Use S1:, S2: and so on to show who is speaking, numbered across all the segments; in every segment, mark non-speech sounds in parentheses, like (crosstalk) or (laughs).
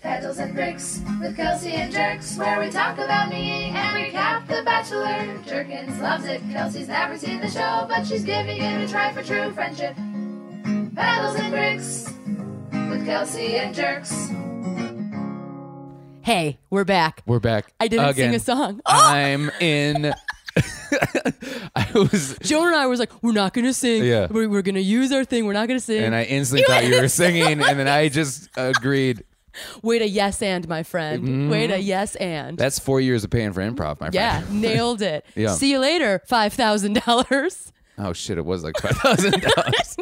S1: Pickles and Bricks with Kelsey and Jerks, where we talk about me and recap The Bachelor. Jerkins loves it. Kelsey's never seen the show, but she's giving it a try for true friendship. Paddles and Bricks with Kelsey and Jerks.
S2: Hey, we're back.
S3: We're back.
S2: I didn't
S3: again.
S2: sing a song. Oh!
S3: I'm
S2: (laughs)
S3: in. (laughs) I was,
S2: Joan and I was like, we're not gonna sing.
S3: Yeah.
S2: We're, we're gonna use our thing. We're not gonna sing.
S3: and I instantly thought you
S2: (laughs)
S3: were singing, and then I just agreed.
S2: Wait a yes and, my friend.
S3: Mm-hmm.
S2: Wait a yes and.
S3: That's four years of paying for improv, my
S2: yeah,
S3: friend.
S2: nailed it.
S3: (laughs) Yeah.
S2: See you later. Five thousand dollars.
S3: Oh shit! It was like five
S2: (laughs)
S3: thousand dollars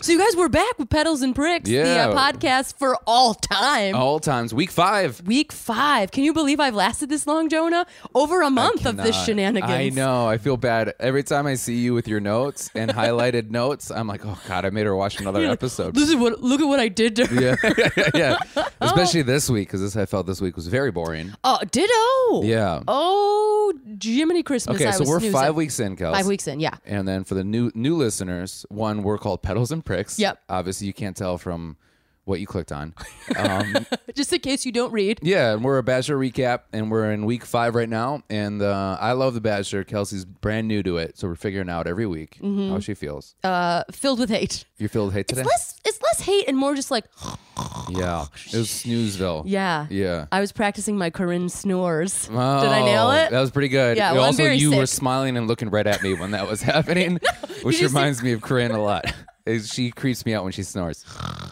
S2: So you guys, we're back with Petals and Bricks,
S3: Yeah. Oh.
S2: the uh, podcast for all time.
S3: all times. Week five.
S2: Week five. Can you believe I've lasted this long, Jonah? Over a month of this
S3: Nah,
S2: shenanigans.
S3: I know. I feel bad every time I see you with your notes and highlighted (laughs) notes. I'm like, oh god, I made her
S2: (laughs)
S3: watch another episode.
S2: This is what. Look at what I did to her.
S3: (laughs) yeah, (laughs)
S2: (laughs)
S3: yeah. Especially this week because this I felt this week was very boring.
S2: Oh, ditto.
S3: Yeah.
S2: Oh, Jiminy Christmas.
S3: Okay,
S2: I
S3: so
S2: was
S3: we're
S2: snoozing.
S3: five weeks in, Kels.
S2: Five weeks in. Yeah.
S3: And then for the new new listeners, one we're called Petals and Pricks.
S2: Yep.
S3: Obviously, you can't tell from what you clicked on. Um, (laughs)
S2: (laughs) Just in case you don't read.
S3: yeah, and we're a Bachelor recap, and we're in week five right now. And uh, I love the Bachelor. Kelsey's brand new to it, so we're figuring out every week how she feels.
S2: uh, filled with hate.
S3: you feel hate today?
S2: Mm-hmm. Oh. It's less it's less hate and more just like (sighs)
S3: yeah, it was snoozeville.
S2: yeah.
S3: yeah.
S2: I was practicing my Corinne snores.
S3: Oh,
S2: Did I nail it?
S3: That was pretty good.
S2: Yeah, well, I'm
S3: also,
S2: very
S3: you were
S2: sick.
S3: smiling and looking right at me when
S2: (laughs)
S3: that was happening, which
S2: you see-
S3: reminds me of Corinne a lot. she creeps me out when she snores.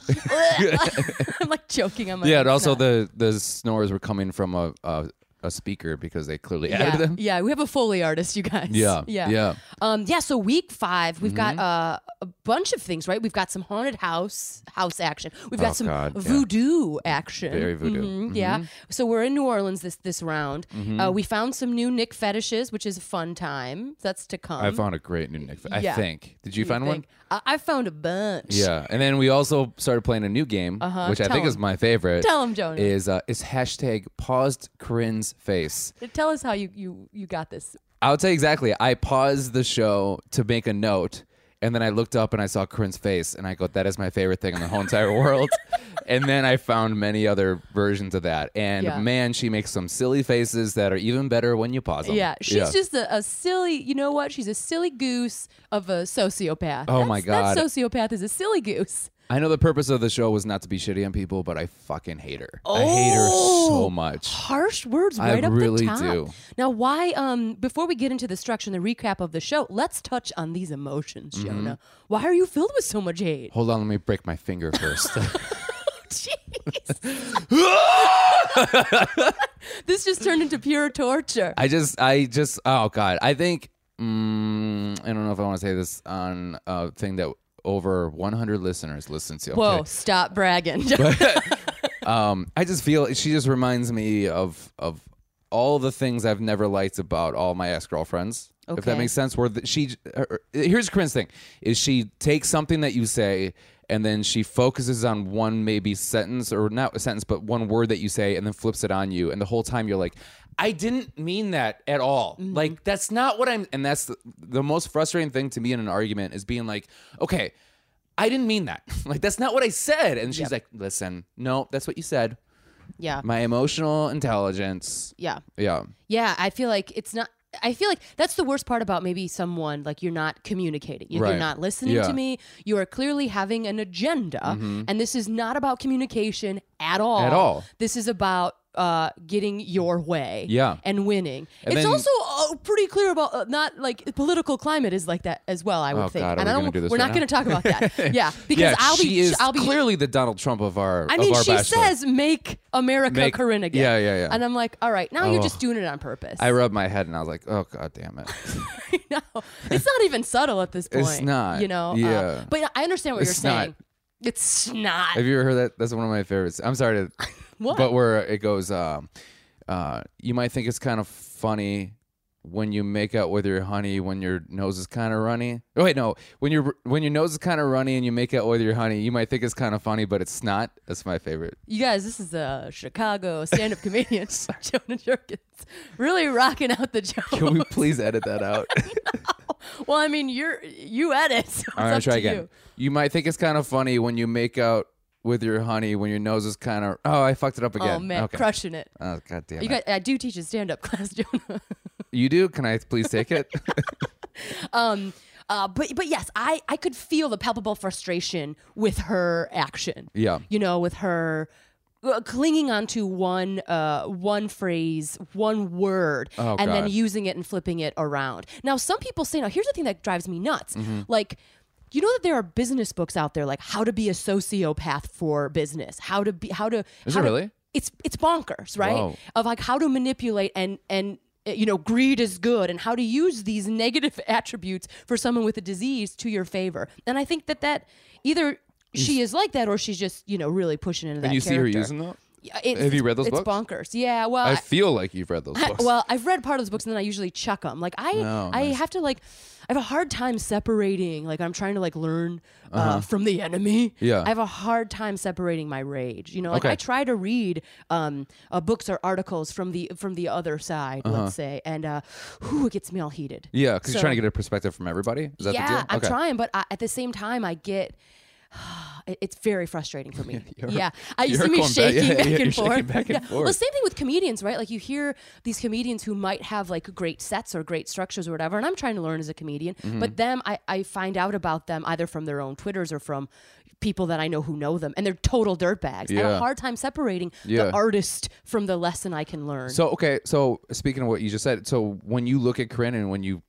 S2: (laughs) I'm like joking on my
S3: Yeah,
S2: it's
S3: and also
S2: not.
S3: the the snores were coming from a a, a speaker because they clearly
S2: yeah,
S3: added them.
S2: yeah, we have a Foley artist, you guys.
S3: Yeah,
S2: (laughs) yeah,
S3: yeah. Mm-hmm.
S2: Um, yeah. So week five, we've got uh, a bunch of things, right? We've got some haunted house house action. We've got
S3: Oh,
S2: some
S3: God, yeah.
S2: voodoo action.
S3: Very voodoo. Mm-hmm.
S2: Mhm, Yeah. So we're in New Orleans this this round. Uh, we found some new Nick fetishes, which is a fun time. That's to come.
S3: I found a great new Nick. I
S2: yeah.
S3: think. Did you,
S2: You
S3: find one?
S2: think? I, I found a bunch.
S3: Yeah, and then we also started playing a new game,
S2: Uh-huh.
S3: which I
S2: Tell
S3: think is
S2: 'em.
S3: my favorite.
S2: Tell 'em, Jonah.
S3: Is uh, is hashtag paused Corinne's face.
S2: Tell us how you you you got this.
S3: I'll tell you exactly. I paused the show to make a note, and then I looked up and I saw Corinne's face, and I go, "That is my favorite thing in the whole entire (laughs) world." and then I found many other versions of that, and
S2: Yeah.
S3: man, she makes some silly faces that are even better when you pause them.
S2: Yeah, she's just a, a silly. You know what? She's a silly goose of a sociopath.
S3: Oh, my
S2: That's-
S3: God.
S2: that sociopath is a silly goose.
S3: I know the purpose of the show was not to be shitty on people, but I fucking hate her. I hate her so
S2: Oh.
S3: much.
S2: Harsh words
S3: I
S2: right up
S3: really
S2: the top.
S3: do.
S2: Now, why? Um, before we get into the structure and the recap of the show, let's touch on these emotions,
S3: Mm-hmm.
S2: Jonah. Why are you filled with so much
S3: (laughs)
S2: hate?
S3: Hold on, let me break my finger
S2: (laughs)
S3: first.
S2: Jeez. (laughs) this just turned into pure torture.
S3: I just, I just, oh god, I think, mm, I don't know if I want to say this on a thing that over 100 listeners listen to.
S2: Whoa!
S3: okay?
S2: Stop
S3: (laughs)
S2: bragging. (laughs)
S3: Um, I just feel she just reminds me of of all the things I've never liked about all my ex girlfriends. If that
S2: Okay.
S3: makes sense, where the, she her, here's Corinne's thing is she takes something that you say and then she focuses on one maybe sentence or not a sentence but one word that you say and then flips it on you and the whole time you're like I didn't mean that at all.
S2: Mm-hmm.
S3: Like that's not what I'm and that's the, the most frustrating thing to me in an argument is being like okay I didn't mean that. (laughs) Like that's not what I said. And she's
S2: Yep.
S3: like, "Listen, no, that's what you said.
S2: yeah.
S3: My emotional intelligence."
S2: Yeah.
S3: Yeah.
S2: Yeah, I feel like it's not. I feel like that's the worst part about maybe someone like you're not communicating. You- You're,
S3: Right.
S2: not listening
S3: Yeah. Mm-hmm.
S2: to me. You are clearly having an agenda, and this is not about communication at all.
S3: At all.
S2: This is about uh, getting your way.
S3: Yeah.
S2: and winning.
S3: And
S2: it's
S3: then-
S2: also uh, pretty clear about uh, not like political climate is like that as well. I would
S3: Oh,
S2: think.
S3: God, are
S2: and
S3: we
S2: I
S3: gonna do this
S2: we're
S3: right
S2: not
S3: now?
S2: going to talk about
S3: (laughs)
S2: that. yeah, because
S3: yeah,
S2: I'll
S3: she
S2: be.
S3: is
S2: I'll be.
S3: clearly the Donald Trump of our.
S2: I
S3: of
S2: mean,
S3: our
S2: she
S3: bachelor.
S2: says, "Make America
S3: Make-
S2: Corinne again."
S3: Yeah, yeah, yeah.
S2: And I'm like, "All right, now you're
S3: Oh.
S2: just doing it on purpose."
S3: I rubbed my head and I was like, "Oh God, damn
S2: (laughs)
S3: it."
S2: no, it's not even subtle at this point.
S3: It's not.
S2: You know. Uh,
S3: Yeah.
S2: but I understand what
S3: It's
S2: you're
S3: not.
S2: saying. It's not.
S3: Have you ever heard that? That's one of my favorites. I'm sorry to,
S2: (laughs) What?
S3: but where it goes, um, uh, you might think it's kind of funny when you make out with your honey when your nose is kind of runny. Oh, wait, no, when your when your nose is kind of runny and you make out with your honey, you might think it's kind of funny, but it's not. That's my favorite.
S2: you guys, this is a Chicago stand-up
S3: (laughs)
S2: comedian, Jonah Jerkins, really rocking out the joke. (laughs)
S3: Can we please edit that out?
S2: well, I mean, you're you edit. So it's
S3: All right,
S2: up
S3: try
S2: to
S3: again.
S2: You.
S3: You. might think it's kind of funny when you make out with your honey when your nose is kind of oh I fucked it up again.
S2: Oh man,
S3: okay.
S2: crushing it.
S3: Oh god damn
S2: You
S3: it.
S2: got, I do teach a stand-up (laughs) class, Jonah.
S3: you do? Can I please
S2: (laughs)
S3: take it? (laughs)
S2: Um, uh, but but yes, I I could feel the palpable frustration with her action.
S3: Yeah.
S2: you know, with her uh, clinging onto one uh one phrase, one word,
S3: Oh,
S2: and then
S3: God.
S2: using it and flipping it around. Now, some people say, now here's the thing that drives me nuts,
S3: Mm-hmm.
S2: like. You know that there are business books out there like how to be a sociopath for business, how to be how to
S3: Is
S2: how
S3: it
S2: to-
S3: really?
S2: it's it's bonkers, right?
S3: Whoa.
S2: Of like how to manipulate and and uh, you know greed is good and how to use these (laughs) negative attributes for someone with a disease to your favor. And I think that that either she is like that or she's just you know really pushing into that.
S3: and you see her
S2: character.
S3: using that?
S2: Yeah, it's-
S3: Have you read those
S2: it's
S3: books?
S2: bonkers. Yeah. Well,
S3: I
S2: I-
S3: feel like you've read those
S2: I-
S3: books.
S2: well, I've read part of those books and then I usually chuck them. Like I,
S3: No,
S2: I
S3: nice.
S2: have to like, I have a hard time separating. Like I'm trying to like learn uh, from the enemy.
S3: Uh-huh. Yeah.
S2: I have a hard time separating my rage. You know, like
S3: Okay.
S2: I try to read um, uh, books or articles from the from the other side, let's say, and uh, who it gets me all heated.
S3: Uh-huh. yeah, because
S2: So-
S3: you're trying to get a perspective from everybody. Is that
S2: yeah,
S3: the deal?
S2: I'm trying, but I, at the same time, I get. (sighs) it- It's very frustrating for me. yeah, I you
S3: (laughs) you're
S2: see me
S3: going back-
S2: shaking
S3: yeah,
S2: back,
S3: yeah, you're
S2: and
S3: shaking
S2: forth.
S3: back
S2: Yeah.
S3: and forth.
S2: Well, same thing with comedians, right? Like you hear these comedians who might have like great sets or great structures or whatever, and I'm trying to learn as a comedian.
S3: Mm-hmm.
S2: But them, I, I find out about them either from their own twitters or from people that I know who know them, and they're total dirtbags. I have a
S3: Yeah.
S2: hard time separating
S3: Yeah.
S2: the artist from the lesson I can learn.
S3: So okay, so speaking of what you just said, so when you look at Corinne and when you,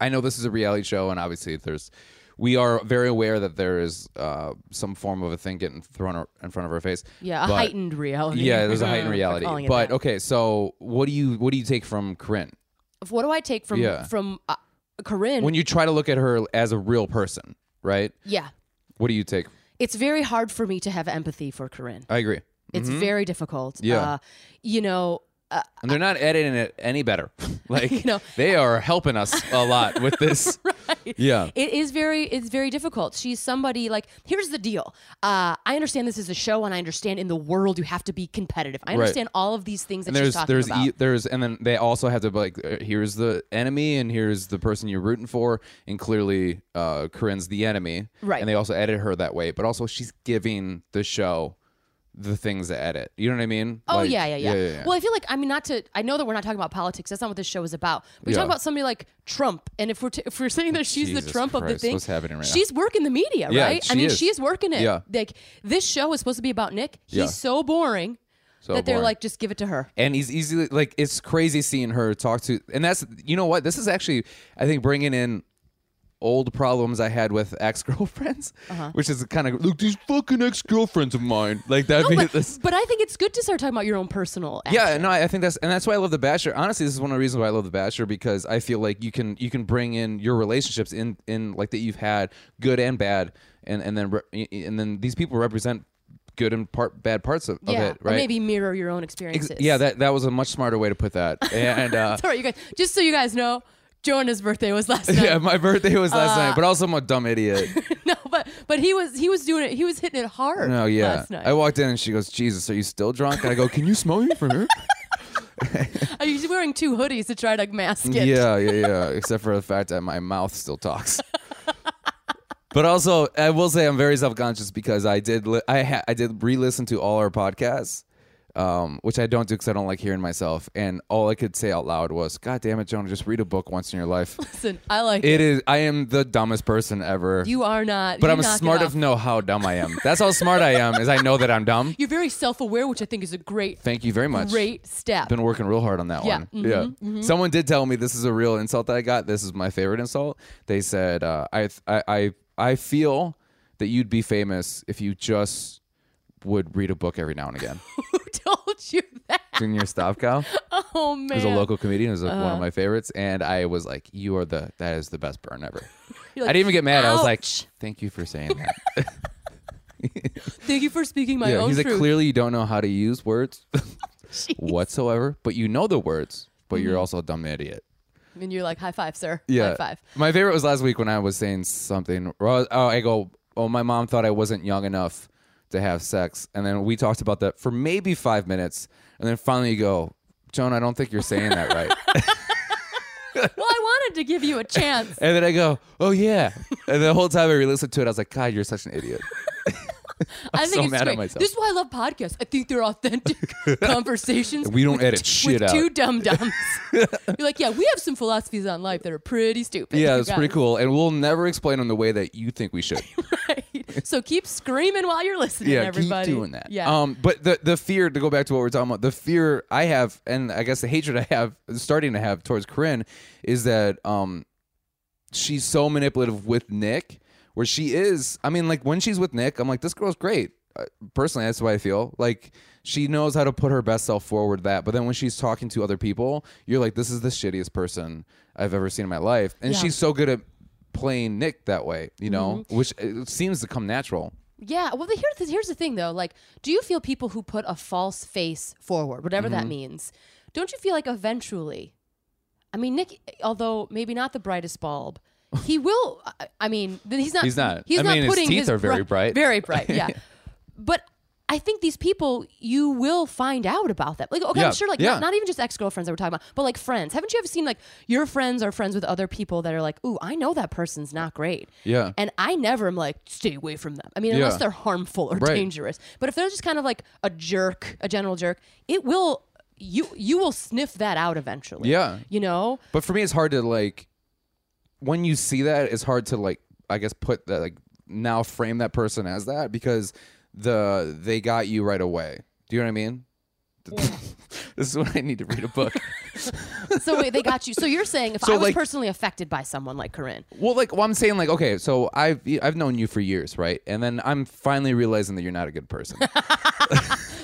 S3: I know this is a reality show, and obviously there's, we are very aware that there is uh, some form of a thing getting thrown ar- in front of our face.
S2: yeah, a
S3: but-
S2: heightened reality.
S3: Yeah, there's a
S2: (laughs)
S3: heightened
S2: For
S3: reality.
S2: calling it
S3: But
S2: that.
S3: okay, so what do you what do you take from Corinne
S2: what do I take from
S3: Yeah.
S2: from uh, Corinne?
S3: when you try to look at her as a real person, right?
S2: yeah.
S3: What do you take?
S2: it's very hard for me to have empathy for Corinne.
S3: I agree,
S2: It's very difficult.
S3: Mm-hmm. Yeah.
S2: Uh, you know, uh,
S3: and they're not editing it any better. (laughs)
S2: (laughs)
S3: like you
S2: know-
S3: they are helping us a lot with
S2: (laughs)
S3: this. Yeah.
S2: it is very it's very difficult. She's somebody like here's the deal. Uh, I understand this is a show, and I understand in the world you have to be competitive. I
S3: Right.
S2: understand all of these things that
S3: And there's
S2: she's talking
S3: there's
S2: about.
S3: E, there's and then they also have to be like uh, here's the enemy and here's the person you're rooting for and clearly uh Corinne's the enemy
S2: Right.
S3: and they also edit her that way but also she's giving the show the things to edit you know what I mean
S2: Oh
S3: Like,
S2: yeah, yeah, yeah,
S3: yeah, yeah.
S2: Well, I feel like I mean, not to. I know that we're not talking about politics. That's not what this show is about. We
S3: Yeah.
S2: talk about somebody like Trump, and if we're t- if we're saying that she's the
S3: Jesus
S2: Trump of the
S3: Christ,
S2: thing,
S3: what's happening right now?
S2: she's working the media,
S3: Yeah,
S2: right? I
S3: she
S2: mean,
S3: is.
S2: she's working it.
S3: Yeah.
S2: Like this show is supposed to be about Nick. He's
S3: Yeah.
S2: so boring
S3: So
S2: that they're
S3: boring.
S2: like, just give it to
S3: (laughs)
S2: her.
S3: and he's easily like it's crazy seeing her talk to and that's you know what this is actually I think bringing in old problems I had with ex girlfriends
S2: Uh-huh.
S3: which is kind of look these fucking ex girlfriends of mine like that
S2: No,
S3: be
S2: but,
S3: (laughs) this
S2: but I think it's good to start talking about your own personal. act.
S3: Yeah, no, I think that's and that's why I love the Bachelor. Honestly, this is one of the reasons why I love the Bachelor because I feel like you can you can bring in your relationships in in like that you've had good and bad, and and then re- and then these people represent good and part bad parts of,
S2: yeah.
S3: of it,
S2: Or
S3: right?
S2: maybe mirror your own
S3: Ex-
S2: experiences.
S3: yeah, that that was a much smarter way to put that. And
S2: (laughs)
S3: uh,
S2: Sorry, you guys. Just so you guys know, Jonah's birthday was last night.
S3: (laughs) yeah, my birthday was last night,
S2: uh,
S3: but also I'm a
S2: (laughs)
S3: dumb idiot.
S2: no, but but he was he was doing it. He was hitting it hard.
S3: No, yeah,
S2: Last night.
S3: I walked in and she goes, "Jesus, are you still drunk?" And I go, "Can you smell me from
S2: (laughs)
S3: here?"
S2: Are you Oh, wearing two hoodies to try to mask it?
S3: Yeah, yeah, yeah. Except for the fact that my mouth still
S2: (laughs)
S3: talks. but also, I will say I'm very self conscious because I did li- I ha- I did re listen to all our podcasts, um, which I don't do because I don't like hearing myself. And all I could say out loud was, "God damn it, Jonah, just read a book once in your
S2: (laughs)
S3: life."
S2: Listen, I like it.
S3: it is. I am the dumbest person ever.
S2: You are not.
S3: but
S2: you
S3: I'm
S2: knock it
S3: smart
S2: off.
S3: enough to know how dumb I am. That's how smart I am. Is I know that I'm dumb.
S2: You're very self-aware, which I think is a great,
S3: Thank you very much.
S2: great step.
S3: Been working real hard on that
S2: Yeah, mm-hmm,
S3: one. yeah. Someone did tell me this is a real insult that I got. This is my favorite insult. They said, uh, I, I, I, I feel that you'd be famous if you just would read a book every now and
S2: (laughs)
S3: again.
S2: Who told you that?
S3: Junior Stavkow
S2: Oh man.
S3: who's a local comedian, who's like one
S2: Uh-huh.
S3: of my favorites, and I was like, "You are the that is the best burn ever."
S2: You're
S3: I
S2: like,
S3: didn't even get mad. I was like,
S2: "Ouch."
S3: "Thank you for saying that."
S2: Thank you for speaking my
S3: yeah,
S2: own
S3: he's like,
S2: truth.
S3: "Clearly, you don't know how to
S2: (laughs)
S3: use words (laughs) whatsoever, but you know the words, but you're also a dumb idiot."
S2: and you're like, high five, sir.
S3: Yeah.
S2: Mm-hmm. High five.
S3: My favorite was last week when I was saying something. or I was- Oh, I go, oh, my mom thought I wasn't young enough to have sex. And then we talked about that for maybe five minutes. And then finally you go, Joan, I don't think you're saying that
S2: (laughs)
S3: right.
S2: Well, I wanted to give you a
S3: (laughs)
S2: chance.
S3: and then I go, oh, yeah. And the whole time I re listened to it, I was like, God, you're such an idiot.
S2: I think
S3: so
S2: it's
S3: mad at
S2: great.
S3: myself.
S2: This is why I love podcasts. I think they're authentic
S3: (laughs)
S2: conversations.
S3: We don't
S2: with
S3: edit
S2: t-
S3: shit
S2: with
S3: out.
S2: Two dum dums. (laughs) You're like, yeah, we have some philosophies on life that are pretty stupid. (laughs)
S3: Yeah,
S2: You
S3: it's
S2: got
S3: pretty
S2: it.
S3: cool. And we'll never explain them the way that you think we should.
S2: Right. (laughs) So keep screaming while you're listening,
S3: yeah,
S2: everybody.
S3: keep doing that.
S2: Yeah.
S3: Um, but the the fear to go back to what we're talking about, the fear I have, and I guess the hatred (laughs) I have, starting to have towards Corinne, is that um, she's so manipulative with Nick. Where she is, I mean, like when she's with Nick, I'm like, this girl's great. Uh, Personally, that's the way I feel. Like she knows how to put her best self forward. That, but then when she's talking to other people, you're like, this is the shittiest person I've ever seen in my life, and
S2: Yeah. Mm-hmm.
S3: she's so good at playing Nick that way, you know, which it seems to come natural.
S2: Yeah. Well, the, here's the, here's the thing, though. Like, do you feel people who put a false face forward, whatever
S3: Mm-hmm.
S2: that means, don't you feel like eventually? I mean, Nick, although maybe not the brightest
S3: (laughs)
S2: bulb, he will. I- I mean, th- he's not.
S3: He's not.
S2: He's
S3: I
S2: not
S3: mean, his
S2: putting
S3: teeth
S2: his
S3: are very bright.
S2: Very bright.
S3: (laughs)
S2: Yeah. but I think these people, you will find out about them. Like, okay,
S3: Yeah,
S2: I'm sure, like,
S3: yeah.
S2: not, not even just ex girlfriends that we're talking about, but like friends. Haven't you ever seen like your friends are friends with other people that are like, ooh, I know that person's not great.
S3: Yeah.
S2: And I never am like, stay away from them. I mean,
S3: Yeah.
S2: unless they're harmful or
S3: Right.
S2: dangerous. But if they're just kind of like a jerk, a general jerk, it will you you will sniff that out eventually.
S3: Yeah.
S2: You know?
S3: But for me, it's hard to like when you see that. It's hard to like, I guess, put that like now frame that person as that because the they got you right away. Do you know what I mean? (laughs) this is when I need to read a book.
S2: So wait, they got you. So you're saying if
S3: (laughs) So,
S2: I was
S3: like-
S2: personally affected by someone like Corinne,
S3: well, like, well, I'm saying, like, okay, so I've I've known you for years, right? And then I'm finally realizing that you're not a good person.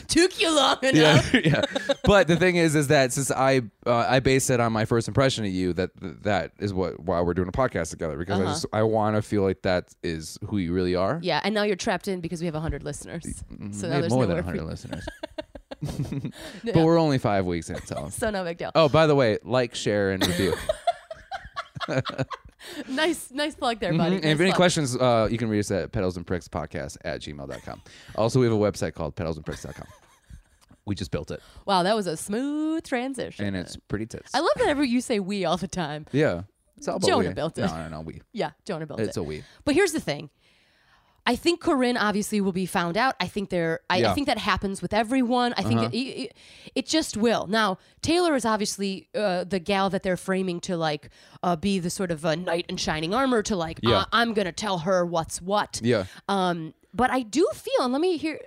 S2: took you long enough.
S3: yeah, (laughs) yeah. But the thing is, is that since I uh, I based it on my first impression of you, that that is what why we're doing a podcast together because I just I want to feel like that is who you really are.
S2: Yeah, and now you're trapped in because we have 100 listeners. So
S3: mm-hmm. We
S2: now
S3: have
S2: there's
S3: more than
S2: nowhere for
S3: 100
S2: you.
S3: listeners.
S2: (laughs)
S3: but we're only five weeks in, so.
S2: So no big deal.
S3: Oh, by the way, like, share, and
S2: (laughs)
S3: review.
S2: Nice, nice plug there, buddy.
S3: and Mm-hmm. if
S2: Nice
S3: any
S2: plug.
S3: questions, uh, you can read us at pedals and pricks podcast at gmail.com. Also, we have a website called pedals and pricks.com. We just built it,
S2: Wow, that was a smooth transition.
S3: and it's pretty tits.
S2: I love that ever you say we all the time.
S3: yeah. It's all about
S2: Jonah
S3: we.
S2: built it.
S3: No, no, no. We.
S2: Yeah, Jonah built
S3: It's
S2: it.
S3: a we.
S2: But here's the thing. I think Corinne obviously will be found out. I think there. I,
S3: Yeah. Uh-huh.
S2: I think that happens with everyone. I think it, it, it just will. Now Taylor is obviously uh, the gal that they're framing to like uh, be the sort of a knight in shining armor to like
S3: Yeah.
S2: uh, I'm gonna tell her what's what.
S3: Yeah.
S2: Um, but I do feel, and let me hear,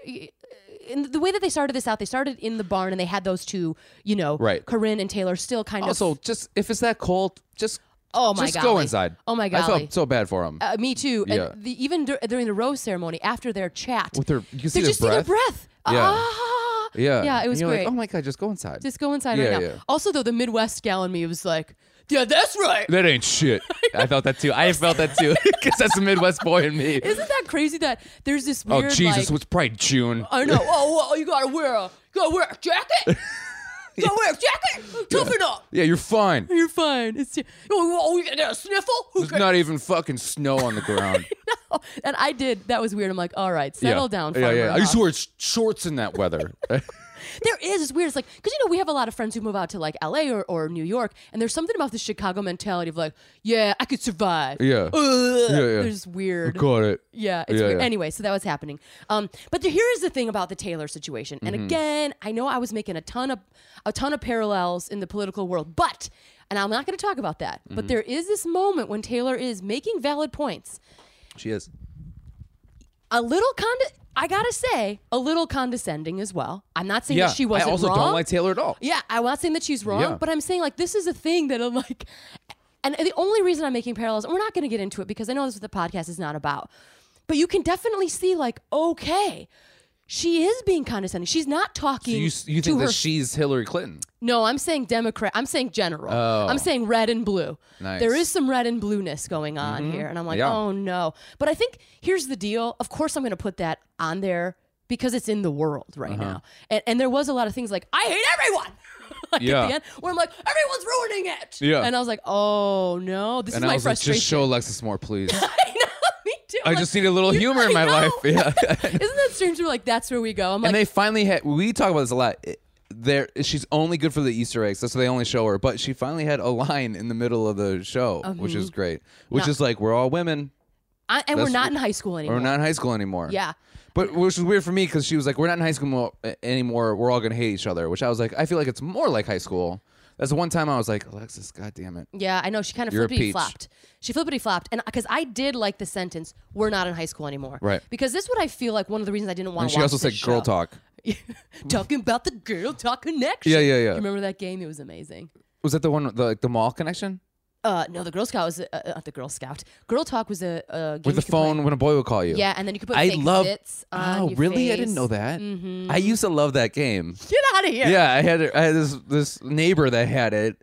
S2: in the way that they started this out, they started in the barn and they had those two, you know,
S3: Right.
S2: Corinne and Taylor still kind
S3: Also,
S2: of.
S3: just if it's that cold, just
S2: Oh my
S3: just go
S2: golly.
S3: inside.
S2: Oh my
S3: I
S2: golly.
S3: felt so bad for him.
S2: Uh, me too.
S3: Yeah.
S2: And the, even dur- during the rose ceremony, after their chat,
S3: With their- you can
S2: they
S3: see their
S2: just see their
S3: breath.
S2: breath.
S3: Yeah.
S2: Ah. (laughs)
S3: yeah,
S2: Yeah, it
S3: And
S2: was
S3: you're
S2: great.
S3: Like, oh my god, just go inside.
S2: just go inside
S3: Yeah,
S2: right now.
S3: yeah.
S2: Also, though, the Midwest gal in me was like, yeah, that's right.
S3: That ain't shit. I thought that too. I felt that too because that's the Midwest boy in me.
S2: (laughs) Isn't that crazy that there's this
S3: Oh
S2: weird
S3: Jesus,
S2: like,
S3: it's probably June.
S2: I
S3: (laughs)
S2: know. Oh, well, you gotta wear a, you gotta wear a jacket. You gotta wear a jacket. Toughen up.
S3: Yeah, you're fine.
S2: (laughs) You're fine. It's oh, oh, you got a sniffle. Who
S3: There's not even fucking snow on the ground.
S2: (laughs) no. And I did. That was weird. I'm like, all right, (laughs) settle
S3: yeah.
S2: down.
S3: Yeah,
S2: farmer
S3: yeah. I used
S2: Huff.
S3: to wear sh- shorts in that weather. (laughs)
S2: There is. It's weird. It's like because you know we have a lot of friends who move out to like L.A. or, or New York, and there's something about the Chicago mentality of like, yeah, I could survive.
S3: Yeah.
S2: Ugh.
S3: yeah.
S2: There's weird.
S3: Got it.
S2: Yeah, it's
S3: Yeah,
S2: weird.
S3: yeah.
S2: Anyway, so that was happening. Um, but the, here is the thing about the Taylor situation. And
S3: Mm-hmm.
S2: again, I know I was making a ton of a ton of parallels in the political world, but and I'm not going to talk about that.
S3: Mm-hmm.
S2: But there is this moment when Taylor is making valid points.
S3: She is.
S2: A little conde I gotta say, a little condescending as well. I'm not saying
S3: Yeah.
S2: that she
S3: I
S2: wasn't
S3: also
S2: wrong.
S3: don't like Taylor at all.
S2: Yeah, I'm not saying that she's wrong,
S3: Yeah.
S2: but I'm saying like this is a thing that I'm like, (laughs) and the only reason I'm making parallels, and we're not going to get into it because I know this is what the podcast is not about, but you can definitely see like, okay, she is being condescending. She's not talking.
S3: You
S2: to
S3: you think
S2: her-
S3: that she's Hillary Clinton?
S2: No, I'm saying Democrat. I'm saying general. I'm saying red and blue.
S3: Oh. Nice. Mm-hmm.
S2: There is some red and blueness going on here, and I'm like,
S3: Yeah.
S2: oh no. But I think here's the deal. Of course, I'm going to put that on there because it's in the world right
S3: Uh-huh.
S2: now, and, and there was a lot of things like I hate everyone. (laughs) like
S3: Yeah.
S2: At the end, where I'm like, everyone's ruining it.
S3: Yeah.
S2: And I was like, oh no, this
S3: And
S2: is
S3: I
S2: my
S3: was like,
S2: frustration.
S3: just show Alexis
S2: (laughs)
S3: more, please.
S2: I know, me too.
S3: I
S2: Like,
S3: just need a little
S2: you-
S3: humor in
S2: I
S3: my
S2: know.
S3: life. (laughs) Yeah.
S2: (laughs) Isn't that strange? We're like, that's where we go. I'm like,
S3: and they finally had. We talk about this a lot. It- There, she's only good for the Easter eggs. That's what they only show her. But
S2: Mm-hmm.
S3: she finally had a line in the middle of the show, which is great. Which
S2: No.
S3: is like, we're all women.
S2: I, and we're
S3: That's-
S2: not in high school anymore.
S3: We're not in high school anymore.
S2: Yeah.
S3: But which is weird for me because she was like, "We're not in high school mo- anymore. We're all gonna hate each other." Which I was like, I feel like it's more like high school. That's the one time I was like, Alexis, God damn it.
S2: Yeah, I know. She kind of
S3: You're a
S2: flippity
S3: peach.
S2: flopped. She flippity flopped. And because I did like the sentence, we're not in high school anymore.
S3: Right.
S2: Because this is what I feel like one of the reasons I didn't want
S3: And
S2: to
S3: she
S2: watch
S3: also said,
S2: this
S3: "Girl
S2: show.
S3: talk."
S2: (laughs) Talking about the girl talk connection.
S3: Yeah, yeah, yeah.
S2: You remember that game? It was amazing.
S3: Was that the one the like, the mall connection
S2: Uh, no, the Girl Scout was uh, uh, not the Girl Scout. Girl Talk was a, a game
S3: with
S2: you
S3: the
S2: could play.
S3: phone when a boy would call you?
S2: Yeah, and then you could put
S3: I
S2: fake
S3: love.
S2: zits on
S3: oh,
S2: your
S3: really? I
S2: face. Mm-hmm.
S3: didn't know that. I used to love that game.
S2: Get out of here.
S3: (laughs) Yeah, I had I had this this neighbor that had it.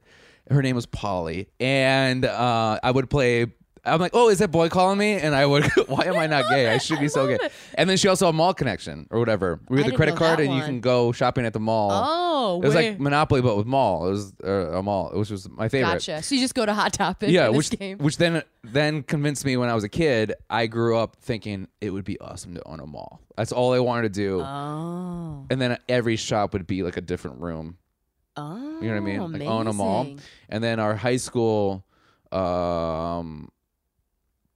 S3: Her name was Polly, and uh, I would play. I'm like, oh, is that boy calling me? And I would, (laughs) why am I not gay? I should be
S2: (laughs)
S3: so gay. And then she also had mall connection or whatever. We
S2: I
S3: had the
S2: didn't
S3: credit
S2: know
S3: card,
S2: that
S3: and you
S2: one.
S3: can go shopping at the mall.
S2: Oh,
S3: it was
S2: wait.
S3: like Monopoly, but with mall. It was uh, a mall, which was my favorite.
S2: Gotcha. So you just go to Hot Topic.
S3: Yeah,
S2: in this
S3: which
S2: game.
S3: which then then convinced me when I was a kid. I grew up thinking it would be awesome to own a mall. That's all I wanted to do.
S2: oh,
S3: and then every shop would be like a different room.
S2: oh,
S3: You know what I mean? Like own them all.
S2: amazing.
S3: And then our high school um,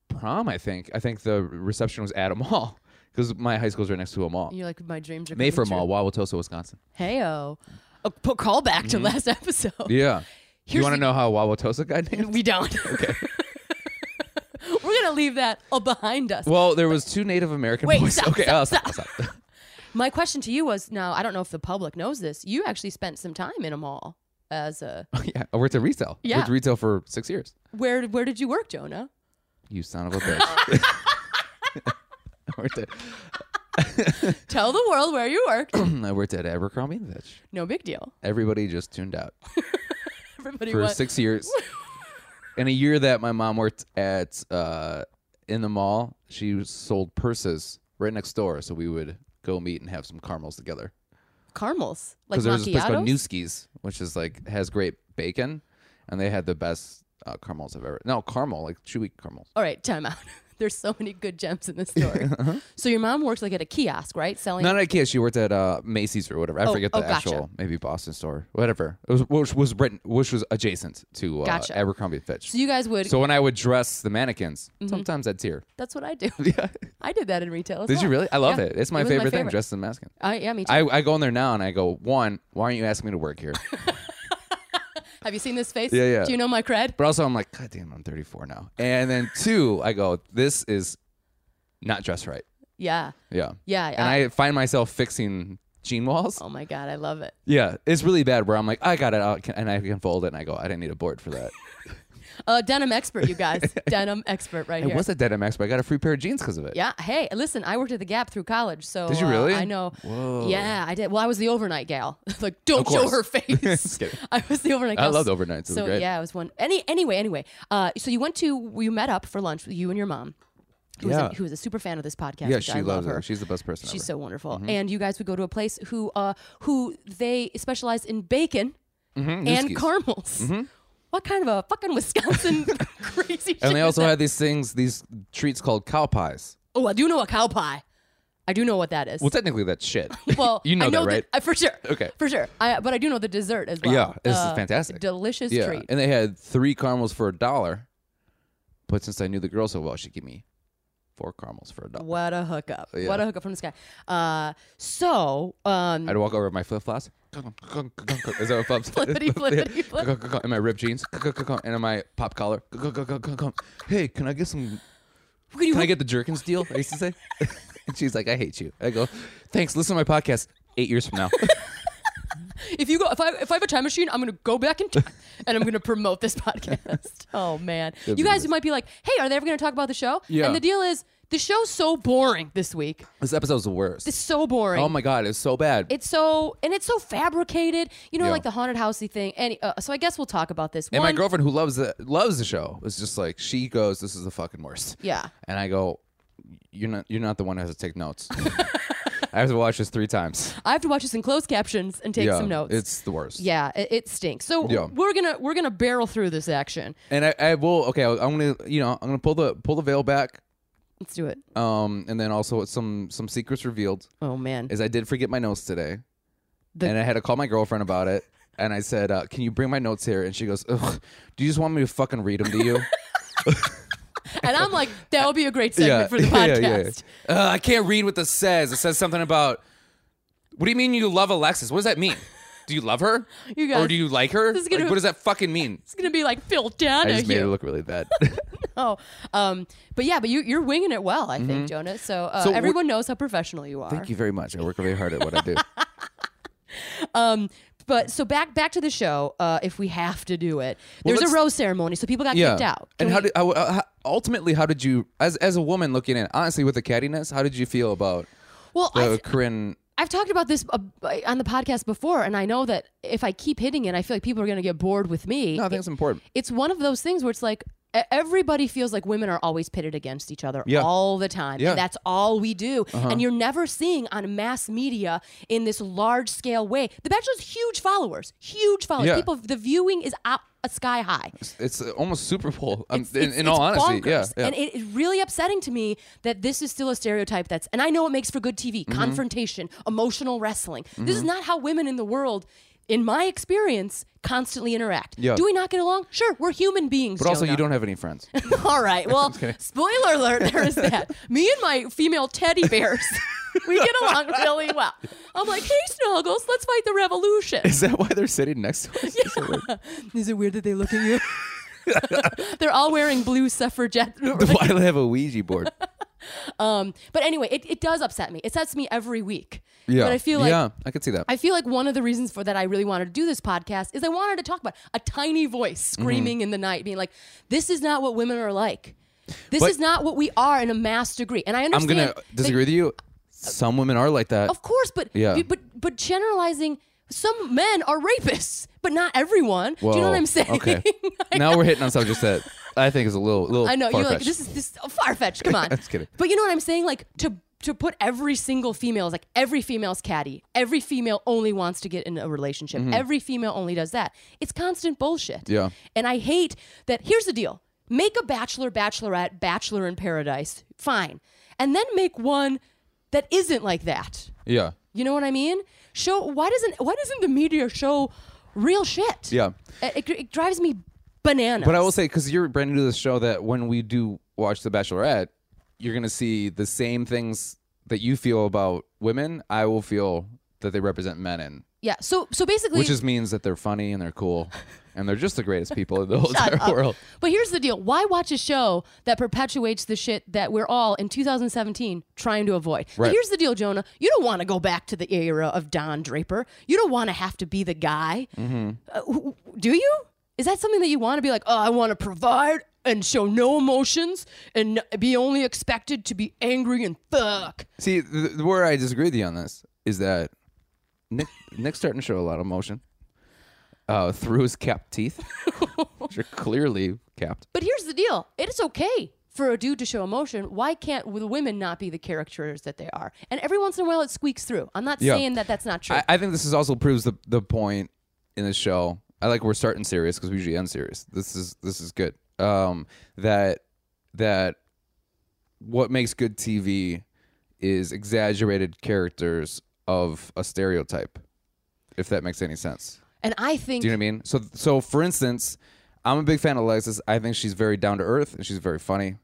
S3: prom, I think. I think the reception was at a (laughs) mall because my high school's right next to a mall.
S2: You're like my dreams are
S3: Mayfair
S2: coming true.
S3: Mall, Wauwatosa, Wisconsin.
S2: Heyo. A p- call back to last episode.
S3: Mm-hmm. Yeah. Do
S2: Oh, Here's
S3: you want to
S2: the-
S3: know how Wauwatosa got named?
S2: (laughs) We don't. Okay. We're gonna leave that all behind us.
S3: Well, there was two Native American
S2: Wait,
S3: boys.
S2: stop,
S3: okay,
S2: stop,
S3: I'll stop, I'll stop. (laughs)
S2: My question to you was: Now, I don't know if the public knows this. You actually spent some time in a mall as
S3: (laughs)
S2: a.
S3: Oh, yeah, I worked at retail.
S2: Yeah.
S3: Worked retail for six years.
S2: Where Where did you work, Jonah?
S3: You son of a bitch.
S2: (laughs)
S3: (laughs) I worked at
S2: Tell the world where you
S3: (coughs)
S2: worked.
S3: I (clears throat) worked at Abercrombie and Fitch.
S2: No big deal.
S3: Everybody just tuned out.
S2: Everybody
S3: for
S2: was. (laughs)
S3: six years. In a year that my mom worked at uh, in the mall, she sold purses right next door, so we would go meet and have some caramels together.
S2: caramels, like
S3: Because there's this place called
S2: macchiatos.
S3: Newski's, which is like has great bacon, and they had the best uh, caramels I've ever. No caramel, like chewy caramels.
S2: All right, time out. (laughs) There's so many good gems
S3: (laughs)
S2: in this story.
S3: Uh-huh.
S2: So your mom works like at a kiosk, right? Selling.
S3: Not at Ikea. She worked at uh, Macy's or whatever. I
S2: Oh,
S3: forget
S2: oh,
S3: the
S2: gotcha.
S3: actual, maybe Boston store, whatever. It was which was Britain, which was adjacent to uh,
S2: Gotcha.
S3: Abercrombie and Fitch.
S2: so you Mm-hmm. guys would.
S3: So when I would dress the mannequins, sometimes I'd tear. (laughs)
S2: that's what I do.
S3: Yeah.
S2: I did that in retail. As
S3: Did you
S2: well.
S3: really? I love
S2: Yeah.
S3: it. It's my,
S2: was
S3: favorite, thing, dressed in a mask.
S2: I, yeah, me too.
S3: I, I go in there now and I go, one, why aren't you asking me
S2: (laughs)
S3: to work here?
S2: Have you seen this face?
S3: Yeah, yeah.
S2: Do you know my cred?
S3: But also, I'm like, God damn, I'm 34 now. And then two, I go, this is not dressed right.
S2: Yeah,
S3: Yeah.
S2: yeah.
S3: And I find myself fixing jean walls.
S2: oh my god, I love it.
S3: Yeah. It's really bad where I'm like, I got it out. And I can fold it. And I go, I didn't need a board
S2: (laughs)
S3: for that.
S2: Uh, denim expert, you guys.
S3: (laughs)
S2: denim expert, right
S3: I
S2: here.
S3: was a Denim X, but I got a free pair of jeans because of it.
S2: yeah. Hey, listen, I worked at the Gap through college, so
S3: Did you
S2: uh,
S3: really?
S2: I know.
S3: Whoa.
S2: Yeah, I did. Well, I was the overnight gal. (laughs) like, don't show
S3: course.
S2: her face.
S3: (laughs) Just kidding.
S2: (laughs) I was the overnight.
S3: I
S2: gal.
S3: loved overnights. It was
S2: So
S3: great.
S2: yeah, it was one. Any anyway, anyway. Uh, so you went to you met up for lunch with you and your mom, who was
S3: Yeah.
S2: a, who was a super fan of this podcast.
S3: Yeah,
S2: which
S3: she
S2: I love
S3: loves
S2: her.
S3: it. She's the best person
S2: She's
S3: ever.
S2: so wonderful.
S3: Mm-hmm.
S2: And you guys would go to a place who uh who they specialize in bacon and
S3: Newski's.
S2: caramels. What kind of a fucking
S3: (laughs)
S2: Wisconsin crazy? shit
S3: Mm-hmm. and they
S2: is
S3: also
S2: that?
S3: had these things, these treats called cow pies.
S2: Oh, I do know a cow pie. I do know what that is.
S3: Well, (laughs) technically, that's shit.
S2: (laughs) well,
S3: (laughs) you know
S2: I know
S3: that, right?
S2: The, I- for sure.
S3: Okay.
S2: for sure. I, but I do know the dessert as well.
S3: Yeah, this is
S2: Uh,
S3: fantastic.
S2: Delicious treat.
S3: And they had three caramels for a dollar. But since I knew the girl so well, she gave me four caramels for a dollar.
S2: What a hookup!
S3: Yeah.
S2: What a hookup from this guy. Uh, so um,
S3: I'd walk over with my flip flops. Is that
S2: (laughs)
S3: what flops? (laughs)
S2: Flippity, flippity, flip.
S3: And my ripped jeans. (laughs) And my pop collar. (laughs) Hey, can I get some?
S2: can you
S3: Can I
S2: hook-
S3: get the Jerkins deal? I used
S2: (laughs)
S3: to say. (laughs) And she's like, I hate you. I go, thanks. Listen to my podcast eight years
S2: (laughs)
S3: from now.
S2: if you go if I if I have a time machine, I'm gonna go back in time (laughs) and I'm gonna promote this (laughs)
S3: (laughs)
S2: podcast. Oh man,
S3: That'd
S2: you
S3: be
S2: guys
S3: nice.
S2: might be like, hey, are they ever gonna talk about the show?
S3: Yeah.
S2: And the deal is, the show's so boring this week.
S3: this episode's the worst.
S2: It's so boring.
S3: oh my god, it's so bad.
S2: It's so and it's so fabricated. You know,
S3: Yeah.
S2: like the haunted housey thing. And uh, so I guess we'll talk about this.
S3: And my
S2: One-
S3: girlfriend, who loves the loves the show, was just like, she goes, "This is the fucking worst."
S2: Yeah.
S3: And I go, "You're not. You're not the one who has to take
S2: (laughs)
S3: notes. I have to watch this three times.
S2: I have to watch this in closed captions and take some notes.
S3: It's the worst.
S2: yeah, it, it stinks. So
S3: Yeah.
S2: we're gonna we're gonna barrel through this action.
S3: And I, I will. Okay. I'm gonna. You know, I'm gonna pull the pull the veil back.
S2: Let's do it.
S3: Um, and then also some some secrets revealed.
S2: Oh man,
S3: Is I did forget my notes today,
S2: The-
S3: and I had to call my girlfriend about it. And I
S2: (laughs)
S3: said, uh, "Can you bring my notes here?" And she goes, Ugh, "Do you just want me to fucking read them to you?"
S2: and
S3: (laughs)
S2: I'm like, that would be a great segment for the
S3: yeah,
S2: podcast.
S3: yeah, yeah. Uh, I can't read what this says. It says something about. What do you mean you love Alexis? What does that mean? Do you love her?
S2: (laughs) You guys-
S3: or do you like her?
S2: this is gonna-
S3: Like, what does that fucking mean?
S2: It's gonna be like Phil Donahue.
S3: look
S2: (laughs)
S3: really bad.
S2: Oh, um, but yeah, but you, you're winging it well, I think, Jonas. So, uh,
S3: Mm-hmm. So we're-
S2: everyone knows how professional you are.
S3: Thank you very much. I work really hard at what I
S2: (laughs)
S3: do.
S2: But so back back to the show. Uh, if we have to do it, there's a
S3: let's-
S2: rose ceremony, so people got
S3: Yeah.
S2: kicked out. Can
S3: and how
S2: we-
S3: did how, uh, how, ultimately how did you as as a woman looking in honestly with the cattiness how did you feel about
S2: well,
S3: the
S2: I th-
S3: Corinne?
S2: I've talked about this uh, on the podcast before, and I know that if I keep hitting it, I feel like people are going to get bored with me.
S3: No, I think it's important.
S2: it's one of those things where it's like e- everybody feels like women are always pitted against each other
S3: Yeah.
S2: all the time
S3: Yeah. Uh-huh.
S2: and that's all we do and you're never seeing on mass media in this large scale way the bachelor's huge followers huge followers
S3: Yeah.
S2: people the viewing is out uh, sky high
S3: It's uh, almost Super Bowl. Um,
S2: it's-
S3: in,
S2: it's-
S3: in all
S2: it's
S3: honesty, yeah,
S2: bonkers.
S3: yeah.
S2: And it is really upsetting to me that this is still a stereotype that's, and I know it makes for good TV,
S3: Mm-hmm.
S2: confrontation, emotional wrestling. This is not how women in the world, in my experience, constantly interact.
S3: Yeah.
S2: Do we not get along? Sure, we're human beings.
S3: but also you don't have
S2: (laughs)
S3: any friends.
S2: don't. All right.
S3: (laughs)
S2: Well, spoiler alert, there is that. me and my female teddy bears. (laughs) We get along really well. I'm like, hey, Snuggles, let's fight the revolution.
S3: (laughs) Is that why they're sitting next
S2: (laughs)
S3: to us?
S2: Is it weird that they look at you?
S3: (laughs)
S2: They're all wearing blue suffragette
S3: Why do they have a Ouija board?
S2: But anyway, it, it does upset me. It sets me every week.
S3: Yeah,
S2: But I feel like
S3: yeah, I could see that.
S2: I feel like one of the reasons for that I really wanted to do this podcast is I wanted to talk about a tiny voice
S3: Mm-hmm.
S2: screaming in the night, being like, This is not what women are like. This
S3: But-
S2: is not what we are in a mass degree. And I
S3: I'm
S2: understand Oh,
S3: gonna
S2: that-
S3: disagree with you. Some women are like that.
S2: Of course, but
S3: Yeah.
S2: but but generalizing some men are rapists, but not everyone. Do you know
S3: Whoa.
S2: what I'm saying?
S3: Okay.
S2: (laughs)
S3: now we're hitting on subjects that I think is a little, little.
S2: I know you're like
S3: far-fetched.
S2: this is this is far fetched.
S3: (laughs)
S2: Come on,
S3: Just kidding.
S2: But you know what I'm saying? Like to to put every single female is like every female's catty. Every female only wants to get in a relationship. Every female only does that. It's constant bullshit.
S3: Mm-hmm. Yeah.
S2: And I hate that. Here's the deal: make a bachelor, bachelorette, bachelor in paradise. Fine, and then make one that isn't like that.
S3: Yeah,
S2: You know what I mean? Show why doesn't why doesn't the media show real shit?
S3: yeah.
S2: It, it, it drives me bananas.
S3: But I will say, because you're brand new to this show, that when we do watch The Bachelorette, you're gonna see the same things that you feel about women. I will feel that they represent men in,
S2: yeah. So so basically,
S3: which just means that they're funny and
S2: (laughs)
S3: they're cool, and they're just the greatest people in the whole entire world.
S2: But here's the deal. Why watch a show that perpetuates the shit that we're all in 2017 trying to avoid? But
S3: Right.
S2: here's the deal, Jonah. You don't want to go back to the era of Don Draper. You don't want to have to be the guy.
S3: Mm-hmm.
S2: Uh, who- do you? Is that something that you want to be like, oh, I want to provide and show no emotions and n- be only expected to be angry and fuck?
S3: See, th- th- where I disagree with you on this is that Nick Nick's starting to show a lot of emotion uh, through his capped teeth, which are clearly capped.
S2: But here's the deal. It is okay for a dude to show emotion. Why can't the women not be the characters that they are? And every once in a while it squeaks through. I'm not
S3: Yeah.
S2: saying that that's not true.
S3: I, I think this is also proves the the point in the show. I like we're starting serious because we usually end serious. This is this is good. Um, that that what makes good TV is exaggerated characters of a stereotype, if that makes any sense.
S2: and I think
S3: Do you know what I mean? So, so for instance, I'm a big fan of Alexis. I think she's very down to earth and she's very funny.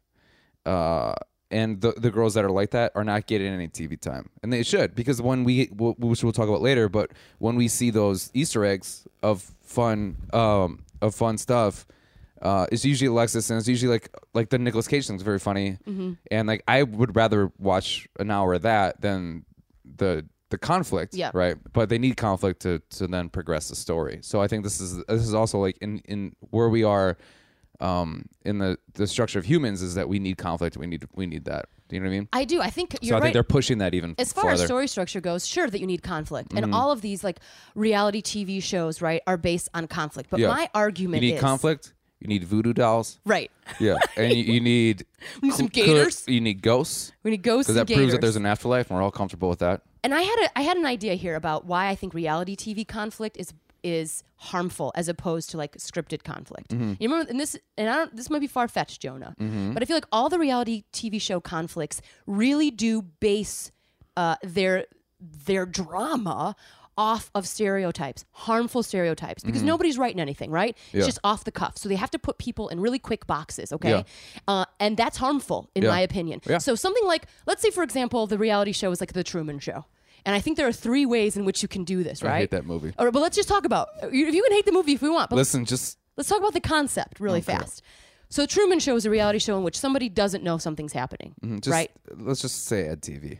S3: Uh, and the the girls that are like that are not getting any TV time, and they should because when we wh- which we'll talk about later, but when we see those Easter eggs of fun um, of fun stuff. Uh, it's usually Alexis, and it's usually like like the Nicolas Cage thing's very funny, and like I would rather watch an hour of that than the the conflict,
S2: Yeah.
S3: right? But they need conflict to to then progress the story. So I think this is this is also like in in where we are, um, in the the structure of humans is that we need conflict. We need we need that. Do you know what I mean?
S2: I do. I think
S3: so
S2: you're
S3: I
S2: right.
S3: think they're pushing that even
S2: as far
S3: farther. Mm-hmm.
S2: as story structure goes, sure that you need conflict, and all of these like reality TV shows, right, are based on conflict. But
S3: Yeah.
S2: my
S3: you
S2: argument
S3: need
S2: is
S3: conflict. You need voodoo dolls.
S2: (laughs) Right.
S3: Yeah, and you, you need
S2: need (laughs) some
S3: cl-
S2: gators.
S3: You need ghosts.
S2: We need ghosts
S3: Because
S2: and
S3: that proves that
S2: gators.
S3: there's an afterlife, and we're all comfortable with that.
S2: and I had a I had an idea here about why I think reality TV conflict is is harmful as opposed to like scripted conflict.
S3: Mm-hmm.
S2: You remember, and this and I don't. This might be far fetched, Jonah, but I feel like all the reality TV show conflicts really do base uh, their their drama off of stereotypes, harmful stereotypes, because nobody's writing anything, right?
S3: Mm-hmm. Yeah.
S2: It's just off the cuff. So they have to put people in really quick boxes, okay?
S3: Yeah.
S2: Uh, and that's harmful, in
S3: Yeah.
S2: my opinion.
S3: Yeah.
S2: So something like, let's say, for example, the reality show is like The Truman Show. And I think there are three ways in which you can do this, right?
S3: hate that movie.
S2: All right, but let's just talk about. You you can hate the movie if we want, but
S3: Listen, just
S2: Let's talk about the concept really fast. So, Truman Show is a reality show in which somebody doesn't know something's happening,
S3: Mm-hmm, just
S2: right?
S3: let's just say at TV.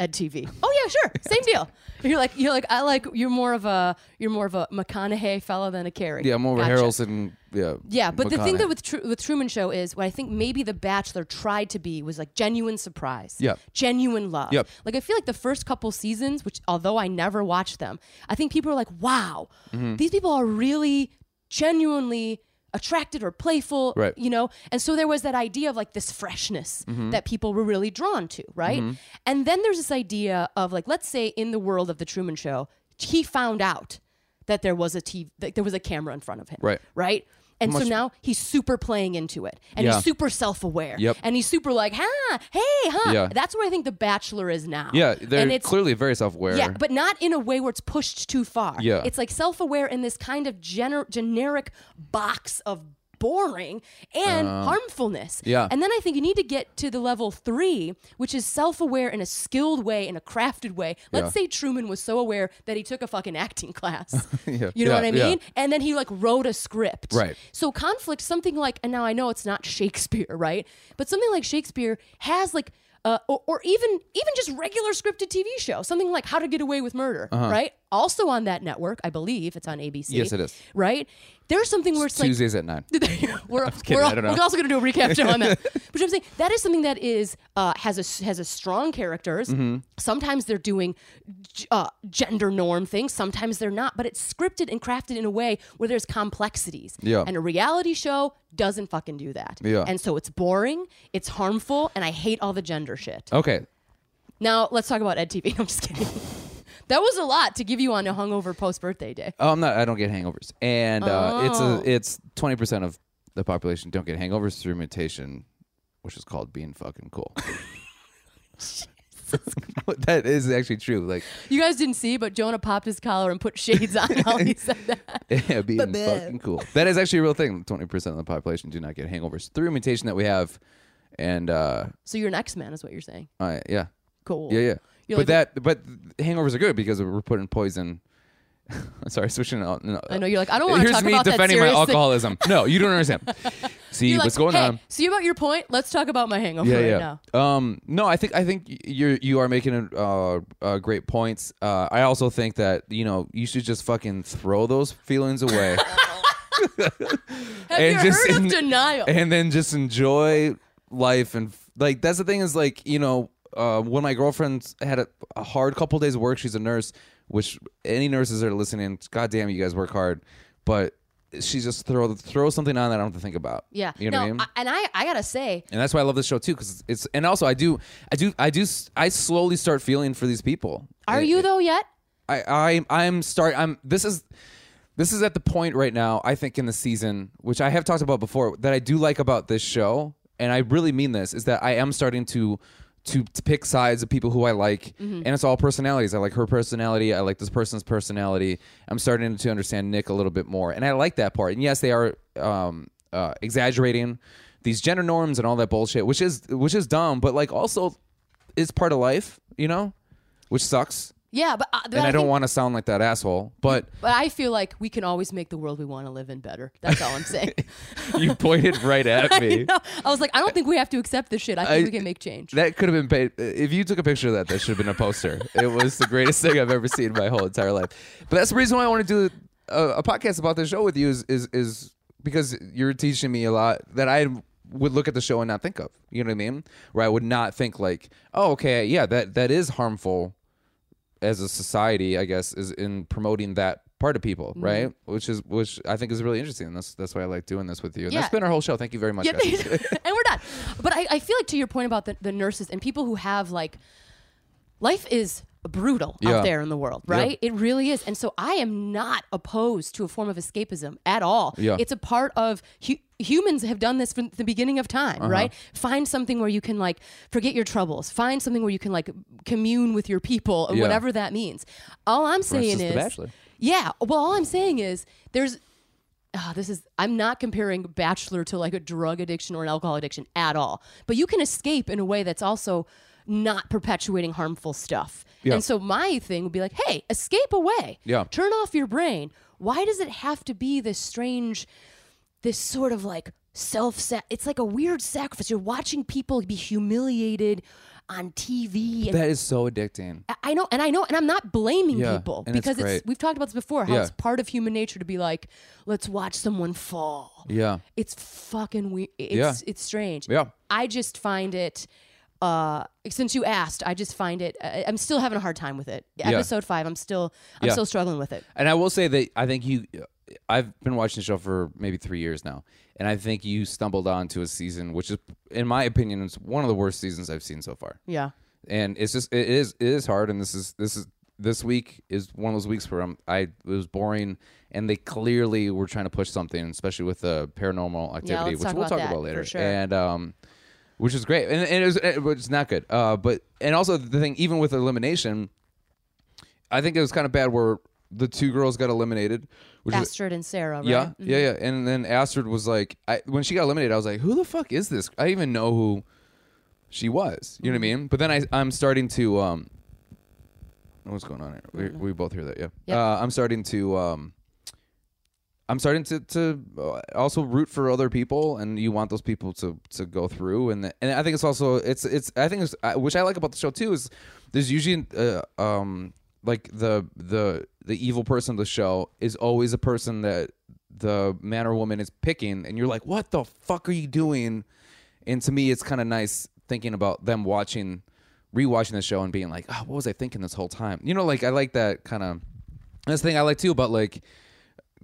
S2: At TV. Oh yeah,
S3: (laughs)
S2: sure, same deal. You're like you're like I like you're more of a you're more of a McConaughey fellow than a Carey.
S3: Yeah, I'm over
S2: Gotcha.
S3: Harrelson. Yeah.
S2: Yeah, but the thing
S3: McConaughey.
S2: that with Tru- with Truman Show is what I think maybe The Bachelor tried to be was like genuine surprise,
S3: Yep.
S2: genuine love.
S3: Yep.
S2: Like I feel like the first couple seasons, which although I never watched them, I think people are like, wow,
S3: Mm-hmm.
S2: these people are really genuinely attracted or playful,
S3: Right. Mm-hmm.
S2: you know. And so there was that idea of like this freshness that people were really drawn to, right? And then there's this idea of like, let's say in the world of the Truman Show, he found out that there was a TV, that there was a camera in front of him,
S3: Right.
S2: Right. And so
S3: much-
S2: now he's super playing into it, and
S3: Yeah.
S2: he's super self-aware,
S3: Yep.
S2: and he's super like, "Ha, hey, huh."
S3: Yeah.
S2: That's where I think The Bachelor is now.
S3: Yeah, they're
S2: and it's
S3: clearly very self-aware.
S2: yeah, but not in a way where it's pushed too far.
S3: Yeah.
S2: It's like self aware in this kind of gener- generic box of boring and harmfulness.
S3: Uh-huh. yeah.
S2: And then I think you need to get to the level three, which is self aware in a skilled way, in a crafted way. Let's
S3: Yeah.
S2: say Truman was so aware that he took a fucking acting
S3: (laughs)
S2: class.
S3: (laughs) Yeah.
S2: You know
S3: Yeah,
S2: what I
S3: yeah.
S2: mean? And then he like wrote a script.
S3: Right.
S2: So conflict, something like, and now I know it's not (laughs) Shakespeare, right? But something like Shakespeare has like, uh, or, or even even just regular scripted TV show, something like How to Get Away with Murder, right? Also on that network, I believe it's on ABC.
S3: Uh-huh. Yes, it is.
S2: Right? There's something where it's like
S3: Tuesdays at nine.
S2: (laughs) we're,
S3: kidding,
S2: we're,
S3: I don't know.
S2: we're also going to do a recap show on
S3: (laughs)
S2: that. But I'm saying that is something that is uh, has a has a strong characters.
S3: Mm-hmm.
S2: Sometimes they're doing g- uh, gender norm things. Sometimes they're not. But it's scripted and crafted in a way where there's complexities.
S3: Yeah.
S2: And a reality show doesn't fucking do that.
S3: Yeah.
S2: And so it's boring. It's harmful. And I hate all the gender shit.
S3: Okay.
S2: Now let's talk about (laughs) EdTV. I'm just kidding. that was a lot to give you on a hungover post birthday day.
S3: Oh, I'm not. I don't get hangovers, and uh,
S2: Oh.
S3: it's a it's twenty percent of the population don't get hangovers through mutation, which is called being fucking
S2: (laughs)
S3: cool. (laughs) that is actually true. Like (laughs)
S2: You guys didn't see, but Jonah popped his collar and put shades on while
S3: (laughs)
S2: he said that.
S3: yeah, being
S2: Ba-ba.
S3: fucking cool. That is actually a real thing. Twenty percent of the population do not get hangovers through a mutation that we have, and uh,
S2: So you're an X Man, is what you're saying.
S3: I yeah,
S2: Cool.
S3: yeah, yeah.
S2: You're
S3: but
S2: like-
S3: that but hangovers are good because we're putting poison. (laughs) Sorry, switching out. No,
S2: I know you're like I don't want to
S3: Here's
S2: talk
S3: me
S2: about
S3: defending
S2: that
S3: my
S2: serious thing.
S3: alcoholism. No, you
S2: (laughs)
S3: don't understand. See
S2: You're like,
S3: what's going
S2: hey,
S3: on.
S2: See about your point. Let's talk about my hangover
S3: yeah,
S2: right
S3: yeah.
S2: now.
S3: Um, no, I think I think y- you're you are making uh, uh, great points. Uh, I also think that you know you should just fucking throw those feelings away
S2: (laughs)
S3: (laughs)
S2: Have
S3: And
S2: you
S3: just
S2: heard
S3: in-
S2: of denial?
S3: and then just enjoy life and f- like that's the thing is like you know uh, when my girlfriend had a, a hard couple days of work she's a nurse which any nurses that are listening god damn you guys work hard but she just throw throw something on that i don't have to think about
S2: yeah.
S3: you know
S2: no,
S3: what i mean
S2: and I, I gotta say,
S3: and that's why I love this show too, because it's and also I do, I do, I do, s- I slowly start feeling for these people.
S2: are
S3: I-
S2: you though yet?
S3: I, I, I'm start. I'm. This is, this is at the point right now. I think in the season, which I have talked about before, that I do like about this show, and I really mean this, is that I am starting to. To, to pick sides of people who I like, and it's all personalities. I like her personality. I like this person's personality. I'm starting to understand Nick a little bit more, and I like that part. And yes, they are um, uh, exaggerating these gender norms and all that bullshit, which is which is dumb, but like also is part of life, you know, which sucks
S2: Yeah, but, uh, but
S3: and I, don't
S2: think-
S3: want to sound like that asshole, but
S2: But I feel like we can always make the world we want to live in better. That's
S3: (laughs)
S2: all I'm saying.
S3: you pointed right
S2: (laughs)
S3: at me.
S2: no, I was like, I don't think we have to accept this shit. I think
S3: I-
S2: we can make change.
S3: That could have been paid. If you took a picture of that, that should have been a poster. it was the greatest thing I've ever seen in my whole entire life. But that's the reason why I want to do a, a podcast about this show with you is, is is because you're teaching me a lot that I would look at the show and not think of. You know what I mean? Where I would not think like, oh, okay, yeah, that that is harmful as a society, I guess, is in promoting that part of people, right? Which is which I think is really interesting. That's that's why I like doing this with you. And that's
S2: Yeah.
S3: been our whole show. Thank you very much.
S2: Yeah,
S3: guys.
S2: they- (laughs) and we're done. But I, I feel like to your point about the, the nurses and people who have like life is brutal
S3: Yeah.
S2: out there in the world,
S3: Yeah.
S2: right? It really is. And so I am not opposed to a form of escapism at all.
S3: Yeah.
S2: It's a part of hu- humans have done this from the beginning of time,
S3: Uh-huh.
S2: right? Find something where you can like forget your troubles, find something where you can like commune with your people, or
S3: Yeah.
S2: whatever that means. All I'm saying
S3: instance,
S2: is
S3: The Bachelor.
S2: Yeah, well all I'm saying is there's Ah, this is I'm not comparing Bachelor to like a drug addiction or an alcohol addiction at all. But you can escape in a way that's also not perpetuating harmful stuff.
S3: Yeah.
S2: And so my thing would be like, hey, escape away.
S3: Yeah.
S2: Turn off your brain. Why does it have to be this strange this sort of like self it's like a weird sacrifice. You're watching people be humiliated on TV and
S3: That is so addicting.
S2: I know, and I know, and I'm not blaming
S3: Yeah,
S2: people
S3: and it's
S2: because it's,
S3: great.
S2: we've talked about this before. How
S3: Yeah.
S2: it's part of human nature to be like, let's watch someone fall.
S3: Yeah.
S2: It's fucking weird. It's
S3: Yeah.
S2: it's strange.
S3: Yeah.
S2: I just find it. Uh, since you asked, I just find it. Uh, I'm still having a hard time with it. Episode five, I'm still, I'm
S3: Yeah.
S2: still struggling with it.
S3: And I will say that I think you, I've been watching the show for maybe three years now, and I think you stumbled onto a season which is, in my opinion, is one of the worst seasons I've seen so far.
S2: Yeah,
S3: And it's just it is it is hard, and this is this is this week is one of those weeks where I'm I it was boring, and they clearly were trying to push something, especially with the paranormal activity,
S2: let's
S3: which
S2: talk
S3: we'll
S2: about
S3: talk
S2: that
S3: about
S2: for
S3: later.
S2: sure.
S3: And um, which is great, and, and it was it was not good. Uh, but and also the thing, even with elimination. I think it was kind of bad where the two girls got eliminated. Which is,
S2: Astrid and Sarah. Right?
S3: yeah, yeah, yeah. And then Astrid was like, I, when she got eliminated, I was like, who the fuck is this? I didn't even know who she was. You know what I mean? But then I, I'm starting to, um, what's going on here? We, we both hear that, yeah.
S2: Yep.
S3: Uh, I'm starting to, um, I'm starting to, to uh, also root for other people, and you want those people to, to go through, and and I think it's also it's it's I think it's I- which I like about the show too is there's usually uh, um like the the the evil person of the show is always a person that the man or woman is picking, and you're like, what the fuck are you doing? And to me, it's kind of nice thinking about them watching, rewatching the show, and being like, oh, what was I thinking this whole time? You know, like I like that kind of. That's the thing I like too about like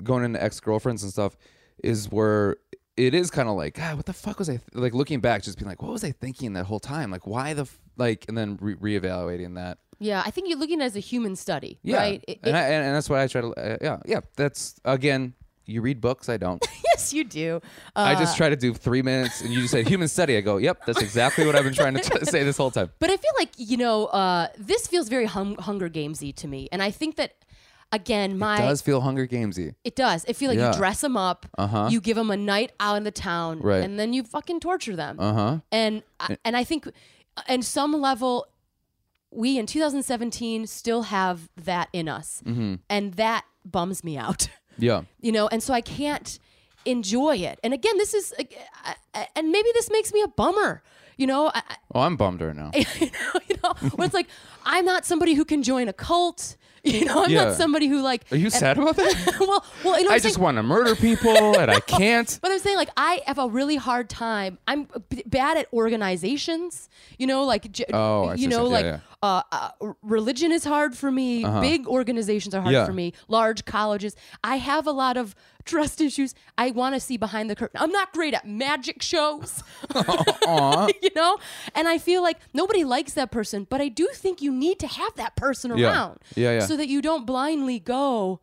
S3: going into ex girlfriends and stuff is where it is kind of like, God, what the fuck was I th-? like looking back, just being like, what was I thinking that whole time? Like, why the f-? like, and then re- reevaluating that.
S2: yeah. I think you're looking at it as a human study,
S3: Yeah,
S2: right? It-
S3: and,
S2: it-
S3: I, and, and that's what I try to. Uh, yeah, yeah. That's again, you read books.
S2: (laughs)
S3: I don't.
S2: (laughs) yes, you do. Uh,
S3: I just try to do three minutes, and you just said human study. I go, yep, that's exactly what I've been trying to t- (laughs) say this whole time.
S2: But I feel like you know uh, this feels very hum- Hunger Gamesy to me, and I think that again, my
S3: does feel Hunger Gamesy.
S2: it does. I feel like
S3: Yeah.
S2: you dress them up,
S3: Uh-huh.
S2: you give them a night out in the town,
S3: Right.
S2: and then you fucking torture them.
S3: Uh huh.
S2: And I, and I think, in some level, we in 2017 still have that in us,
S3: Mm-hmm.
S2: and that bums me out. (laughs)
S3: Yeah.
S2: you know and so i can't enjoy it and again this is uh, I- I- and maybe this makes me a bummer you know I,
S3: Oh, I'm bummed
S2: (laughs)
S3: right now.
S2: you know, you know where it's like I'm not somebody who can join a cult. (laughs) You know, I'm
S3: Yeah.
S2: not somebody who like.
S3: Are you sad about that?
S2: (laughs) well, well, you know,
S3: I
S2: I'm
S3: just
S2: saying,
S3: want to murder people, and I can't.
S2: (laughs) but I'm saying like I have a really hard time. I'm b- bad at organizations. You know, like j-
S3: Oh, I see
S2: you
S3: what
S2: know,
S3: you're
S2: like
S3: saying. Yeah, Uh-huh.
S2: Uh, uh, r- religion is hard for me. Big organizations are hard
S3: Yeah.
S2: for me. Large colleges. I have a lot of trust issues. I want to see behind the curtain. I'm not great at magic shows. (laughs) you know? And I feel like nobody likes that person, but I do think you need to have that person
S3: Yeah.
S2: around.
S3: Yeah, yeah.
S2: So that you don't blindly go,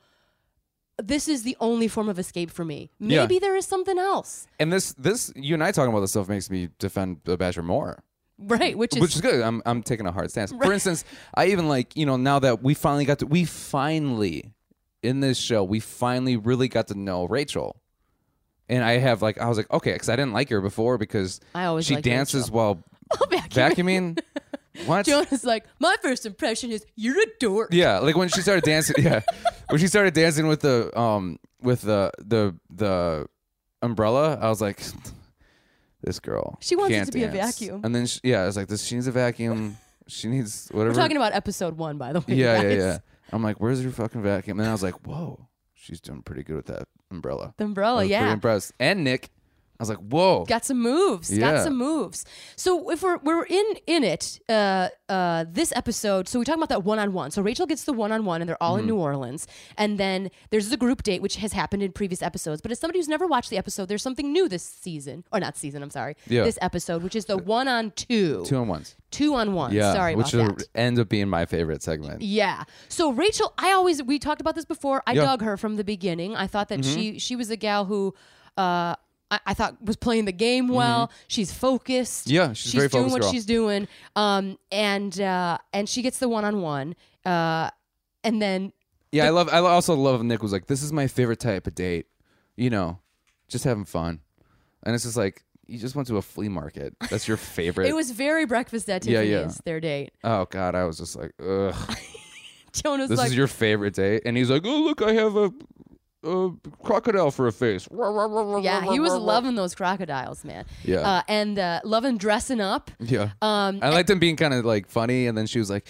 S2: this is the only form of escape for me.
S3: Yeah.
S2: Maybe there is something else.
S3: And this, this, you and I talking about this stuff makes me defend the Bachelor more,
S2: Right. Which is, (laughs)
S3: which is good. I'm, I'm taking a hard stance. For instance, I even like, you know, now that we finally got to, we finally, in this show, we finally really got to know Rachel. And I have like, I was like, okay, because I didn't like her before because
S2: I always
S3: she
S2: liked
S3: dances while
S2: (laughs)
S3: vacuuming. what?
S2: Jonah's like, my first impression is you're a dork.
S3: Yeah, like when she started dancing. (laughs) Yeah, when she started dancing with the um with the the the umbrella, I was like, this girl.
S2: She wants it
S3: can't
S2: to be a
S3: dance.
S2: vacuum.
S3: And then she, yeah, I was like, this. She needs a vacuum. She needs whatever.
S2: We're talking about episode one, by the way.
S3: yeah, yeah,
S2: guys.
S3: yeah. I'm like, where's your fucking vacuum? And then I was like, whoa, she's doing pretty good with that umbrella.
S2: The
S3: I
S2: umbrella,
S3: was pretty
S2: yeah.
S3: impressed. And Nick. I was like, whoa.
S2: got some moves
S3: Yeah.
S2: got some moves so if we're, we're in in it uh uh this episode so we talk about that one-on-one so rachel gets the one-on-one and they're all
S3: Mm.
S2: in new orleans and then there's the group date which has happened in previous episodes but as somebody who's never watched the episode there's something new this season or not season i'm sorry
S3: Yeah.
S2: this episode which is the one-on-two
S3: Two on ones.
S2: two-on-one
S3: Yeah.
S2: sorry
S3: Which
S2: about
S3: will
S2: that
S3: end up being my favorite segment.
S2: yeah. So Rachel, I always we talked about this before. I
S3: Yeah. Mm-hmm.
S2: dug her from the beginning. I thought that she she was a gal who uh I, I thought was playing the game well. She's focused.
S3: Mm-hmm. Yeah, she's a very
S2: doing
S3: focused
S2: what
S3: girl.
S2: she's doing. Um and uh and she gets the one on one. Uh and then
S3: Yeah, I love. I also love. Nick was like, "This is my favorite type of date," you know, just having fun, and it's just like you just went to a flea market. That's your
S2: (laughs)
S3: favorite.
S2: it was very breakfast at
S3: Yeah,
S2: Tiffany's,
S3: yeah.
S2: their date. (laughs)
S3: oh God, I was just like, "Ugh,
S2: Jonah's
S3: this
S2: like
S3: is your favorite date," and he's like, "Oh look, I have a, a crocodile for a face."
S2: Yeah, he
S3: (laughs)
S2: was loving those crocodiles, man.
S3: Yeah. Mm.
S2: Uh, and uh, loving dressing up.
S3: Yeah,
S2: Um
S3: I liked him being kind of like funny, and then she was like,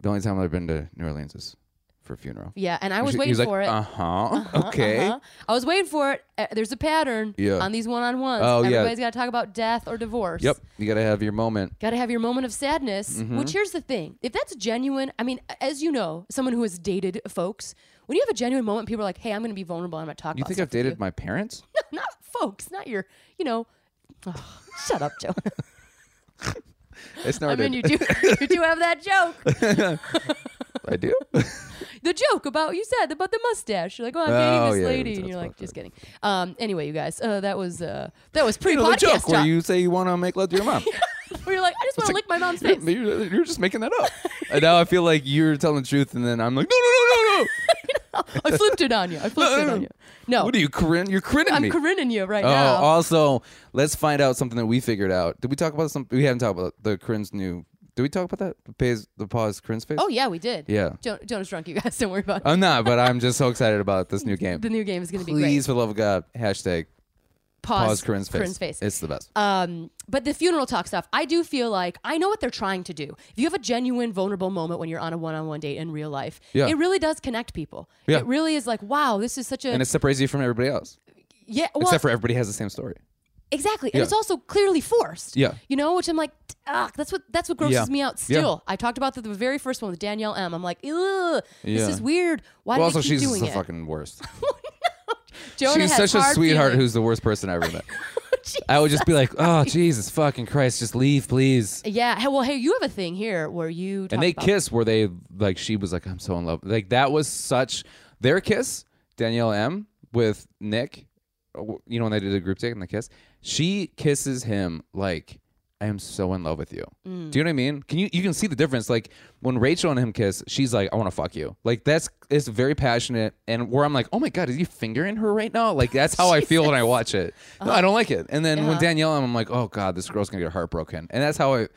S3: "The only time I've been to New Orleans is for a funeral."
S2: yeah, and I
S3: And
S2: was
S3: she- he
S2: waiting
S3: was like,
S2: for it.
S3: Uh huh. Okay.
S2: Uh-huh. I was waiting for it. Uh, There's a pattern
S3: Yeah.
S2: on these one-on-ones.
S3: Oh, yeah.
S2: Everybody's got to talk about death or divorce.
S3: Yep. Mm-hmm. You gotta have your moment.
S2: Got to have your moment of sadness. Which here's the thing: if that's genuine, I mean, as you know, someone who has dated folks, when you have a genuine moment, people are like, "Hey, I'm going to be vulnerable. I'm going to talk
S3: You
S2: about."
S3: think I've
S2: stuff with
S3: dated
S2: (laughs)
S3: my parents?
S2: you." not folks, not your, you know. Ugh, shut up, Joe. (laughs)
S3: It's not.
S2: I mean, you do (laughs) you do have that joke,
S3: I (laughs) do.
S2: the joke about you said about the mustache. You're like, "Oh, I'm dating
S3: Oh,
S2: this
S3: yeah, we
S2: lady," and
S3: talked
S2: you're like,
S3: about
S2: "Just
S3: that.
S2: kidding." Um, anyway, you guys, uh, that was uh, that
S3: (laughs)
S2: was pre-podcast
S3: Another joke
S2: talk.
S3: where you say you want to make love to your
S2: (laughs)
S3: mom. (laughs)
S2: where you're like, I just want to lick my mom's face. (laughs)
S3: You're- you're, you're just making that up. and now I feel like you're telling the truth, and then I'm like, no, no,
S2: (laughs)
S3: no, no, no.
S2: I flipped it on you. I flipped
S3: No,
S2: it
S3: no,
S2: on
S3: no.
S2: you. No,
S3: (laughs) What are you crin? You're crinning
S2: I'm
S3: me.
S2: crinning you right
S3: oh,
S2: now.
S3: also, let's find out something that we figured out. Did we talk about something? We haven't talked about the crin's new. Did we talk about that? The pause, the pause crin's face.
S2: oh yeah, we did.
S3: Yeah. Uh,
S2: Jo- Jonah's drunk. You guys, (laughs) don't worry about it.
S3: I'm not, but I'm just so excited about this
S2: (laughs)
S3: new game.
S2: The new game is going to be great.
S3: Please, for the love of God, hashtag
S2: pause,
S3: pause crin's face.
S2: Corinne's face.
S3: It's the best.
S2: Um, but the funeral talk stuff, I do feel like I know what they're trying to do. If you have a genuine, vulnerable moment when you're on a one-on-one date in real life,
S3: Yeah.
S2: it really does connect people.
S3: Yeah.
S2: It really is like, wow, this is such a
S3: and it separates you from everybody else,
S2: yeah. Well,
S3: except for everybody has the same story.
S2: Exactly, and
S3: Yeah.
S2: it's also clearly forced.
S3: Yeah.
S2: you know, which I'm like, ah, that's what that's what grosses
S3: Yeah.
S2: me out.
S3: Yeah.
S2: Still, I talked about the, the very first one with Danielle M. I'm like, ugh,
S3: Yeah.
S2: this is weird. Why
S3: Well,
S2: do
S3: also,
S2: they keep
S3: she's just
S2: doing
S3: the
S2: it?
S3: fucking worst.
S2: Jonah
S3: She was
S2: has
S3: such a
S2: hard
S3: sweetheart
S2: feelings.
S3: who's the worst person I ever
S2: (laughs)
S3: met. I would just be like, oh, Jesus fucking Christ, just leave, please.
S2: yeah. Hey, well, hey, you have a thing here where you talk
S3: And they
S2: about-
S3: kiss where they, like, she was like, I'm so in love. Like, that was such their kiss, Danielle M with Nick, you know, when they did a group date and the kiss, she kisses him like, I am so in love with you. Do you know what I mean? Can you you can see the difference? Like when Rachel and him kiss, she's like, I want to fuck you. Like that's it's very passionate, and where I'm like, oh my god, is he fingering her right now? Like that's how I feel when I watch it. No, I don't like it. And then when Danielle, I'm like, oh god, this girl's gonna get heartbroken, and that's how I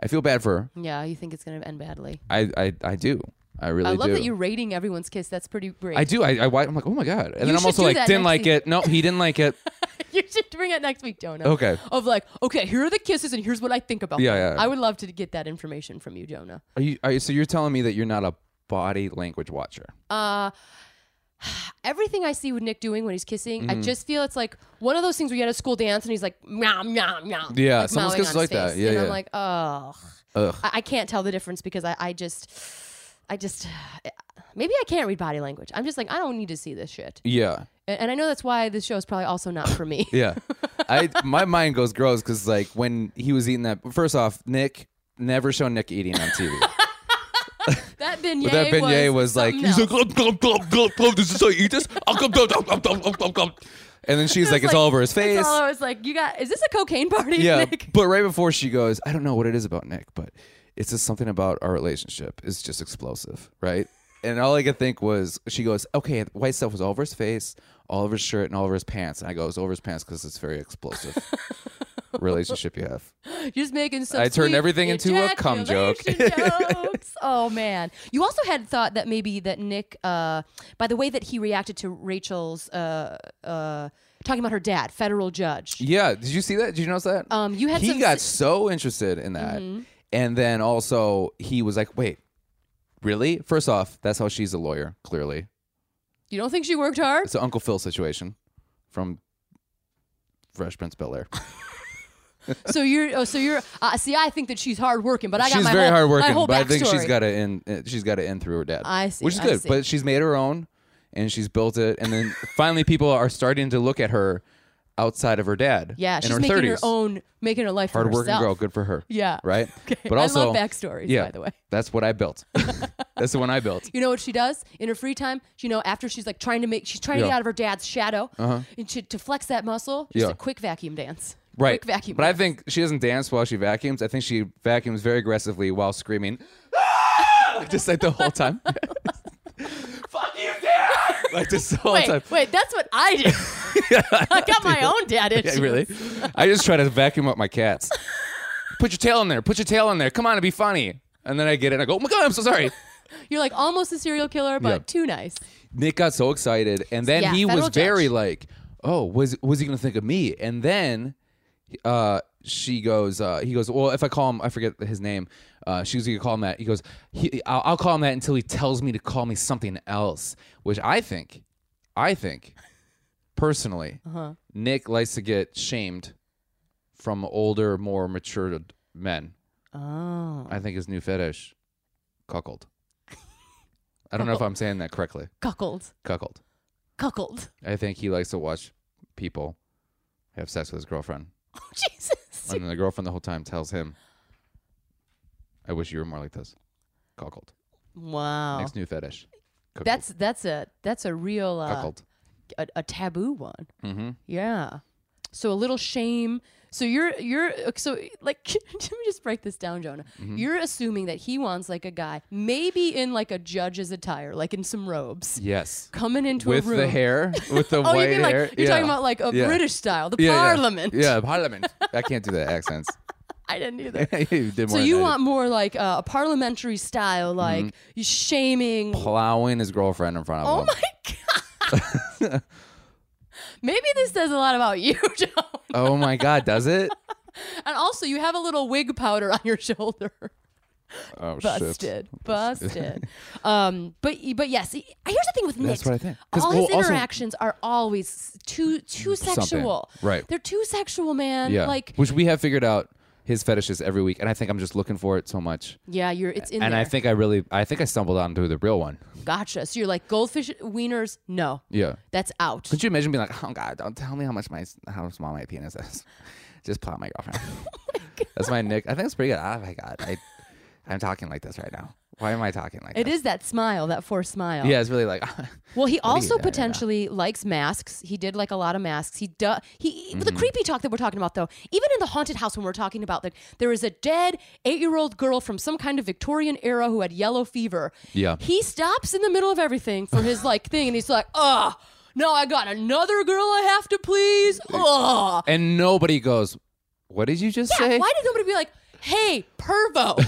S3: I feel bad for her.
S2: Yeah, you think it's gonna end badly.
S3: I I, I do. I really
S2: I love
S3: do.
S2: that you're rating everyone's kiss. That's pretty brave.
S3: I do. I, I wa- I'm like, oh my god, and then I'm
S2: should
S3: also
S2: do
S3: like,
S2: that
S3: didn't
S2: next
S3: like
S2: season.
S3: it. No, he
S2: (laughs)
S3: didn't like it.
S2: (laughs) you should bring it next week, Jonah.
S3: Okay.
S2: Of like, okay, here are the kisses, and here's what I think about.
S3: Yeah,
S2: them.
S3: yeah.
S2: I would love to get that information from you, Jonah.
S3: Are you? Are you so you're telling me that you're not a body language watcher?
S2: uh everything I see with Nick doing when he's kissing,
S3: Mm-hmm.
S2: I just feel it's like one of those things where you had a school dance and he's like meow meow meow.
S3: Yeah,
S2: like
S3: someone's
S2: meowing
S3: kisses
S2: on
S3: like
S2: his
S3: that.
S2: face.
S3: Yeah,
S2: and I'm
S3: yeah.
S2: like, oh,
S3: Ugh.
S2: I, I can't tell the difference because I, I just, I just, maybe I can't read body language. I'm just like, I don't need to see this shit.
S3: Yeah.
S2: And, and I know that's why this show is probably also not for me.
S3: (laughs) Yeah. I my mind goes gross because like when he was eating that first off, Nick never show Nick eating on
S2: (laughs)
S3: TV.
S2: (laughs) that beignet,
S3: But that beignet was, like
S2: something
S3: he's like
S2: else.
S3: glub, glub, glub, glub, glub. this is how you eat this. Ah, glub, glub, glub, glub, glub, glub, glub. And then she's
S2: It was
S3: like, it's all over his face.
S2: It's all, I was like, you got, is this a cocaine party,
S3: (laughs) yeah.
S2: (laughs) Nick?
S3: But right before she goes, I don't know what it is about Nick, but it's just something about our relationship is just explosive, right? And all I could think was, she goes, okay, white stuff was all over his face, all over his shirt, and all over his pants. And I go, it's over his pants because it's
S2: (laughs)
S3: very explosive relationship you have.
S2: You're just making some.
S3: I turned
S2: sweet
S3: everything into a cum joke. (laughs)
S2: ejaculation jokes. Oh man! You also had thought that maybe that Nick, uh, by the way that he reacted to Rachel's uh, uh, talking about her dad, federal judge.
S3: Yeah, did you see that? Did you notice that?
S2: Um, you had
S3: he
S2: some- Mm-hmm.
S3: got so interested in that, and then also he was like, "Wait, really?" First off, that's how she's a lawyer. Clearly,
S2: You don't think she worked hard?
S3: it's an Uncle Phil situation from Fresh Prince Bel Air.
S2: So you're, oh, so you're. Uh, see, I think that she's hardworking, but I got
S3: she's
S2: my
S3: very
S2: whole,
S3: hard
S2: my
S3: working,
S2: whole
S3: but I think she's
S2: backstory.
S3: got to end. uh, She's got to end through her dad.
S2: I see,
S3: which is
S2: I
S3: good.
S2: see.
S3: But she's made her own, and she's built it. And
S2: (laughs)
S3: then finally, people are starting to look at her outside of her dad.
S2: Yeah,
S3: in
S2: she's
S3: her
S2: making
S3: 30s.
S2: her own, making her life for
S3: Hard working
S2: herself.
S3: girl, good for her.
S2: (laughs) Yeah.
S3: Right.
S2: Okay.
S3: But
S2: I
S3: also
S2: love backstories,
S3: Yeah,
S2: by the way.
S3: that's what
S2: (laughs)
S3: I built. that's the one I built.
S2: You know what she does in her free time? You know, after she's like trying to make, she's trying to
S3: Yeah. Uh-huh.
S2: get out of her dad's shadow, and she, to flex that muscle, just
S3: Yeah.
S2: a quick vacuum dance.
S3: Right.
S2: Quick vacuum.
S3: But I
S2: dance.
S3: think she doesn't dance while she vacuums. I think she vacuums very aggressively
S2: (laughs)
S3: while screaming, (laughs) "Ah!" just like the whole time. (laughs) Fuck you, dad! Like just the whole time.
S2: Wait, wait, that's what I
S3: (laughs)
S2: did. I got my own dad
S3: Yeah,
S2: issues.
S3: really? I just try to vacuum up my cats. Put your tail in there. Put your tail in there. Come on, it'd be funny. And then I get it and I go, oh my God, I'm so sorry.
S2: You're like almost a serial killer, but
S3: Yeah.
S2: too nice.
S3: Nick got so excited. And then
S2: Yeah,
S3: he was
S2: federal judge.
S3: very like, oh, was, was he going to think of me? And then uh, she goes, uh, he goes, well, if I call him, I forget his name. Uh, she was going to call him that. He goes, he, I'll, I'll call him that until he tells me to call me something else, which I think, I think, personally,
S2: Uh-huh.
S3: Nick likes to get shamed from older, more mature men.
S2: Oh,
S3: I think his new fetish, cuckold. I don't know if I'm saying that correctly.
S2: cuckold,
S3: Cuckold.
S2: cuckold. (laughs)
S3: I think he likes to watch people have sex with his girlfriend,
S2: Oh, Jesus.
S3: and then the girlfriend the whole time tells him, "I wish you were more like this." Cuckold.
S2: Wow.
S3: Next new fetish. Cuckold.
S2: That's that's a that's a real uh,
S3: cuckold.
S2: a, a taboo one.
S3: Mm-hmm.
S2: Yeah. So a little shame. So you're you're so like (laughs) let me just break this down, Jonah.
S3: Mm-hmm.
S2: You're assuming that he wants like a guy, maybe in like a judge's attire, like in some robes,
S3: Yes.
S2: coming into
S3: With
S2: a room.
S3: the hair, with
S2: (laughs)
S3: the
S2: Oh,
S3: white
S2: you mean like
S3: hair.
S2: you're talking
S3: Yeah.
S2: about like a
S3: Yeah.
S2: British style, the
S3: Yeah, yeah.
S2: Parliament.
S3: Yeah, Parliament. I can't do that accents.
S2: (laughs)
S3: (laughs)
S2: I didn't either.
S3: you did
S2: So
S3: more
S2: you
S3: than Mm-hmm. I did.
S2: want more like uh, a parliamentary style, like you shaming.
S3: plowing his girlfriend in front of
S2: Oh
S3: him?
S2: my (laughs) god!
S3: (laughs)
S2: Maybe this says a lot about you, (laughs) Joan.
S3: Oh my God!
S2: (laughs)
S3: Does it?
S2: And also, you have a little wig powder on your shoulder. (laughs)
S3: Oh shit!
S2: Busted,
S3: (laughs)
S2: busted. (laughs) um, but but yes, he- here's the thing with Nick.
S3: That's what I think. 'Cause,
S2: All his
S3: well, also-
S2: interactions are always too too sexual.
S3: Right.
S2: They're too sexual, man.
S3: Yeah,
S2: Like
S3: which we have figured out his fetishes every week, and I think I'm just looking for it so much.
S2: yeah, you're it's in
S3: and
S2: there.
S3: I think I really, I think I stumbled onto the real one.
S2: gotcha. So you're like goldfish wieners. No,
S3: Yeah.
S2: that's out.
S3: Could you imagine being like, oh God, don't tell me how much my how small my penis is. (laughs) Just plow my
S2: (laughs)
S3: girlfriend.
S2: Oh
S3: (laughs) That's my nick. I think it's pretty good. Oh my God, I, I'm talking like this right now. Why am I talking like
S2: It
S3: this?
S2: is that smile, that forced smile.
S3: Yeah, it's really like. (laughs)
S2: Well, he
S3: you
S2: also
S3: doing right now?
S2: potentially likes masks. He did like a lot of masks. He do- he
S3: Mm-hmm.
S2: the creepy talk that we're talking about though. Even in the haunted house when we're talking about that there is a dead 8-year-old girl from some kind of Victorian era who had yellow fever.
S3: Yeah.
S2: He stops in the middle of everything for his like thing and he's like, "Oh, no, I got another girl I have to please." Ugh.
S3: and nobody goes. What did you just
S2: Yeah,
S3: say?
S2: why did nobody be like, hey,
S3: (laughs)
S2: Pervo,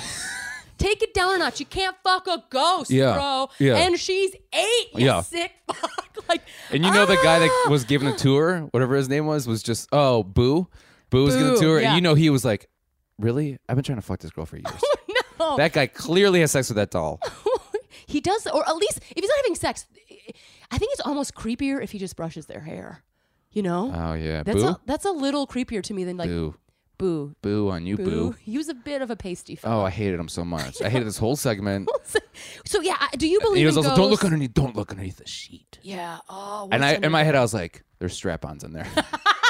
S2: take it down a notch. You can't fuck a ghost,
S3: Yeah,
S2: bro.
S3: yeah.
S2: And she's eight, you
S3: Yeah.
S2: sick fuck. (laughs) like,
S3: And you know the guy that
S2: ah!
S3: was giving a tour, whatever his name was, was just oh boo, boo was giving
S2: Boo,
S3: a tour,
S2: yeah.
S3: and you know he was like, really? I've been trying to fuck this girl
S2: (laughs)
S3: for years.
S2: Oh, No.
S3: That guy clearly has sex with
S2: (gasps)
S3: that doll.
S2: he does, or at least if he's not having sex, I think it's almost creepier if he just brushes their hair, you know?
S3: Oh yeah,
S2: that's,
S3: boo,
S2: a, that's a little creepier to me than like, boo,
S3: boo,
S2: boo.
S3: boo on you, boo.
S2: He was a bit of a pasty. fella.
S3: Oh, I hated him so much. I hated this whole segment.
S2: (laughs) So yeah, I- do you
S3: And he
S2: believe
S3: was
S2: in
S3: also, don't look
S2: ghosts?"
S3: underneath, don't look underneath the sheet.
S2: Yeah. Oh.
S3: And
S2: what's
S3: I,
S2: under
S3: in my head, I was like, there's
S2: (laughs)
S3: strap-ons in there. (laughs)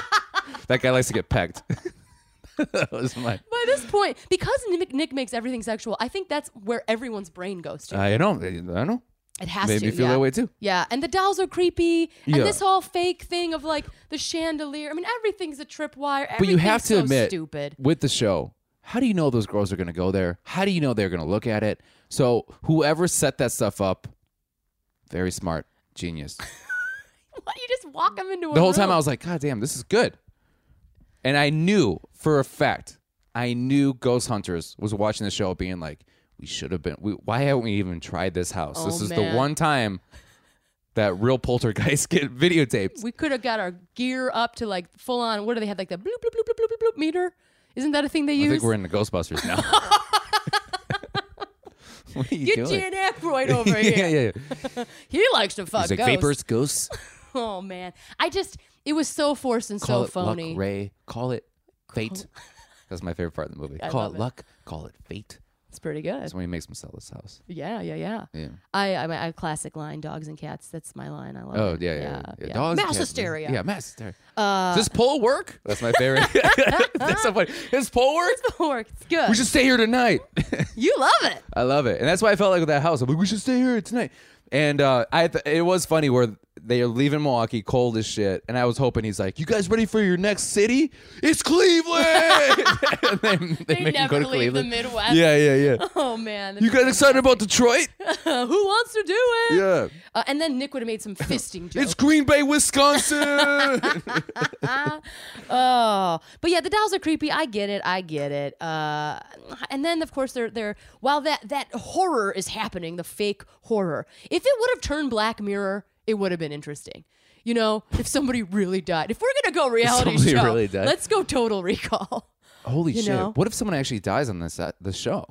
S3: that guy likes to get pegged. (laughs) that was my.
S2: By this point, because Nick, Nick makes everything sexual, I think that's where everyone's brain goes to.
S3: I know, I know.
S2: it has
S3: Made
S2: to.
S3: me feel
S2: yeah.
S3: that way too.
S2: Yeah, and the dolls are creepy,
S3: Yeah.
S2: and this whole fake thing of like the chandelier. I mean, everything's a tripwire.
S3: But you have
S2: everything's
S3: to
S2: so
S3: admit,
S2: stupid. (laughs)
S3: with the show, how do you know those girls are going to go there? How do you know they're going to look at it? So whoever set that stuff up, very smart, genius.
S2: Why do you just walk them into a
S3: The whole time
S2: room?
S3: I was like, God damn, this is good. And I knew for a fact, I knew Ghost Hunters was watching the show, being like, we should have been. We, why haven't we even tried this house?
S2: Oh,
S3: this is
S2: man.
S3: the one time that real poltergeist (laughs) get videotaped.
S2: we could have got our gear up to like full on. What do they have like the bloop bloop bloop bloop bloop bloop bloop meter? Isn't that a thing they
S3: I
S2: use?
S3: think we're in the Ghostbusters
S2: (laughs)
S3: now. (laughs) what are you
S2: Get
S3: doing?
S2: Jan Aykroyd over
S3: yeah,
S2: here.
S3: (laughs) yeah, yeah.
S2: He likes to fuck
S3: He's like
S2: ghosts.
S3: vapors, ghosts,
S2: Oh man, I just it was so forced and
S3: Call
S2: so
S3: it
S2: phony.
S3: luck, Ray. Call it fate. That's my favorite part of the movie. call
S2: love
S3: it
S2: it.
S3: luck. Call it fate.
S2: It's pretty good.
S3: That's when he makes him sell this house.
S2: Yeah, yeah, yeah.
S3: Yeah.
S2: I I, I have classic line: dogs and cats. That's my line. I love.
S3: Oh
S2: it.
S3: yeah, yeah. yeah. yeah. Dogs
S2: Mass
S3: can't-
S2: hysteria. Uh,
S3: Yeah, mass hysteria. Does this poll work? That's my favorite. (laughs) that's so funny. Does this poll work?
S2: Work. (laughs) It's good.
S3: We should stay here tonight.
S2: you love it.
S3: I love it, and that's why I felt like with that house. I'm like, we should stay here tonight. And uh, I, th- it was funny where they are leaving Milwaukee cold as shit, and I was hoping he's like, "You guys ready for your next city? It's (laughs) Cleveland." and then (laughs)
S2: They
S3: they, make him
S2: never
S3: go to
S2: leave the
S3: Cleveland.
S2: Midwest.
S3: Yeah, yeah, yeah.
S2: Oh man.
S3: You guys excited about Detroit?
S2: (laughs) who wants to do it?
S3: Yeah.
S2: Uh, and then Nick would have made some fisting jokes.
S3: (laughs) It's Green
S2: (laughs)
S3: Bay, Wisconsin.
S2: Oh, but yeah, the dolls are creepy. I get it. I get it. Uh, and then of course they're they're while that that horror is happening, the fake horror. If it would have turned Black Mirror, it would have been interesting. You know, if somebody really died. If we're gonna go reality
S3: somebody
S2: show,
S3: really died.
S2: let's go Total Recall.
S3: Holy
S2: You
S3: shit!
S2: know?
S3: What if someone actually dies on this uh, the show?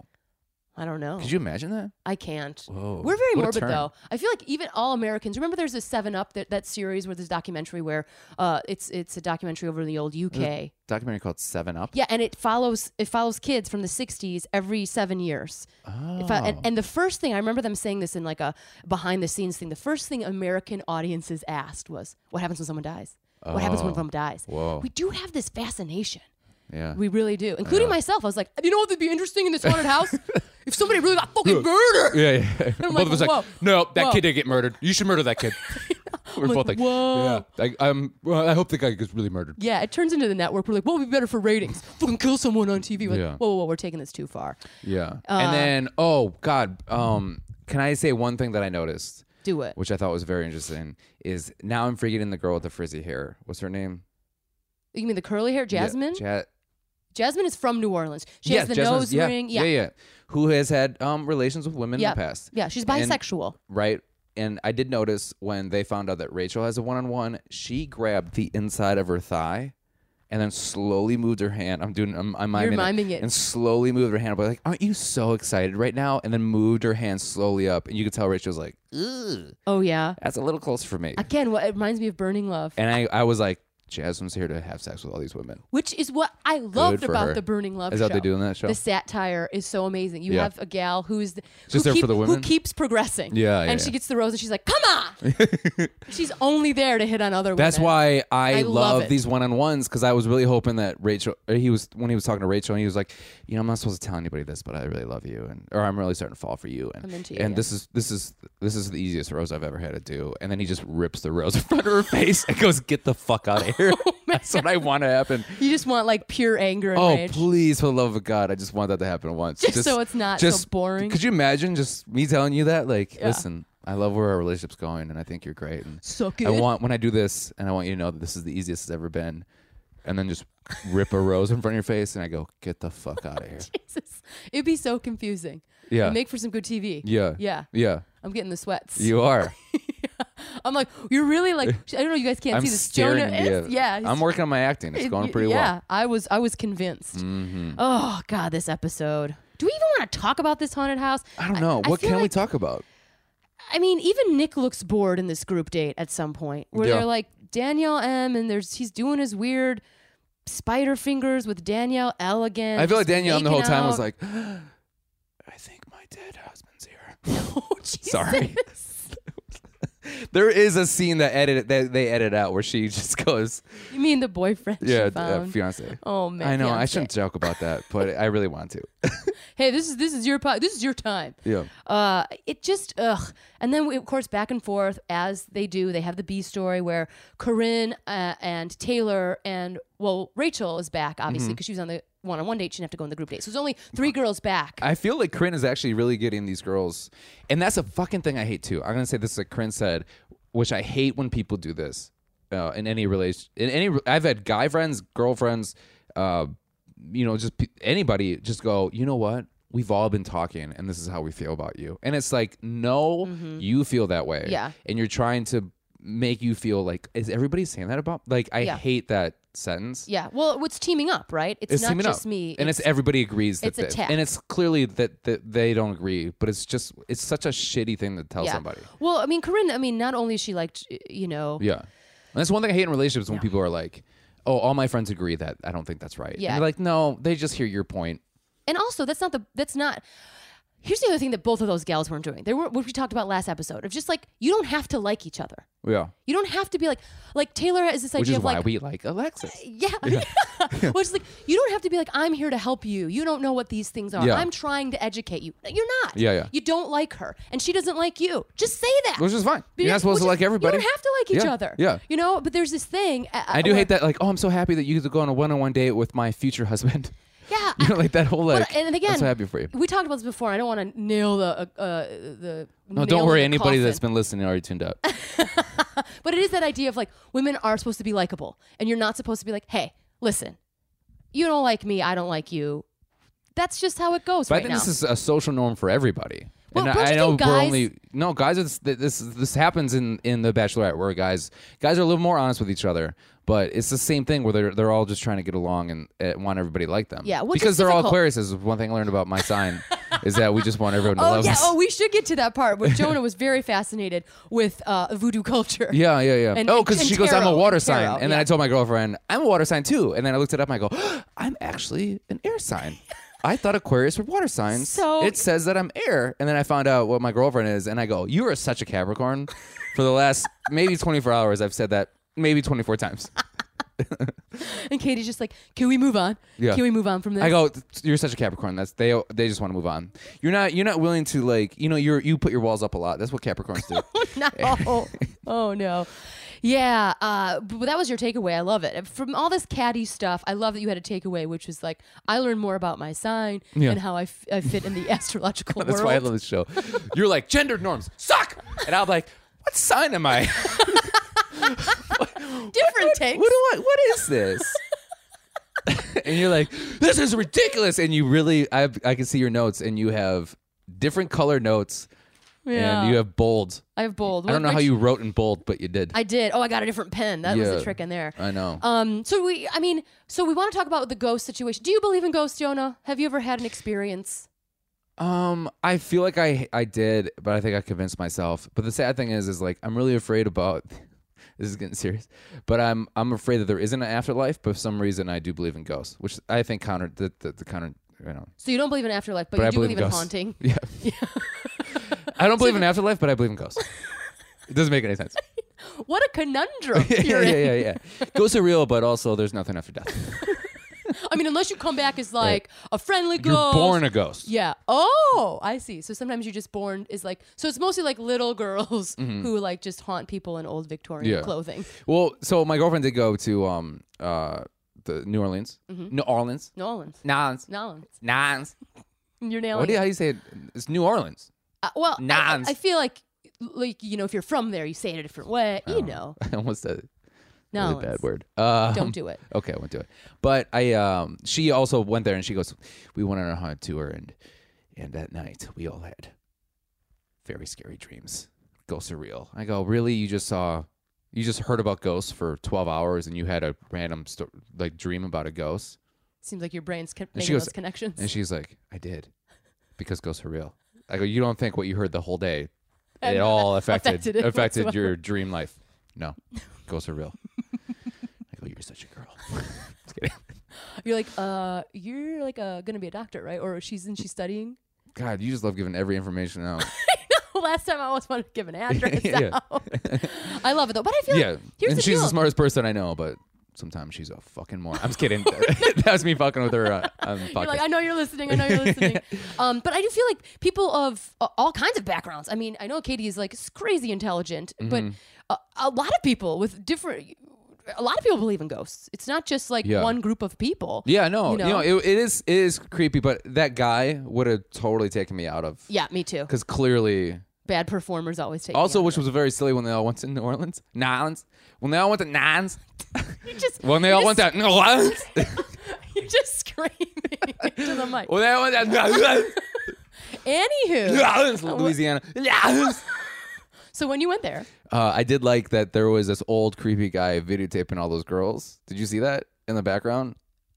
S2: I don't know.
S3: Could you imagine that?
S2: I can't.
S3: Whoa.
S2: We're very
S3: What a
S2: morbid
S3: turn.
S2: though. I feel like even all Americans remember there's a Seven Up that, that series where there's a documentary where uh, it's it's a documentary over in the old UK.
S3: Documentary called Seven Up.
S2: Yeah, and it follows it follows kids from the '60s every seven years.
S3: Oh.
S2: If I- and, and the first thing I remember them saying this in like a behind the scenes thing. The first thing American audiences asked was, "What happens when someone dies? What happens when
S3: Oh.
S2: someone dies?"
S3: Whoa.
S2: We do have this fascination.
S3: yeah.
S2: We really do, including myself. I was like, you know what would be interesting in this haunted
S3: (laughs)
S2: house? if somebody really got fucking murdered.
S3: yeah, yeah.
S2: I'm
S3: Both
S2: like,
S3: of us like,
S2: whoa,
S3: no, that
S2: whoa."
S3: kid didn't get murdered. You should murder that (laughs) kid. We're both like,
S2: whoa.
S3: Yeah, I, I'm. Well, I hope the guy gets really murdered.
S2: Yeah, it turns into the network. We're like, what would be better for ratings? Fucking kill someone on TV. We're like,
S3: Yeah.
S2: whoa, whoa, whoa, we're taking this too far.
S3: Yeah.
S2: uh,
S3: and then, oh God, um, can I say one thing that I noticed,
S2: Do it.
S3: which I thought was very interesting, is now I'm forgetting the girl with the frizzy hair. What's her name?
S2: You mean the curly hair,
S3: Yeah,
S2: Jasmine?
S3: Ja-
S2: Jasmine is from New Orleans. She
S3: yeah,
S2: has the
S3: Jasmine's-
S2: nose
S3: yeah,
S2: ring.
S3: yeah,
S2: yeah.
S3: yeah. Who has had um, relations with women
S2: Yeah.
S3: in the past?
S2: Yeah, she's
S3: And-
S2: bisexual.
S3: right? And I did notice when they found out that Rachel has a one on one, she grabbed the inside of her thigh and then slowly moved her hand. I'm doing, I'm, I'm miming,
S2: You're miming it.
S3: And slowly moved her hand up. I was like, aren't you so excited right now? And then moved her hand slowly up. And you could tell Rachel's like, ooh,
S2: oh yeah.
S3: that's a little close for me.
S2: Again, what it reminds me of Burning Love,
S3: and I, I was like, Jasmine's here to have sex with all these women.
S2: which is what I loved
S3: for
S2: about
S3: her.
S2: the Burning Love.
S3: Is that
S2: show.
S3: what they do in that show?
S2: The satire is so amazing. You
S3: Yeah.
S2: have a gal who's the,
S3: Just
S2: who
S3: there for the
S2: who
S3: women?
S2: keeps progressing.
S3: Yeah, yeah,
S2: and she
S3: yeah.
S2: gets the rose, and she's like,
S3: (laughs)
S2: "Come on!" she's only there to hit on other women.
S3: That's why I,
S2: I love
S3: love
S2: it.
S3: these one on ones because I was really hoping that Rachel. or He was when he was talking to Rachel, and he was like, "You know, I'm not supposed to tell anybody this, but I really love you, and or I'm really starting to fall for you, and
S2: I'm into you,
S3: and
S2: yeah.
S3: this is this is this is the easiest rose I've ever had to do." And then he just rips the rose (laughs) in front of her face and goes, "Get the fuck out
S2: (laughs)
S3: of here!"
S2: Oh,
S3: (laughs) That's what I want to happen.
S2: you just want like pure anger and
S3: Oh,
S2: rage.
S3: please, for the love of God, I just want that to happen once,
S2: Just so it's not so boring.
S3: Could you imagine just me telling you that? Like, listen. I love where our relationship's going, and I think you're great. And
S2: Suck it.
S3: I want when I do this, and I want you to know that this is the easiest it's ever been. And then just rip a rose in front of your face, and I go, "Get the fuck out of
S2: (laughs)
S3: here!"
S2: Jesus. It'd be so confusing.
S3: Yeah.
S2: It'd make for some good TV.
S3: Yeah,
S2: Yeah.
S3: yeah.
S2: I'm getting the sweats. (laughs)
S3: You are.
S2: I'm like, you're really
S3: (laughs)
S2: like, I don't know, you guys can't
S3: I'm
S2: see the
S3: staring.
S2: Jonah
S3: Yeah,
S2: is- yeah. he's-
S3: I'm working on my acting. It's
S2: It-
S3: going
S2: y-
S3: pretty
S2: yeah,
S3: well. Mm-hmm.
S2: I was I was convinced. Oh God, this episode. Do we even want to talk about this haunted house?
S3: I don't know. what
S2: feel
S3: can we
S2: like-
S3: talk about?
S2: I mean, even Nick looks bored in this group date at some point where
S3: Yeah.
S2: they're like Danielle M and there's he's doing his weird spider fingers with Danielle L again.
S3: I feel like
S2: just
S3: Danielle the whole
S2: making
S3: time was
S2: out.
S3: like, (gasps) "I think my dead husband's here."
S2: (laughs) oh, Jesus.
S3: Sorry. there is a scene that edit that they edit out where she (laughs) just goes,
S2: You mean the boyfriend? she
S3: "Yeah, uh,
S2: found?
S3: fiance."
S2: oh man,
S3: I know. I
S2: fiance.
S3: shouldn't joke about that, but I really want to.
S2: Hey, this is this is your po- this is your time.
S3: yeah.
S2: uh, it just ugh. And then we, of course back and forth as they do. They have the B story where Corinne uh, and Taylor and well Rachel is back
S3: Mm-hmm.
S2: obviously because she was on the one-on-one date. She didn't have to go on the group date. So there's only three girls back.
S3: I feel like Corinne is actually really getting these girls, and that's a fucking thing I hate too. I'm gonna say this like Corinne said, which I hate when people do this uh, in any relation. In any, I've had guy friends, girlfriends, uh, you know, just pe- anybody just go. You know what? We've all been talking, and this is how we feel about you. And it's like, no, you feel that way,
S2: Mm-hmm. Yeah.
S3: and you're trying to make you feel like is everybody saying that about? Like, I
S2: Yeah.
S3: hate that sentence.
S2: Yeah. Well, it's teaming up, right? It's,
S3: It's
S2: not
S3: teaming
S2: just
S3: up.
S2: me.
S3: and it's, everybody agrees that
S2: it's a
S3: they-
S2: tap.
S3: and it's clearly that, that they don't agree, but it's just it's such a shitty thing to tell somebody.
S2: Well, I mean, Corinne. I mean, not only is she like, t- you know,
S3: Yeah. And that's one thing I hate in relationships when people are like, "Oh, all my friends agree that I don't think that's right." And
S2: Yeah.
S3: they're like, "No, they just hear your point."
S2: and also that's not the that's not. Here's the other thing that both of those gals weren't doing. They were what we talked about last episode of just like you don't have to like each other.
S3: Yeah.
S2: You don't have to be like like Taylor has this
S3: Which
S2: idea
S3: is
S2: of
S3: why
S2: like
S3: we like Alexis.
S2: yeah, (laughs) which is like you don't have to be like I'm here to help you. You don't know what these things are.
S3: Yeah.
S2: I'm trying to educate you. You're not.
S3: Yeah, yeah.
S2: You don't like her, and she doesn't like you. Just say that.
S3: Which is fine. You're
S2: Because-
S3: not supposed
S2: which
S3: to
S2: is-
S3: like everybody.
S2: You don't have to like each
S3: Yeah,
S2: other.
S3: yeah.
S2: You know, but there's this thing. Uh,
S3: I do hate that like, "Oh, I'm so happy that you get to go on a one-on-one date with my future husband." (laughs)
S2: Yeah.
S3: you know, like that whole
S2: Well,
S3: like
S2: and again,
S3: I'm so happy for you.
S2: We talked about this before. I don't want to nail the uh, uh, the.
S3: No,
S2: nail
S3: don't
S2: in
S3: worry.
S2: the
S3: Anybody
S2: coffin.
S3: that's been listening already tuned out.
S2: But it is that idea of like women are supposed to be likable, and you're not supposed to be like, hey, listen, you don't like me, I don't like you. That's just how it goes
S3: But I
S2: right
S3: think
S2: now.
S3: this is a social norm for everybody.
S2: Well,
S3: and
S2: don't
S3: I, I
S2: you
S3: know
S2: think
S3: we're
S2: guys-
S3: only no guys. It's, th- this this happens in in the Bachelorette where guys guys are a little more honest with each other. But it's the same thing where they're they're all just trying to get along and uh, want everybody to like them.
S2: Yeah, which is
S3: because they're all
S2: difficult.
S3: Aquarius. Is one thing I learned about my sign is that we just want everyone to
S2: (laughs) oh
S3: love
S2: yeah.
S3: us.
S2: Oh, we should get to that part
S3: (laughs)
S2: where Jonah was very fascinated with uh, voodoo culture.
S3: yeah, yeah, yeah.
S2: And-
S3: oh,
S2: and-
S3: because
S2: and
S3: she goes, "I'm a
S2: tarot,
S3: water
S2: and
S3: sign,"
S2: tarot,
S3: and then
S2: yeah.
S3: I told my girlfriend, "I'm a water sign too." And then I looked it up and I go, "I'm actually an air sign."
S2: (laughs)
S3: I thought Aquarius were water signs.
S2: So-
S3: it says that I'm air, and then I found out what my girlfriend is, and I go, "You are such a Capricorn." For the last
S2: (laughs)
S3: maybe 24 hours, I've said that maybe 24 times.
S2: And Katie's just like, can we move on?
S3: Yeah.
S2: Can we move on from this? (laughs)
S3: I go, "You're such a Capricorn." That's they. They just want to move on. You're not. You're not willing to like. You know, you're you put your walls up a lot. That's what
S2: (laughs)
S3: Capricorns do. (laughs)
S2: no. oh no. Yeah, uh, but that was your takeaway. I love it. From all this catty stuff, I love that you had a takeaway, which was like, I learned more about my sign
S3: Yeah.
S2: and how I, f- I fit in the (laughs) astrological
S3: That's
S2: world.
S3: why I love this show. You're like gender norms suck, and I'm like, what sign am I?
S2: Different takes.
S3: what do I, what
S2: (laughs)
S3: is this? and you're like, this is ridiculous. And you really, I, I can see your notes, and you have different color notes,
S2: Yeah.
S3: and you have bold.
S2: I have bold.
S3: I don't know how
S2: Which-
S3: you wrote in bold, but you did.
S2: I did. Oh, I got a different pen. That was
S3: Yeah. Uh.
S2: the trick in there.
S3: I know.
S2: Um. So we. I mean. So we want to talk about the ghost situation. Do you believe in ghosts, Jonah? Have you ever had an experience?
S3: Um, I feel like I I did, but I think I convinced myself. But the sad thing is, is like I'm really afraid about. (laughs) This is getting serious, but I'm I'm afraid that there isn't an afterlife. But for some reason, I do believe in ghosts, which I think counter the the, the counter. You know,
S2: So you don't believe in afterlife, but,
S3: But
S2: you
S3: I
S2: do believe
S3: believe in
S2: in
S3: ghosts.
S2: haunting.
S3: (laughs) yeah. I don't believe in afterlife, but I believe
S2: (laughs)
S3: in ghosts. It doesn't make any sense.
S2: What a conundrum
S3: (laughs) yeah,
S2: (laughs) you're in.
S3: yeah, yeah, yeah. Ghosts are real, but also there's nothing
S2: (laughs)
S3: after death.
S2: I mean, unless you come back as like a friendly
S3: You're
S2: ghost.
S3: born a ghost.
S2: Yeah. Oh, I see. So sometimes you just born is like so it's mostly like little (laughs) girls who like just haunt people in old Victorian
S3: Mm-hmm. Yeah.
S2: clothing.
S3: Well, so my girlfriend did go to um uh the New Orleans,
S2: Mm-hmm.
S3: New Orleans,
S2: Nolans.
S3: Nolans,
S2: Nolans.
S3: Nolans.
S2: You're nailing
S3: What do you,
S2: it.
S3: how do you say it? It's New Orleans. (laughs)
S2: Uh, well, I-
S3: Nolans.
S2: I, feel like like you know if you're from there you say it a different way, you know.
S3: I almost said it.
S2: Nolans.
S3: Really Oh, bad word. Um,
S2: Don't do it.
S3: Okay, I won't do it. But I, um, she also went there, and she goes, "We went on a hunt tour, and and that night we all had very scary dreams. Ghosts are real." I go, "Really? You just saw, you just heard about ghosts for twelve hours, and you had a random sto- like dream about a ghost?"
S2: Seems like your brain's con-
S3: And
S2: making
S3: she goes-
S2: those connections.
S3: And she's like, "I did, because ghosts are real." I go, "You don't think what you heard the whole day, it all affected
S2: affected
S3: affected,
S2: it
S3: your dream life? No, ghosts are real." I go, "You're such a girl." Just kidding.
S2: (laughs) you're like, uh, you're like uh, gonna be a doctor, right? Or she's and she's studying. (laughs)
S3: God, you just love giving every information out.
S2: Last time I almost wanted to give an address
S3: (laughs) Yeah.
S2: out. I love it though, but I feel
S3: yeah,
S2: like here's
S3: and
S2: the
S3: she's
S2: deal.
S3: the smartest person I know, but sometimes she's a fucking moron. I'm
S2: (laughs)
S3: just kidding. (laughs) that was me fucking with her on, on the podcast.
S2: You're like, I know you're listening. I know you're
S3: (laughs)
S2: listening. um, but I do feel like people of uh, all kinds of backgrounds. I mean, I know Katie is like s- crazy intelligent, but
S3: Mm-hmm.
S2: uh, a lot of people with different. A lot of people believe in ghosts. It's not just like
S3: Yeah.
S2: one group of people.
S3: yeah, no,
S2: You
S3: you know,
S2: know?
S3: it, it is it is creepy, but that guy would have totally taken me out of
S2: Yeah, me too.
S3: because clearly.
S2: Bad performers always take. me
S3: Also,
S2: out.
S3: which was very silly when they all went to New Orleans, Nolans. When they all went to Nans,
S2: you just
S3: (laughs) when they
S2: you
S3: all went
S2: just,
S3: to New Orleans,
S2: (laughs)
S3: (laughs)
S2: you're just screaming (laughs) to the mic.
S3: when they all went to New Orleans,
S2: Anywho, (laughs)
S3: (laughs) New Orleans, Louisiana, New Orleans.
S2: So when you went there,
S3: Uh, I did like that there was this old creepy guy videotaping all those girls. Did you see that in the background?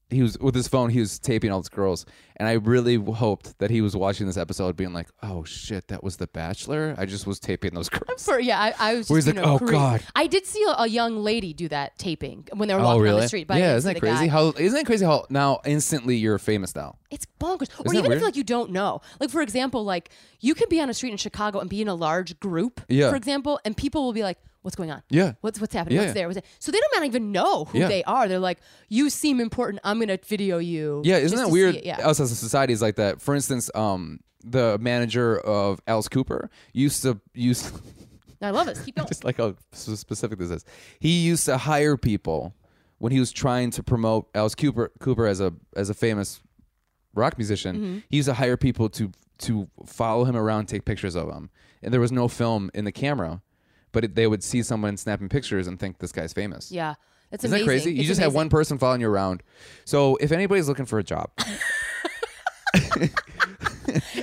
S3: He was with his phone. He was taping all those girls, and I really hoped that he was watching this episode, being like, "Oh shit, that was The Bachelor. I just was taping those (laughs) girls."
S2: for yeah, I, I was
S3: Where
S2: just
S3: he's
S2: you
S3: like,
S2: know,
S3: "Oh,
S2: cruise."
S3: God."
S2: I did see a, a young lady do that taping when they were
S3: Oh
S2: walking
S3: really?
S2: down the street. But I
S3: yeah,
S2: didn't
S3: isn't
S2: see
S3: that
S2: the guy.
S3: crazy? How isn't it crazy how now instantly you're famous now?
S2: It's bonkers. or
S3: Isn't that
S2: even if
S3: weird?
S2: like you don't know. Like for example, like you can be on a street in Chicago and be in a large group,
S3: Yeah.
S2: for example, and people will be like, What's going on?
S3: Yeah.
S2: What's what's happening?
S3: Yeah,
S2: What's
S3: yeah.
S2: there? What's there? So they don't not even know who
S3: Yeah.
S2: they are. They're like, You seem important, I'm gonna video you.
S3: Yeah, isn't
S2: just to
S3: that
S2: see
S3: weird? Uh,
S2: it." Yeah.
S3: Us as a society is like that. For instance, um, the manager of Alice Cooper used to used.
S2: I love this.
S3: (laughs)
S2: Keep going.
S3: just like how s- specific this is. He used to hire people when he was trying to promote Alice Cooper Cooper as a as a famous rock musician.
S2: Mm-hmm.
S3: He used to hire people to to follow him around, take pictures of him, and there was no film in the camera, but it, they would see someone snapping pictures and think this guy's famous.
S2: yeah. That's
S3: Isn't
S2: amazing.
S3: that crazy? You
S2: It's
S3: just have
S2: amazing.
S3: one person following you around. So if anybody's looking for a
S2: (laughs)
S3: job,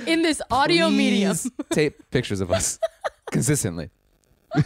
S2: in this audio medium.
S3: please tape pictures
S2: (laughs)
S3: of us consistently. (laughs)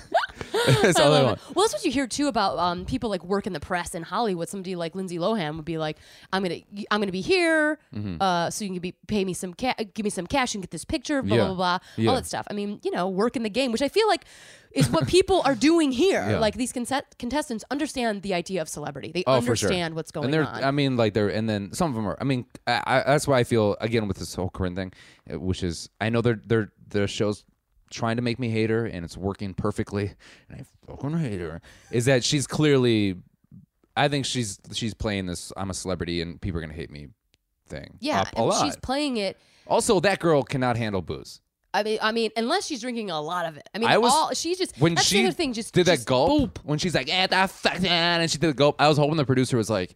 S3: That's all I,
S2: Love
S3: want.
S2: it. Um, Well, that's what you hear too about um, people like work in the press in Hollywood. Somebody like Lindsay Lohan would be like, "I'm gonna, I'm gonna be here,
S3: Mm-hmm.
S2: uh, so you can be pay me some, ca- uh, give me some cash and get this picture, blah
S3: Yeah.
S2: blah blah,
S3: Yeah.
S2: all that stuff." I mean, you know, work in the game, which I feel like is what people are doing here.
S3: Yeah.
S2: Like these conse- contestants understand the idea of celebrity. They
S3: Oh, for sure.
S2: understand what's going
S3: and they're, um,
S2: on.
S3: I mean, like they're, and then some of them are. I mean, I, I, that's why I feel again with this whole Corinne thing, uh, which is I know they're they're the show's trying to make me hate her, and it's working perfectly, and I fucking hate her. Is that she's clearly, I think she's she's playing this I'm a celebrity and people are gonna hate me thing.
S2: yeah,
S3: up a
S2: and
S3: lot.
S2: she's playing it.
S3: also, that girl cannot handle booze.
S2: I mean, I mean, unless she's drinking a lot of it. I mean,
S3: I was-
S2: all she just
S3: When
S2: that's
S3: she
S2: the other thing. Just
S3: did that
S2: just
S3: gulp,
S2: boop.
S3: when she's like, "Eh, that fuck that," and she did the gulp, I was hoping the producer was like,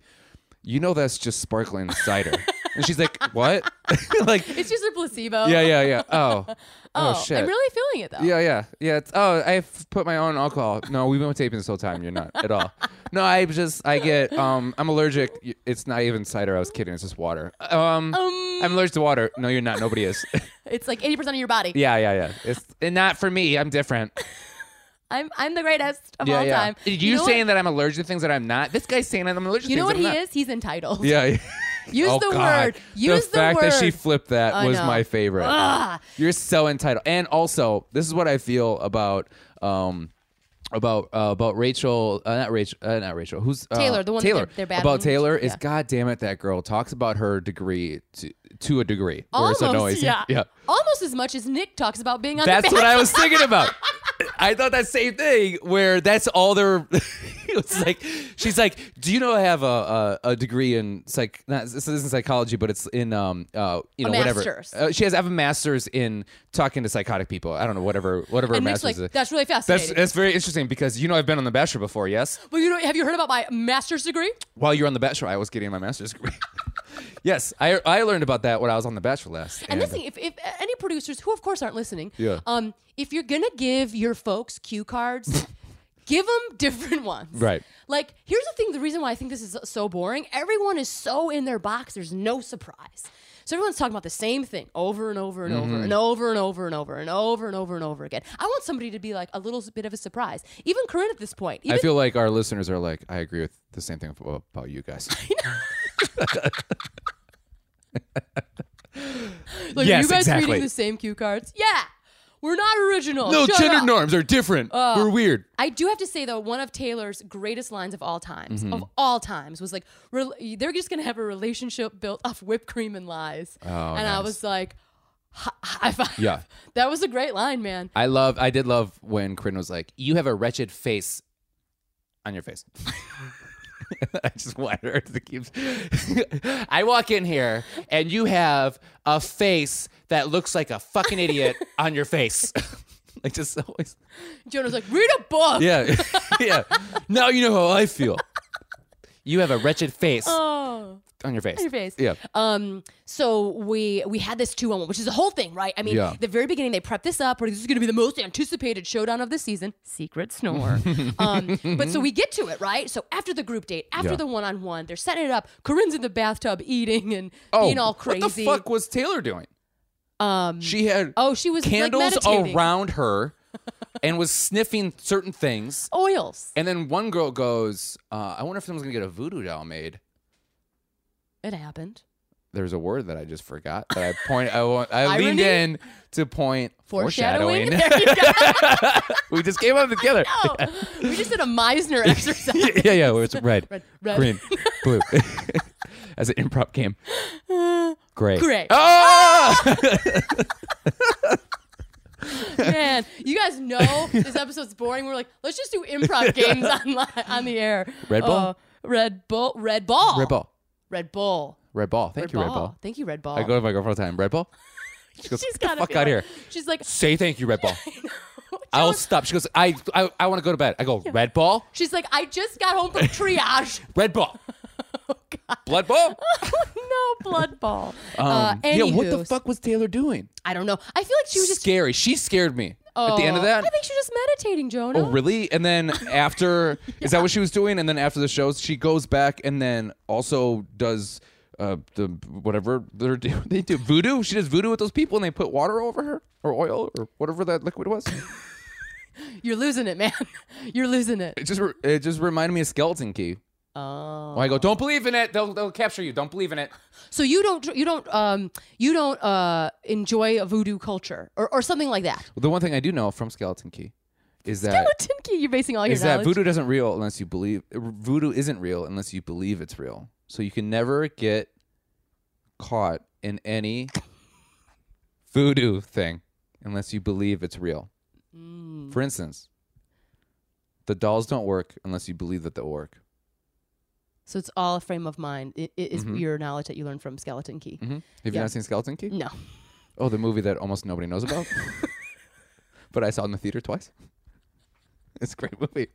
S3: "You know, that's just sparkling
S2: (laughs)
S3: cider," and she's like, "What?" (laughs) like,
S2: It's just a placebo.
S3: yeah, yeah, yeah. Oh, oh,
S2: (laughs) Oh,
S3: shit.
S2: I'm really feeling it though.
S3: yeah, yeah, yeah. It's, oh, I f- put my own alcohol. No, we've been taping this whole time. You're not at all. No, I just, I get, um, I'm allergic. Y- It's not even cider. I was kidding. It's just water.
S2: Um.
S3: Um, I'm allergic to water. No, you're not. Nobody is. (laughs)
S2: It's like 80% of your body.
S3: yeah, yeah, yeah. It's and not for me. I'm different.
S2: I'm I'm the greatest of
S3: yeah,
S2: all
S3: yeah.
S2: time.
S3: You,
S2: know
S3: saying
S2: what,
S3: that I'm allergic to things that I'm not? This guy's saying that I'm allergic.
S2: You
S3: to
S2: know what he
S3: things that I'm not.
S2: is? He's entitled.
S3: Yeah. yeah.
S2: Use
S3: oh,
S2: the
S3: God.
S2: word. Use the,
S3: the fact
S2: word.
S3: that she flipped that
S2: I
S3: was
S2: know.
S3: my favorite.
S2: Ugh.
S3: You're so entitled. And also, this is what I feel about um about uh, about Rachel, uh, not Rachel, uh, not Rachel. Who's uh,
S2: Taylor, the one that
S3: Taylor.
S2: they're- they're bad
S3: about
S2: ones.
S3: Taylor is
S2: Yeah.
S3: God damn it, that girl talks about her degree to to a degree. Where
S2: Almost,
S3: it's annoying.
S2: yeah.
S3: (laughs) yeah.
S2: Almost as much as Nick talks about (laughs) being on
S3: That's
S2: the
S3: what I was thinking about. I thought that same thing where that's all they're. (laughs) it was like she's like, "Do you know I have a a, a degree in psych? Not, this isn't psychology, but it's in um uh you
S2: A
S3: know whatever.
S2: master's.
S3: Uh, she has I have a master's in talking to psychotic people. I don't know whatever whatever her
S2: And Nick's
S3: master's
S2: like,
S3: is.
S2: that's really
S3: That's
S2: fascinating.
S3: that's very interesting because you know I've been on the Bachelor before. Yes,
S2: well, you know, have you heard about my master's degree?
S3: while you're on the Bachelor, I was getting my master's degree. (laughs) yes, I I learned about that when I was on the Bachelor last.
S2: And this thing, if, if any producers who, of course, aren't listening,
S3: Yeah.
S2: um, if you're gonna give your folks cue
S3: (laughs)
S2: cards, give them different ones.
S3: Right.
S2: Like, here's the thing: the reason why I think this is so boring, everyone is so in their box. There's no surprise. So everyone's talking about the same thing over and over and over
S3: Mm-hmm.
S2: and over and over and over and over and over and over again. I want somebody to be like a little bit of a surprise. Even Corinne at this point, even
S3: I feel like our listeners are like, I agree with the same thing ab- about
S2: (laughs)
S3: you guys.
S2: like,
S3: yes,
S2: you guys
S3: exactly.
S2: reading the same cue cards. Yeah, we're not original.
S3: No,
S2: Shut
S3: gender
S2: up. Oh.
S3: norms are different. We're weird.
S2: I do have to say though, one of Taylor's greatest lines of all times,
S3: Mm-hmm.
S2: of all times, was like, rel "They're just gonna have a relationship built off whipped cream and lies," oh, and I
S3: nice.
S2: was like, hi- "High five!"
S3: Yeah.
S2: (laughs) that was a great line, man.
S3: I love. I did love when Corinne was like, "You have a wretched face on your face." (laughs) I just want her to keep. (laughs) I walk in here and you have a face that looks like a fucking
S2: (laughs)
S3: idiot on your face. (laughs) like just always.
S2: Jonah was like, "Read a book."
S3: Yeah, (laughs) yeah. Now you know how I feel. You have a wretched face
S2: Oh,
S3: on your face.
S2: your face.
S3: Yeah.
S2: Um. So we we had this two on one, which is the whole thing, right? I mean,
S3: Yeah.
S2: the very beginning they prepped this up, where this is going to be the most anticipated showdown of the season, secret
S3: (laughs)
S2: snore. um. But so we get to it, right? So after the group date, after
S3: Yeah.
S2: the one on one, they're setting it up. Corinne's in the bathtub eating and
S3: Oh,
S2: being all crazy.
S3: What the fuck was Taylor doing?
S2: Um.
S3: She had
S2: oh, she was like,
S3: candles
S2: meditating.
S3: around her and was sniffing certain things.
S2: Oils.
S3: And then one girl goes, uh, I wonder if someone's going to get a voodoo doll made.
S2: It happened.
S3: There's a word that I just forgot that I point. I, wa-
S2: (laughs)
S3: I leaned
S2: Irony?
S3: in to point
S2: Foreshadowing. (laughs)
S3: foreshadowing. (laughs)
S2: There you go.
S3: we just came
S2: (laughs)
S3: up together.
S2: No. we just did a
S3: (laughs)
S2: Meisner exercise.
S3: yeah, yeah, where it's red,
S2: Red, red. (laughs)
S3: green, blue. (laughs) As an improv game. Gray.
S2: Uh, Gray. (laughs)
S3: Oh!
S2: Man, you guys know this episode's boring. We're like, let's just do
S3: (laughs)
S2: improv games on li- on the air.
S3: Red Bull?
S2: Uh, Red Bull. Red Ball.
S3: Red ball.
S2: Red Bull.
S3: Red ball. Thank you, Red ball.
S2: Thank you, Red Ball. (laughs)
S3: I go to my girlfriend all the time. Red ball? She goes,
S2: She's
S3: "Get the
S2: got
S3: fuck out here.
S2: She's like, (laughs)
S3: Say thank you, Red ball.
S2: I
S3: (laughs) I'll stop. She goes, I I, I want to go to bed. I go, Red ball?
S2: She's like, I just got
S3: (laughs)
S2: home from triage. (laughs)
S3: Red ball.
S2: oh God.
S3: Blood ball?
S2: (laughs) no blood ball. uh,
S3: (laughs) Um, yeah, what the
S2: anywhoos.
S3: fuck was Taylor doing?
S2: I don't know. I feel like she was just
S3: Scary. She scared me. At the end of
S2: Oh,
S3: that,
S2: I think she was just meditating, Jonah.
S3: Oh, really? And then
S2: (laughs)
S3: after, is that what she was doing? And then after the shows, she goes back and then also does uh, the whatever they're do- (laughs) they do voodoo. She does voodoo with those people, and they put water over her or oil or whatever that liquid was.
S2: You're losing it, man. (laughs) You're losing it.
S3: It just re- it just reminded me of Skeleton Key.
S2: Oh.
S3: When I go, don't believe in it. They'll they'll capture you. Don't believe in it.
S2: So you don't you don't um you don't uh enjoy a voodoo culture or, or something like that.
S3: The one thing I do know from Skeleton Key is that.
S2: Oh, Tinky, you're basing all your
S3: is that
S2: knowledge.
S3: voodoo doesn't real unless you believe voodoo isn't real unless you believe it's real. So you can never get caught in
S2: (laughs)
S3: any voodoo thing unless you believe it's real.
S2: Mm.
S3: For instance, the dolls don't work unless you believe that they'll work.
S2: so it's all a frame of mind. It, it
S3: Mm-hmm.
S2: is your knowledge that you learned from Skeleton Key.
S3: Hmm? Have you
S2: Yeah. Mm.
S3: not seen Skeleton Key?
S2: No.
S3: Oh, the movie that almost nobody knows
S2: (laughs)
S3: about. but I saw it in the theater twice. (laughs) It's a great movie.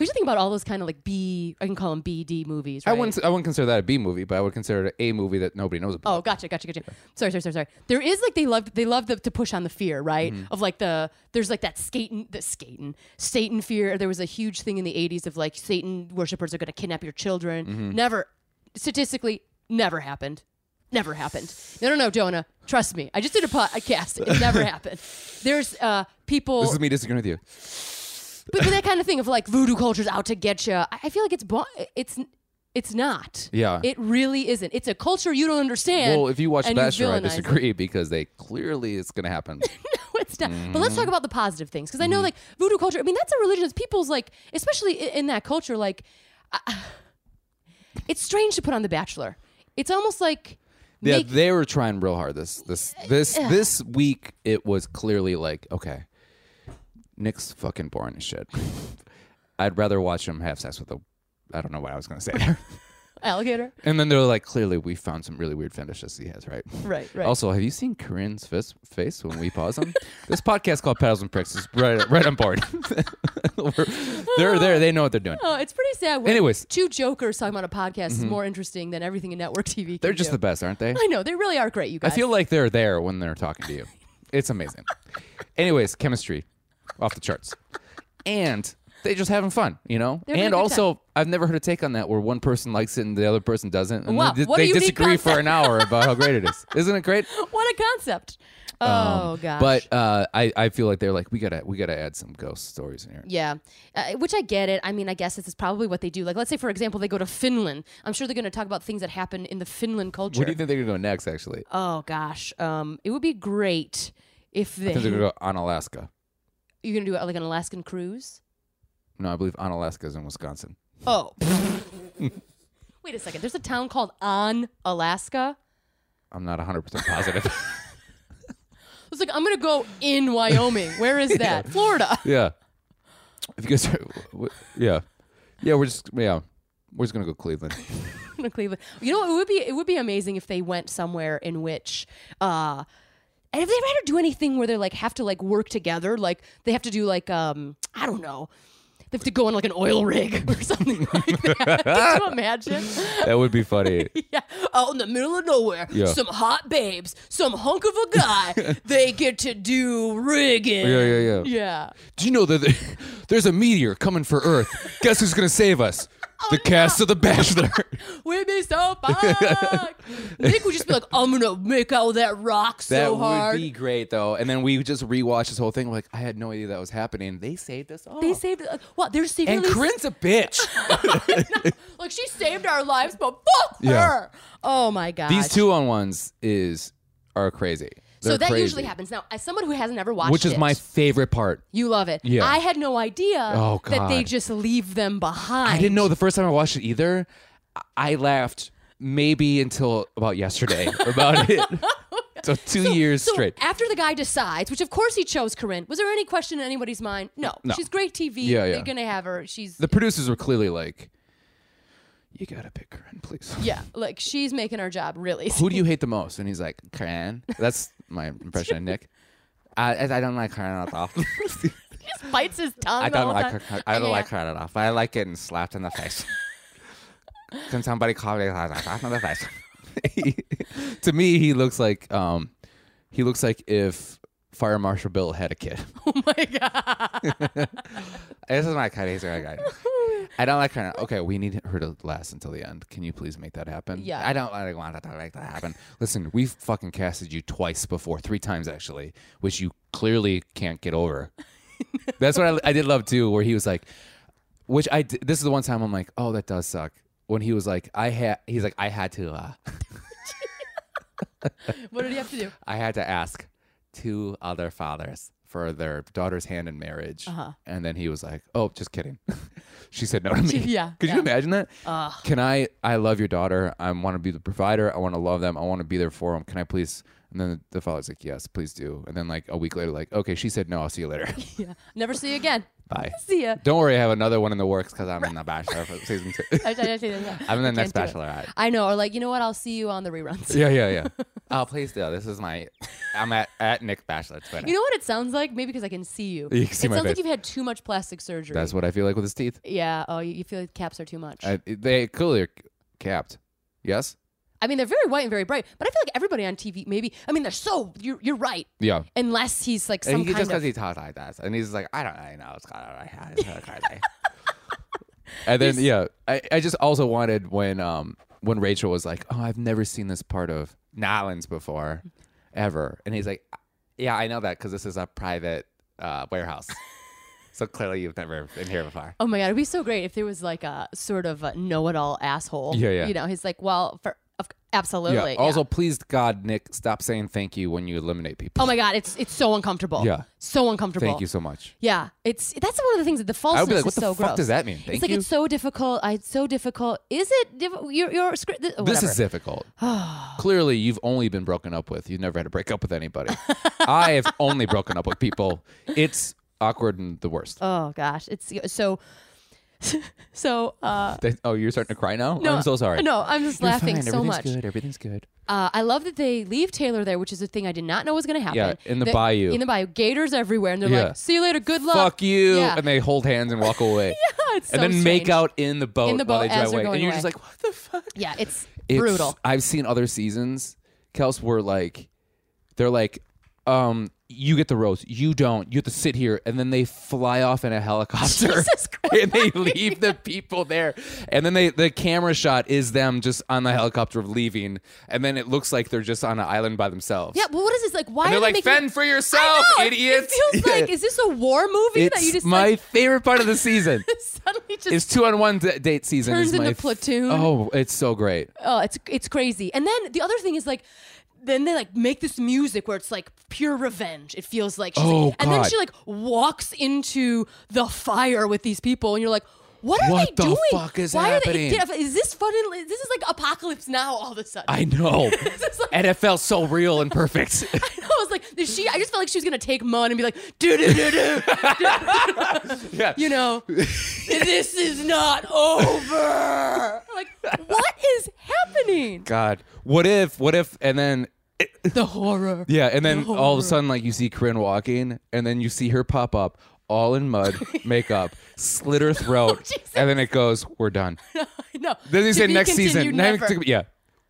S2: We should think about all those kind of like B I can call them B D movies, right?
S3: I wouldn't. I wouldn't consider that a B movie, but I would consider it a movie that nobody knows about.
S2: Oh, gotcha, gotcha, gotcha. Sorry, sorry, sorry, sorry. There is like they love they love the, to push on the fear, right?
S3: Mm-hmm.
S2: Of like the there's like that skating the skating Satan fear. There was a huge thing in the '80s of like Satan worshippers are going to kidnap your children.
S3: Mm-hmm.
S2: Never, statistically, never happened. Never happened. No, no, no, Jonah. Trust me. I just did a podcast. It
S3: (laughs)
S2: never happened. There's uh people,
S3: This is me disagreeing with you.
S2: but, but that kind of thing of like voodoo culture's out to get you. I, I feel like it's bo- it's it's not.
S3: Yeah.
S2: It really isn't. It's a culture you don't understand.
S3: Well, if you watch
S2: and you
S3: Bachelor, I
S2: villainize it.
S3: disagree because they clearly it's going to
S2: (laughs)
S3: happen.
S2: No, it's not. But let's talk about the positive things because I know, like voodoo culture. I mean, that's a religion. It's people's like, especially i- in that culture, like, uh, (sighs) it's strange to put on The Bachelor. It's almost like,
S3: yeah,
S2: make-
S3: they were trying real hard this this this this week. It was clearly like, okay, Nick's fucking boring as shit. (laughs) I'd rather watch him have sex with a. I don't know what I was going to say (laughs) there.
S2: alligator.
S3: and then they're like, clearly we found some really weird fetishes he has, right?
S2: (laughs) Right, right.
S3: Also, have you seen Corinne's fist, face when we pause him? (laughs) this podcast called Pedals and Pricks is right right on board. (laughs) We're- they're there. They know what they're doing.
S2: Oh, it's pretty sad. when
S3: Anyways.
S2: two jokers talking about a podcast is more interesting than everything in network TV. Can
S3: Mm-hmm. They're just the
S2: do.
S3: best, aren't they?
S2: I know they really are great. You
S3: I
S2: guys.
S3: feel like they're there when they're talking
S2: (laughs)
S3: to you. It's amazing. Anyways, chemistry off the charts. And they just having fun, you know?
S2: having a
S3: and
S2: good
S3: also, I've never heard a take on that where one person likes it and the other person doesn't. And
S2: Wow,
S3: they,
S2: what a
S3: they
S2: unique
S3: disagree for
S2: concept.
S3: an hour about how great it
S2: (laughs)
S3: is. Isn't it great?
S2: what a concept. Oh gosh.
S3: Um, But uh, I, I feel like they're like, we gotta we gotta add some ghost stories in here.
S2: Yeah, uh, which I get it. I mean, I guess this is probably what they do. Like, let's say, for example, they go to Finland. I'm sure they're going to talk about things that happen in the Finland culture.
S3: Where do you think they're gonna go next, actually?
S2: Oh gosh, um, it would be great if they
S3: I think they're gonna go on Alaska.
S2: you're gonna do like an Alaskan cruise.
S3: No, I believe on Alaska is in Wisconsin.
S2: Oh, (laughs) wait a second. There's a town called On Alaska.
S3: I'm not 100%
S2: (laughs)
S3: positive.
S2: It's like I'm gonna go in Wyoming. Where
S3: (laughs)
S2: is that? Florida. (laughs)
S3: Yeah. If you guys are, w- yeah, yeah, we're just yeah, we're just gonna
S2: (laughs)
S3: go Cleveland.
S2: to Cleveland. You know, it would be it would be amazing if they went somewhere in which. uh and if they ever had to do anything where they like have to like work together, like they have to do like um I don't know, they have to go on like an oil rig (laughs) or something like that. (laughs) Can you imagine?
S3: that would be funny.
S2: (laughs) Yeah, out in the middle of nowhere,
S3: Yeah.
S2: some hot babes, some hunk of a
S3: (laughs)
S2: guy, they get to do rigging.
S3: Yeah, yeah, yeah.
S2: Yeah.
S3: Do you know that there- there's a meteor coming for Earth? Guess who's gonna save us?
S2: Oh,
S3: the cast of The
S2: (laughs)
S3: Bachelor.
S2: We'd be so (laughs) fucked. Nick would just be like, I'm gonna make out with that rock so
S3: that
S2: hard.
S3: would be great, though. And then we just rewatched this whole thing. We're like, I had no idea that was happening. They saved us all.
S2: they saved uh, what? They're saving
S3: and Corinne's
S2: (laughs)
S3: a bitch.
S2: like she saved our lives, but fuck
S3: Yeah.
S2: her. Oh my god.
S3: These two on ones is are crazy.
S2: So
S3: They're
S2: that
S3: crazy.
S2: usually happens. Now, as someone who hasn't ever watched,
S3: Which is
S2: it,
S3: my favorite part.
S2: you love it.
S3: Yeah.
S2: I had no idea
S3: Oh,
S2: that they
S3: God.
S2: just leave them behind.
S3: I didn't know the first time I watched it either. I- I laughed maybe until about yesterday about it. So two years
S2: So
S3: straight.
S2: after the guy decides, which of course he chose Corinne, was there any question in anybody's mind? No,
S3: No.
S2: she's great TV.
S3: Yeah, yeah.
S2: They're gonna have her. She's
S3: The producers were clearly like, "You gotta pick Corinne, please."
S2: yeah, like she's making our job really. (laughs)
S3: Who do you hate the most? And he's like, "Corinne." That's my impression of Nick. I, I don't like Corinne at all.
S2: just bites his tongue.
S3: I
S2: the
S3: don't
S2: whole
S3: like
S2: time.
S3: her. I don't
S2: Yeah.
S3: like her at all. I like getting slapped in
S2: (laughs)
S3: the face. Can somebody call me slapped in the face? (laughs) to me, he looks like um, he looks like if Fire Marshal Bill had a kid.
S2: Oh (laughs) my god.
S3: This is my cut. He's my guy. I don't like her. Okay, we need her to last until the end. Can you please make that happen?
S2: Yeah.
S3: I don't I don't want to make that happen. Listen, we've fucking casted you twice before, three times actually, which you clearly can't get over. That's what I, I did love too, where he was like, which I d- this is the one time I'm like, oh, that does suck. When he was like, I had, he's like, I had to, uh,
S2: What did he have to do? (laughs)
S3: I had to ask two other fathers for their daughter's hand in marriage.
S2: Uh-huh.
S3: And then he was like, "Oh, just kidding." (laughs) she said no to me.
S2: (laughs) yeah,
S3: Could
S2: yeah.
S3: you imagine that?
S2: Ugh.
S3: Can I? I love your daughter. I want to be the provider. I want to love them. I want to be there for them. Can I please? And then the father's like, "Yes, please do." And then like a week later, like, "Okay, she said no. I'll see
S2: (laughs)
S3: you later. (laughs)
S2: Yeah. Never see you again.
S3: Bye."
S2: See
S3: (laughs)
S2: ya.
S3: Don't worry, I have another one in the works because I'm in the
S2: (laughs)
S3: Bachelor for season two. (laughs)
S2: I, I, I, say that, yeah.
S3: I'm in the
S2: I
S3: next
S2: can't do it.
S3: Bachelorette.
S2: I know, or like, you know what? I'll see you on the reruns.
S3: Yeah, yeah,
S2: (laughs)
S3: yeah. oh, please do. This is my. I'm at at Nick Bachelor Twitter.
S2: You know what it sounds like? Maybe because I can see you.
S3: You can see
S2: it
S3: my
S2: sounds like
S3: face.
S2: you've had too much plastic surgery.
S3: That's what I feel like with his teeth.
S2: yeah. Oh, you, you feel like caps are too much. I,
S3: I, they clearly are capped. Yes.
S2: mean, they're very white and very bright, but I feel like everybody on TV, maybe. I mean, they're so. You're, you're right.
S3: Yeah.
S2: Unless he's like
S3: And
S2: some
S3: he
S2: kind
S3: just because
S2: of.
S3: he talks like that, and he's like, I don't really know what's going on right now. It's
S2: (laughs)
S3: really crazy. and then yeah, I, I just also wanted when um when Rachel was like, oh, I've never seen this part of Nolans before, ever, and he's like, yeah, I know that because this is a private uh,
S2: (laughs)
S3: warehouse, so clearly you've never been here before.
S2: Oh my god, it'd be so great if there was like a sort of a know-it-all asshole.
S3: Yeah, yeah.
S2: You know, he's like, well, for of, absolutely.
S3: yeah. Also, please God, Nick, stop saying thank you when you eliminate people.
S2: Oh my god, it's it's so uncomfortable.
S3: Yeah.
S2: so uncomfortable.
S3: thank you so much.
S2: Yeah, it's that's one of the things that the falseness
S3: I would be like, what
S2: is
S3: the
S2: so
S3: fuck
S2: gross.
S3: does that mean? Thank
S2: it's like
S3: you.
S2: it's so difficult. I it's so difficult. Is it diff- your your script? th-
S3: This
S2: whatever. (sighs)
S3: is difficult. Clearly, you've only been broken up with. You've never had to break up with anybody. I have only broken up with people. It's awkward and the worst.
S2: Oh gosh, it's so (laughs) so. uh
S3: They- oh, you're starting to cry now?
S2: no,
S3: I'm so sorry.
S2: No, I'm just
S3: You're
S2: laughing
S3: fine.
S2: so
S3: Everything's
S2: much.
S3: good. Everything's good.
S2: Uh, I love that they leave Taylor there, which is a thing I did not know was going to happen.
S3: Yeah, in the
S2: They-
S3: bayou.
S2: In the bayou, gators everywhere, and they're
S3: Yeah.
S2: like, "See you later, good luck."
S3: Fuck you.
S2: Yeah.
S3: And they hold hands and
S2: (laughs)
S3: walk away.
S2: Oh, (laughs) it's
S3: and
S2: so
S3: then make
S2: strange.
S3: out in the boat
S2: In the
S3: while
S2: boat
S3: they
S2: as
S3: drive
S2: they're
S3: away.
S2: going
S3: and you're
S2: away.
S3: just like, what the fuck?
S2: Yeah, it's,
S3: It's-
S2: brutal.
S3: I've seen other seasons, Kels, where like they're like, um, you get the rose, you don't. You have to sit here, and then they fly off in a
S2: (laughs)
S3: helicopter,
S2: Jesus
S3: (laughs) and they leave the people there. And then they the camera shot is them just on the helicopter leaving, and then it looks like they're just on an island by themselves.
S2: Yeah, but what is this like? Why
S3: And they're
S2: are they
S3: like,
S2: making
S3: fend for
S2: I
S3: yourself,
S2: know, it-
S3: idiots.
S2: It
S3: (laughs)
S2: feels
S3: Yeah.
S2: like is this a war movie that you
S3: It's
S2: just
S3: my
S2: like, (laughs)
S3: favorite part of the season.
S2: suddenly just
S3: It's two on one date season.
S2: Turns
S3: is my
S2: into
S3: f-
S2: Platoon.
S3: oh, it's so great.
S2: oh, it's it's crazy. And then the other thing is like, then they like make this music where it's like pure revenge. It feels like, she's
S3: Oh,
S2: like and then
S3: God.
S2: she like walks into the fire with these people, and you're like. What are
S3: What
S2: they
S3: the
S2: doing?
S3: fuck is
S2: Why
S3: happening?
S2: Are they, is this fun? and- This is like apocalypse now. All of a (laughs) sudden,
S3: I know.
S2: is like-
S3: and it felt so real and
S2: (laughs)
S3: perfect. (laughs)
S2: I was like, is she. I just felt like she was gonna take Mun and be like, do do do
S3: (laughs)
S2: do.
S3: yeah.
S2: you know, this is not over. (laughs) Like, what is happening?
S3: God, what if, what if, and then,
S2: The horror. (laughs)
S3: yeah, and then
S2: Oh,
S3: all of a sudden, like you see Corinne walking, and then you see her pop up all in
S2: (laughs)
S3: mud, makeup, slit her throat,
S2: Jesus.
S3: and then it goes,
S2: (laughs)
S3: "We're done."
S2: no.
S3: Then you
S2: To
S3: say
S2: be
S3: next season,
S2: continued,
S3: next-
S2: never.
S3: yeah,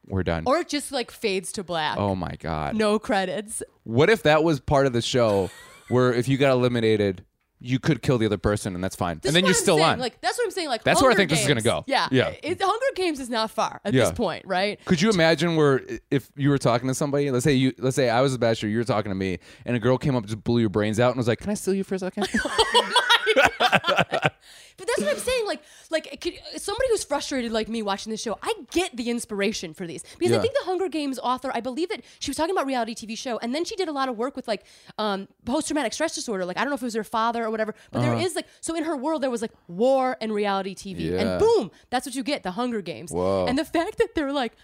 S3: we're done.
S2: Or it just like fades to black.
S3: oh my God,
S2: No credits.
S3: what if that was part of the show, where if you got eliminated, you could kill the other person, and that's fine.
S2: This
S3: and then
S2: is
S3: you're
S2: what I'm
S3: still
S2: saying.
S3: on.
S2: Like that's what I'm saying. Like
S3: That's where I
S2: Hunger
S3: think this is gonna
S2: Games-
S3: go.
S2: Yeah,
S3: Yeah.
S2: It, Hunger Games is not far at
S3: Yeah.
S2: this point, right?
S3: Could you imagine where i- if you were talking to somebody, let's say you, let's say I was a bachelor, you were talking to me, and a girl came up, just blew your brains out, and was like, "Can I steal you for a
S2: (laughs)
S3: second?
S2: But that's what I'm saying. Like, like it could, somebody who's frustrated like me watching this show, I get the inspiration for these because
S3: Yeah.
S2: I think the Hunger Games author, I believe that she was talking about reality TV show, and then she did a lot of work with like um, post traumatic stress disorder. Like, I don't know if it was her father or whatever, but there
S3: Uh-huh.
S2: is like so in her world there was like war and reality TV,
S3: Yeah.
S2: and boom, that's what you get, the Hunger Games.
S3: Whoa.
S2: And the fact that they're like,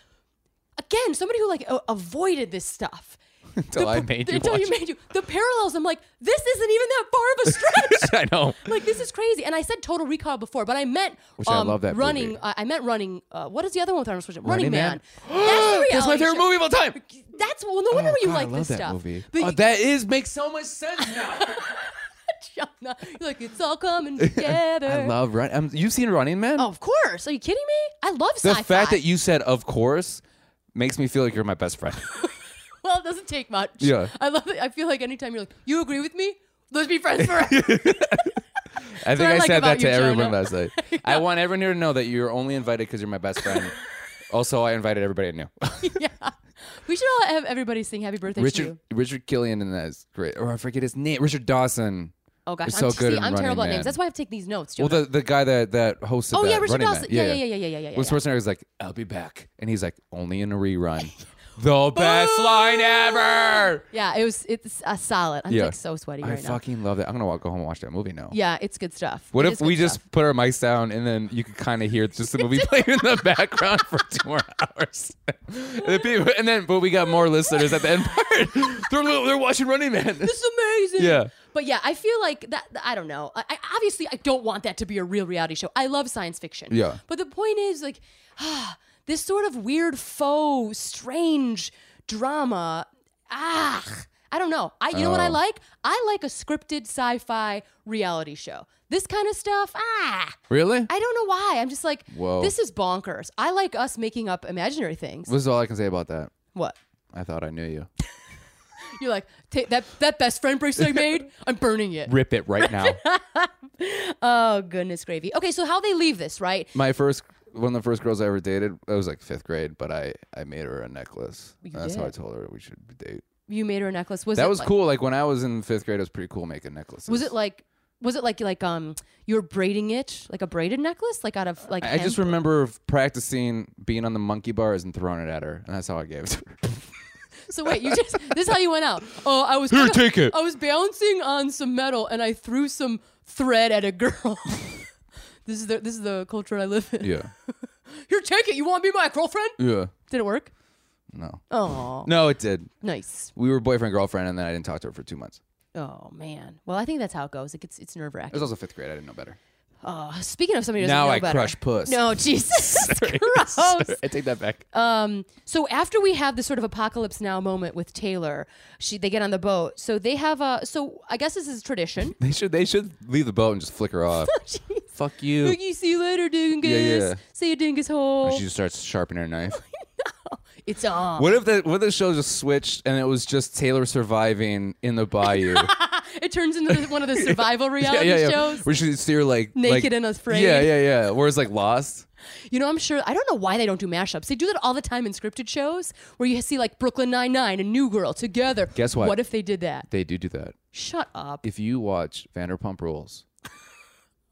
S2: again, somebody who like a- avoided this stuff.
S3: Until I made you
S2: Until
S3: watch."
S2: you made you the parallels. I'm like, this isn't even that far
S3: (laughs)
S2: of a stretch.
S3: I know.
S2: Like this is crazy, and I said Total Recall before, but I meant
S3: Which I love that
S2: running.
S3: movie.
S2: Uh, I meant running. Uh, what is the other one with Arnold Schwarzenegger?
S3: Running
S2: Running,
S3: Man.
S2: Man. (gasps) That's, the
S3: That's my
S2: reality
S3: favorite
S2: show.
S3: movie of all time.
S2: That's well, no wonder
S3: Oh,
S2: you
S3: God,
S2: like
S3: I love
S2: this
S3: that
S2: stuff.
S3: movie.
S2: But
S3: Oh,
S2: you-
S3: that is makes so much sense now.
S2: you're like it's all coming together.
S3: (laughs) I love Run. Um, you've seen Running Man?
S2: Oh, of course. Are you kidding me? I love
S3: the
S2: sci-fi.
S3: fact that you said, "Of course," makes me feel like you're my best friend.
S2: (laughs) well, it doesn't take much.
S3: Yeah.
S2: I love it. I feel like anytime you're like, you agree with me, let's be
S3: (laughs)
S2: friends forever.
S3: I think
S2: I
S3: I,
S2: like
S3: said that
S2: about
S3: to
S2: you,
S3: everyone
S2: Jonah.
S3: last
S2: (laughs)
S3: night. I want everyone here to know that you're only invited because you're my best friend. also, I invited everybody I knew.
S2: (laughs) yeah. We should all have everybody sing "Happy Birthday" to you.
S3: (laughs) Richard Richard Killian and that is great. Or I forget his name. Richard Dawson.
S2: Oh gosh,
S3: is
S2: I'm,
S3: so good
S2: see,
S3: in
S2: I'm terrible
S3: Running
S2: at
S3: Man.
S2: names. That's why I have to take these notes.
S3: Well,
S2: Jonah.
S3: the, the guy that that hosted.
S2: Oh,
S3: that
S2: yeah, Richard
S3: Running Man.
S2: Dawson. Yeah, yeah, yeah, yeah, yeah, yeah,
S3: When
S2: yeah.
S3: Schwarzenegger's like, "I'll be back," and he's like, "Only in a
S2: (laughs)
S3: rerun." the best line ever.
S2: Yeah, it was. It's a solid. I'm like so sweaty
S3: I
S2: right now.
S3: fucking love that. I'm gonna walk, go home and watch that movie now.
S2: Yeah, it's good stuff.
S3: What
S2: It
S3: if
S2: is good
S3: we just
S2: stuff.
S3: put our mics down and then you could kind of hear
S2: (laughs)
S3: just the movie playing in the background for two more hours? (laughs) and, the people- and then, but we got more listeners at the end part. (laughs) they're, li- they're watching
S2: (laughs)
S3: Running Man.
S2: This is amazing.
S3: Yeah.
S2: But yeah, I feel like that. I don't know. I, I obviously I don't want that to be a real reality show. I love science fiction.
S3: Yeah.
S2: But the point is like, ah, this sort of weird, faux, strange drama. Ah. I don't know. I you know what I
S3: Oh.
S2: like? I like a scripted sci-fi reality show. This kind of stuff. Ah.
S3: Really?
S2: I don't know why. I'm just like,
S3: Whoa.
S2: this is bonkers. I like us making up imaginary things.
S3: this is all I can say about that.
S2: What?
S3: I thought I
S2: (laughs)
S3: knew you.
S2: You're like, take that that best friend bracelet I made.
S3: (laughs)
S2: I'm burning it.
S3: Rip it right now.
S2: Oh goodness gravy. Okay, so how they leave this, right?
S3: My first, one of the first girls I ever dated, I was like fifth grade, but I, I made her a necklace.
S2: You
S3: That's how I
S2: did.
S3: told her we should date.
S2: You made her a necklace. Was
S3: That
S2: it
S3: was
S2: like,
S3: cool. Like when I was in fifth grade, it was pretty cool making necklaces.
S2: Was it like? Was it like like um you were braiding it like a braided necklace like out of like
S3: I just
S2: hemp?
S3: remember practicing being on the monkey bars and throwing it at her, and that's how I gave it to her.
S2: so wait you just (laughs) this is how you went out oh I was
S3: Here, take it.
S2: I was bouncing on some metal and I threw some thread at a girl (laughs) this is the this is the culture I live in
S3: (laughs) Yeah.
S2: (laughs) here take it you want to be my girlfriend
S3: Yeah.
S2: did it work
S3: No.
S2: oh
S3: No, it did.
S2: nice
S3: We were boyfriend girlfriend, and then I didn't talk to her for two months.
S2: oh man well I think that's how it goes it gets it's nerve
S3: It was
S2: wracking
S3: also fifth grade. I didn't know better.
S2: oh speaking of somebody who doesn't
S3: Now
S2: know
S3: I
S2: better.
S3: crush puss. (laughs)
S2: no Jesus
S3: Sorry,
S2: gross
S3: (laughs) I take that back.
S2: Um, so after we have this sort of apocalypse now moment with Taylor, she they get on the boat. So they have a so I guess this is
S3: (laughs)
S2: tradition.
S3: they should. They should leave the boat and just
S2: (laughs)
S3: flick her off. Fuck you.
S2: you see you later, dingus.
S3: yeah.
S2: See you, dingus
S3: And
S2: hole.
S3: she just starts sharpening her knife.
S2: It's uh, on.
S3: (laughs) What if the what if the show just switched and it was just Taylor surviving in the
S2: (laughs)
S3: bayou?
S2: It turns into the-
S3: (laughs)
S2: one of the survival reality shows.
S3: Where she's still like
S2: Naked
S3: like-
S2: and afraid.
S3: Yeah, yeah, yeah. Whereas like Lost.
S2: You know, I'm sure I don't know why they don't do mashups. They do that all the time in scripted shows where you see like Brooklyn Nine Nine and New Girl together.
S3: Guess what?
S2: What if they did that?
S3: They do do that.
S2: Shut up.
S3: If you watch Vanderpump
S2: (laughs)
S3: Rules,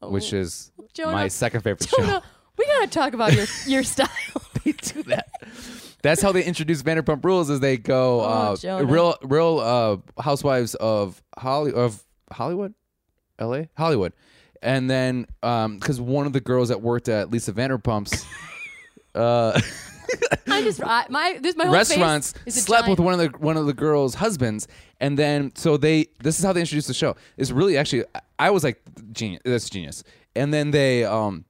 S3: which is
S2: Oh. Jonah.
S3: my second favorite
S2: Jonah, we gotta talk about
S3: (laughs)
S2: your your style. (laughs)
S3: show, do that. (laughs) That's how they introduce Vanderpump Rules. Is they go uh,
S2: Oh, Jonah.
S3: real, real uh, housewives of Holly of Hollywood, L.A. Hollywood, and then because one of the girls that worked at Lisa Vanderpump's uh,
S2: I just I, my this my whole face
S3: restaurants
S2: is a
S3: slept
S2: giant-
S3: with one of the one of the girls' husbands, and then so they this is how they introduced the show. It's really actually I- I was like genius. That's genius. And then they um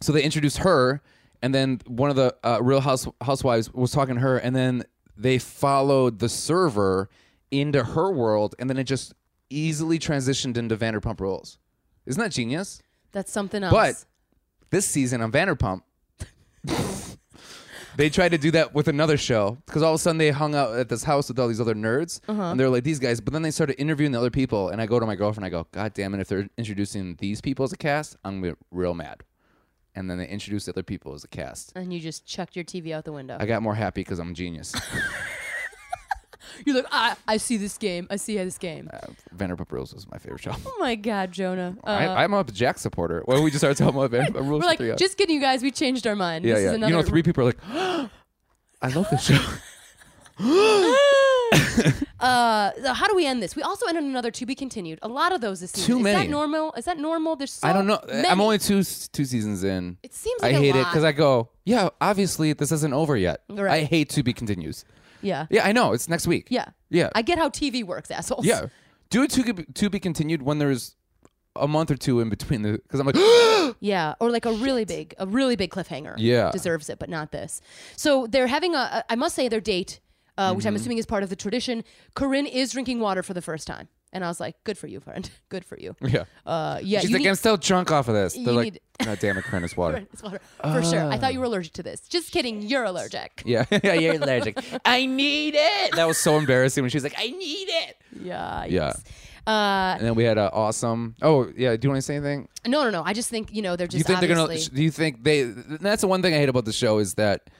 S3: so they introduced her, and then one of the uh, Real House Housewives was talking to her, and then they followed the server into her world, and then it just easily transitioned into Vanderpump Rules. Isn't that genius?
S2: That's something else.
S3: But this season on Vanderpump, (laughs) They tried to do that with another show because all of a sudden they hung out at this house with all these other nerds,
S2: Uh-huh.
S3: and they were like these guys. But then they started interviewing the other people, and I go to my girlfriend, I go, God damn it! If they're introducing these people as a cast, I'm gonna be real mad. And then they introduced the other people as a cast.
S2: And you just chucked your TV out the window.
S3: I got more happy because I'm
S2: (laughs)
S3: a genius. Uh,
S2: You're like, I, I see this game. I see this game.
S3: Uh, Vanderpump Rules was my favorite show. (laughs)
S2: Oh my God, Jonah. Uh,
S3: I, I'm a Jack supporter. Well, we just started
S2: (laughs)
S3: talking about Vanderpump
S2: we're
S3: Rules for
S2: like,
S3: three hours.
S2: just kidding, you guys. We changed our mind.
S3: yeah,
S2: this
S3: yeah.
S2: is
S3: You
S2: another.
S3: know, three people are like, (gasps) I love
S2: (laughs)
S3: this show. (gasps)
S2: uh, so how do we end this? We also end on another to be continued. A lot of those this season.
S3: Too
S2: Is that
S3: many.
S2: normal? Is that normal? There's so
S3: I don't know. Uh,
S2: Many.
S3: I'm only two two seasons in.
S2: It seems
S3: I
S2: like a
S3: hate it
S2: lot.
S3: because I go, yeah, obviously this isn't over yet.
S2: Right.
S3: I hate to be continues.
S2: Yeah.
S3: Yeah, I know. It's next week.
S2: Yeah.
S3: Yeah.
S2: I get how TV works, assholes.
S3: yeah. Do a to be, to be continued when there's a month or two in between the
S2: (gasps)
S3: because I'm like
S2: Yeah, or like a really big, a really big cliffhanger.
S3: Yeah.
S2: deserves it, but not this. So they're having a, a- I must say, their date, uh, which
S3: Mm-hmm.
S2: I'm assuming is part of the tradition. Corinne is drinking water for the first time, and I was like, "Good for you, friend. (laughs) Good for you."
S3: yeah.
S2: Uh, yeah,
S3: She's
S2: you
S3: like
S2: need-
S3: I'm still drunk off of this.
S2: you
S3: They're like,
S2: need-
S3: God damn it, Corinne,
S2: (laughs)
S3: it's water.
S2: it's water for sure. I thought
S3: Ah.
S2: you were allergic to this. Just kidding, you're allergic.
S3: yeah,
S2: (laughs)
S3: yeah, you're allergic. I need it. That was so embarrassing when she was like, I need
S2: (laughs)
S3: it.
S2: Yeah.
S3: Yeah.
S2: yes. Uh,
S3: And then we had an awesome. Oh yeah, do you want to say anything?
S2: no, no, no. I just think you know they're just
S3: Do you think they're gonna?
S2: obviously-
S3: Do you think they? That's the one thing I hate about the show is that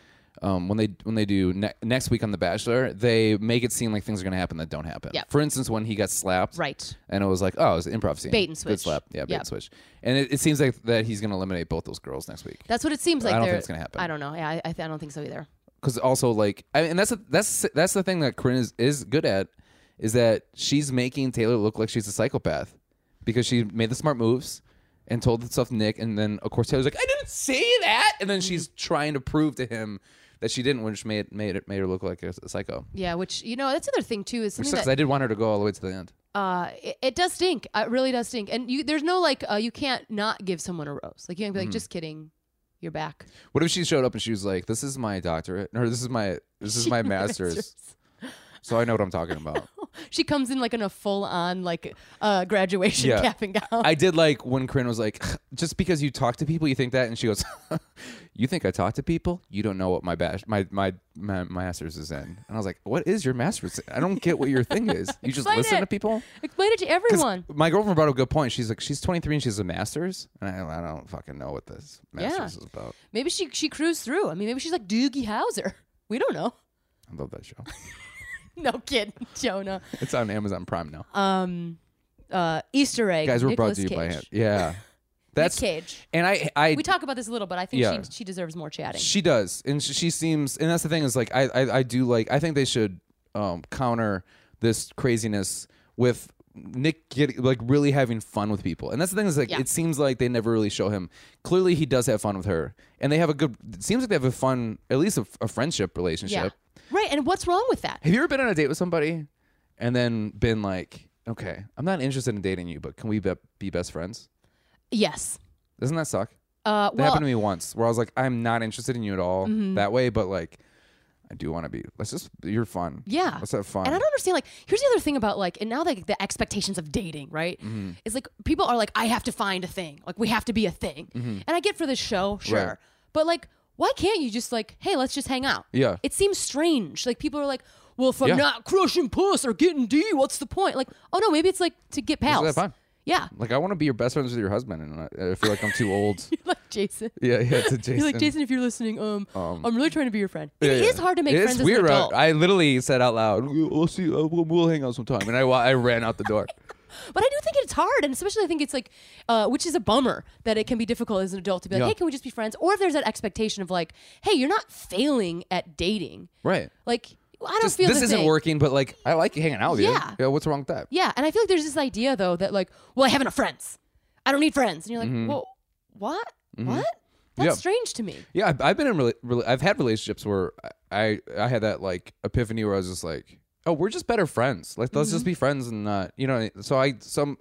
S3: um, when they when they do ne- next week on The Bachelor, they make it seem like things are gonna happen that don't happen.
S2: Yeah.
S3: For instance, when he got slapped,
S2: Right.
S3: And it was like, oh, it was an improv scene,
S2: Bait and switch.
S3: Good slap, yeah, bait
S2: Yeah.
S3: and switch. And it, it seems like that he's gonna eliminate both those girls next week.
S2: That's what it seems like.
S3: don't think
S2: they're-
S3: it's gonna happen.
S2: I don't know. Yeah, I, I, th- I don't think so either.
S3: because also like I mean, and that's the- that's that's the thing that Corinne is, is good at is that she's making Taylor look like she's a psychopath because she made the smart moves and told the stuff to Nick and then of course Taylor's like I didn't say that and then she's trying to prove to him that she didn't which made made it made her look like a, psycho
S2: Yeah, which you know that's the other thing too is
S3: which
S2: something
S3: sucks
S2: that
S3: 'cause I did want her to go all the way to the end
S2: uh, it, it does stink. Uh, It really does stink. And you, there's no like, uh, you can't not give someone a rose. Like you
S3: Mm-hmm.
S2: can't be like, just kidding, you're back.
S3: what if she showed up and she was like this is my doctorate or this is my this is my master's so I know what I'm talking about
S2: She comes in like in a full on like uh, graduation
S3: Yeah.
S2: cap and gown.
S3: (laughs) I did like when Corinne was like, (laughs) just because you talk to people, you think that, and she goes, (laughs) "You think I talk to people? You don't know what my bash, my my my master's is in." And I was like, "What is your master's? in? I don't get what your thing is. You just
S2: Explain
S3: listen
S2: it.
S3: to people."
S2: Explain it to
S3: (laughs) 'Cause
S2: everyone.
S3: My girlfriend brought up a good point. She's like, she's 23 and she's a master's, and I, I don't fucking know what this master's is about.
S2: Maybe she she cruised through. I mean, maybe she's like Doogie Howser. (laughs) We don't know.
S3: I love that show.
S2: No kidding, Jonah.
S3: it's on Amazon Prime now.
S2: Um, uh, Easter egg.
S3: Guys, we're brought
S2: Nicolas
S3: to you by him.
S2: Cage. (laughs)
S3: Yeah, that's
S2: Nick Cage.
S3: and I I
S2: We talk about this a little, but I think
S3: Yeah.
S2: she she deserves more chatting.
S3: She does, and she, she seems, and that's the thing is like I, I I do like I think they should um counter this craziness with Nick get, like really having fun with people, and that's the thing is like
S2: Yeah.
S3: it seems like they never really show him. Clearly, he does have fun with her, and they have a good. It seems like they have a fun, at least a, a friendship relationship.
S2: yeah. Right. And what's wrong with that?
S3: Have you ever been on a date with somebody, and then been like, okay, I'm not interested in dating you, but can we be, be best friends?
S2: Yes.
S3: Doesn't that suck?
S2: Uh,
S3: That
S2: well, Mm-hmm.
S3: happened to me once where I was like, I'm not interested in you at all that way, but like, I do want to be. Let's just, you're fun.
S2: Yeah.
S3: Let's have fun.
S2: And I don't understand. Like, here's the other thing about like, and now like the expectations of dating, right?
S3: Mm-hmm.
S2: It's like people are like, I have to find a thing. Like, we have to be a thing. And I get for this show, sure,
S3: Mm-hmm. Right.
S2: but like, why can't you just like, hey, let's just hang out?
S3: Yeah.
S2: It seems strange. Like people are like, well, if I'm
S3: Yeah.
S2: not crushing puss or getting D, what's the point? Like, oh no, maybe it's like to get pals.
S3: have fun.
S2: Yeah. (laughs)
S3: like, I want to be your best friends with your husband, and I, I feel like I'm too old.
S2: like Jason.
S3: yeah, yeah, to Jason.
S2: You're like Jason, if you're listening, um, I'm really trying to be your friend. It is hard to make friends
S3: It's weird. uh,
S2: as an
S3: right?
S2: adult.
S3: I literally said out loud, "We'll see. uh, We'll, we'll hang out sometime." And I, wa- I ran out the door.
S2: But (laughs) I do think it's hard, and especially I think it's like, uh, which is a bummer that it can be difficult as an adult to be like,
S3: Yeah.
S2: hey, can we just be friends? Or if there's that expectation of like, hey, you're not failing at dating,
S3: right.
S2: like I don't
S3: Just,
S2: feel
S3: this
S2: the
S3: isn't
S2: thing.
S3: working, but like, I like hanging out with
S2: Yeah.
S3: you. Yeah. What's wrong with that?
S2: Yeah, and I feel like there's this idea though that like, well, I have enough friends, I don't need friends, and you're like,
S3: Mm-hmm.
S2: well, what, what? That's
S3: Yeah.
S2: strange to me.
S3: Yeah, I've, I've been in really, really, I've had relationships where I I had that like epiphany where I was just like, oh, we're just better friends. Like let's
S2: Mm-hmm.
S3: just be friends and not, you know. So I some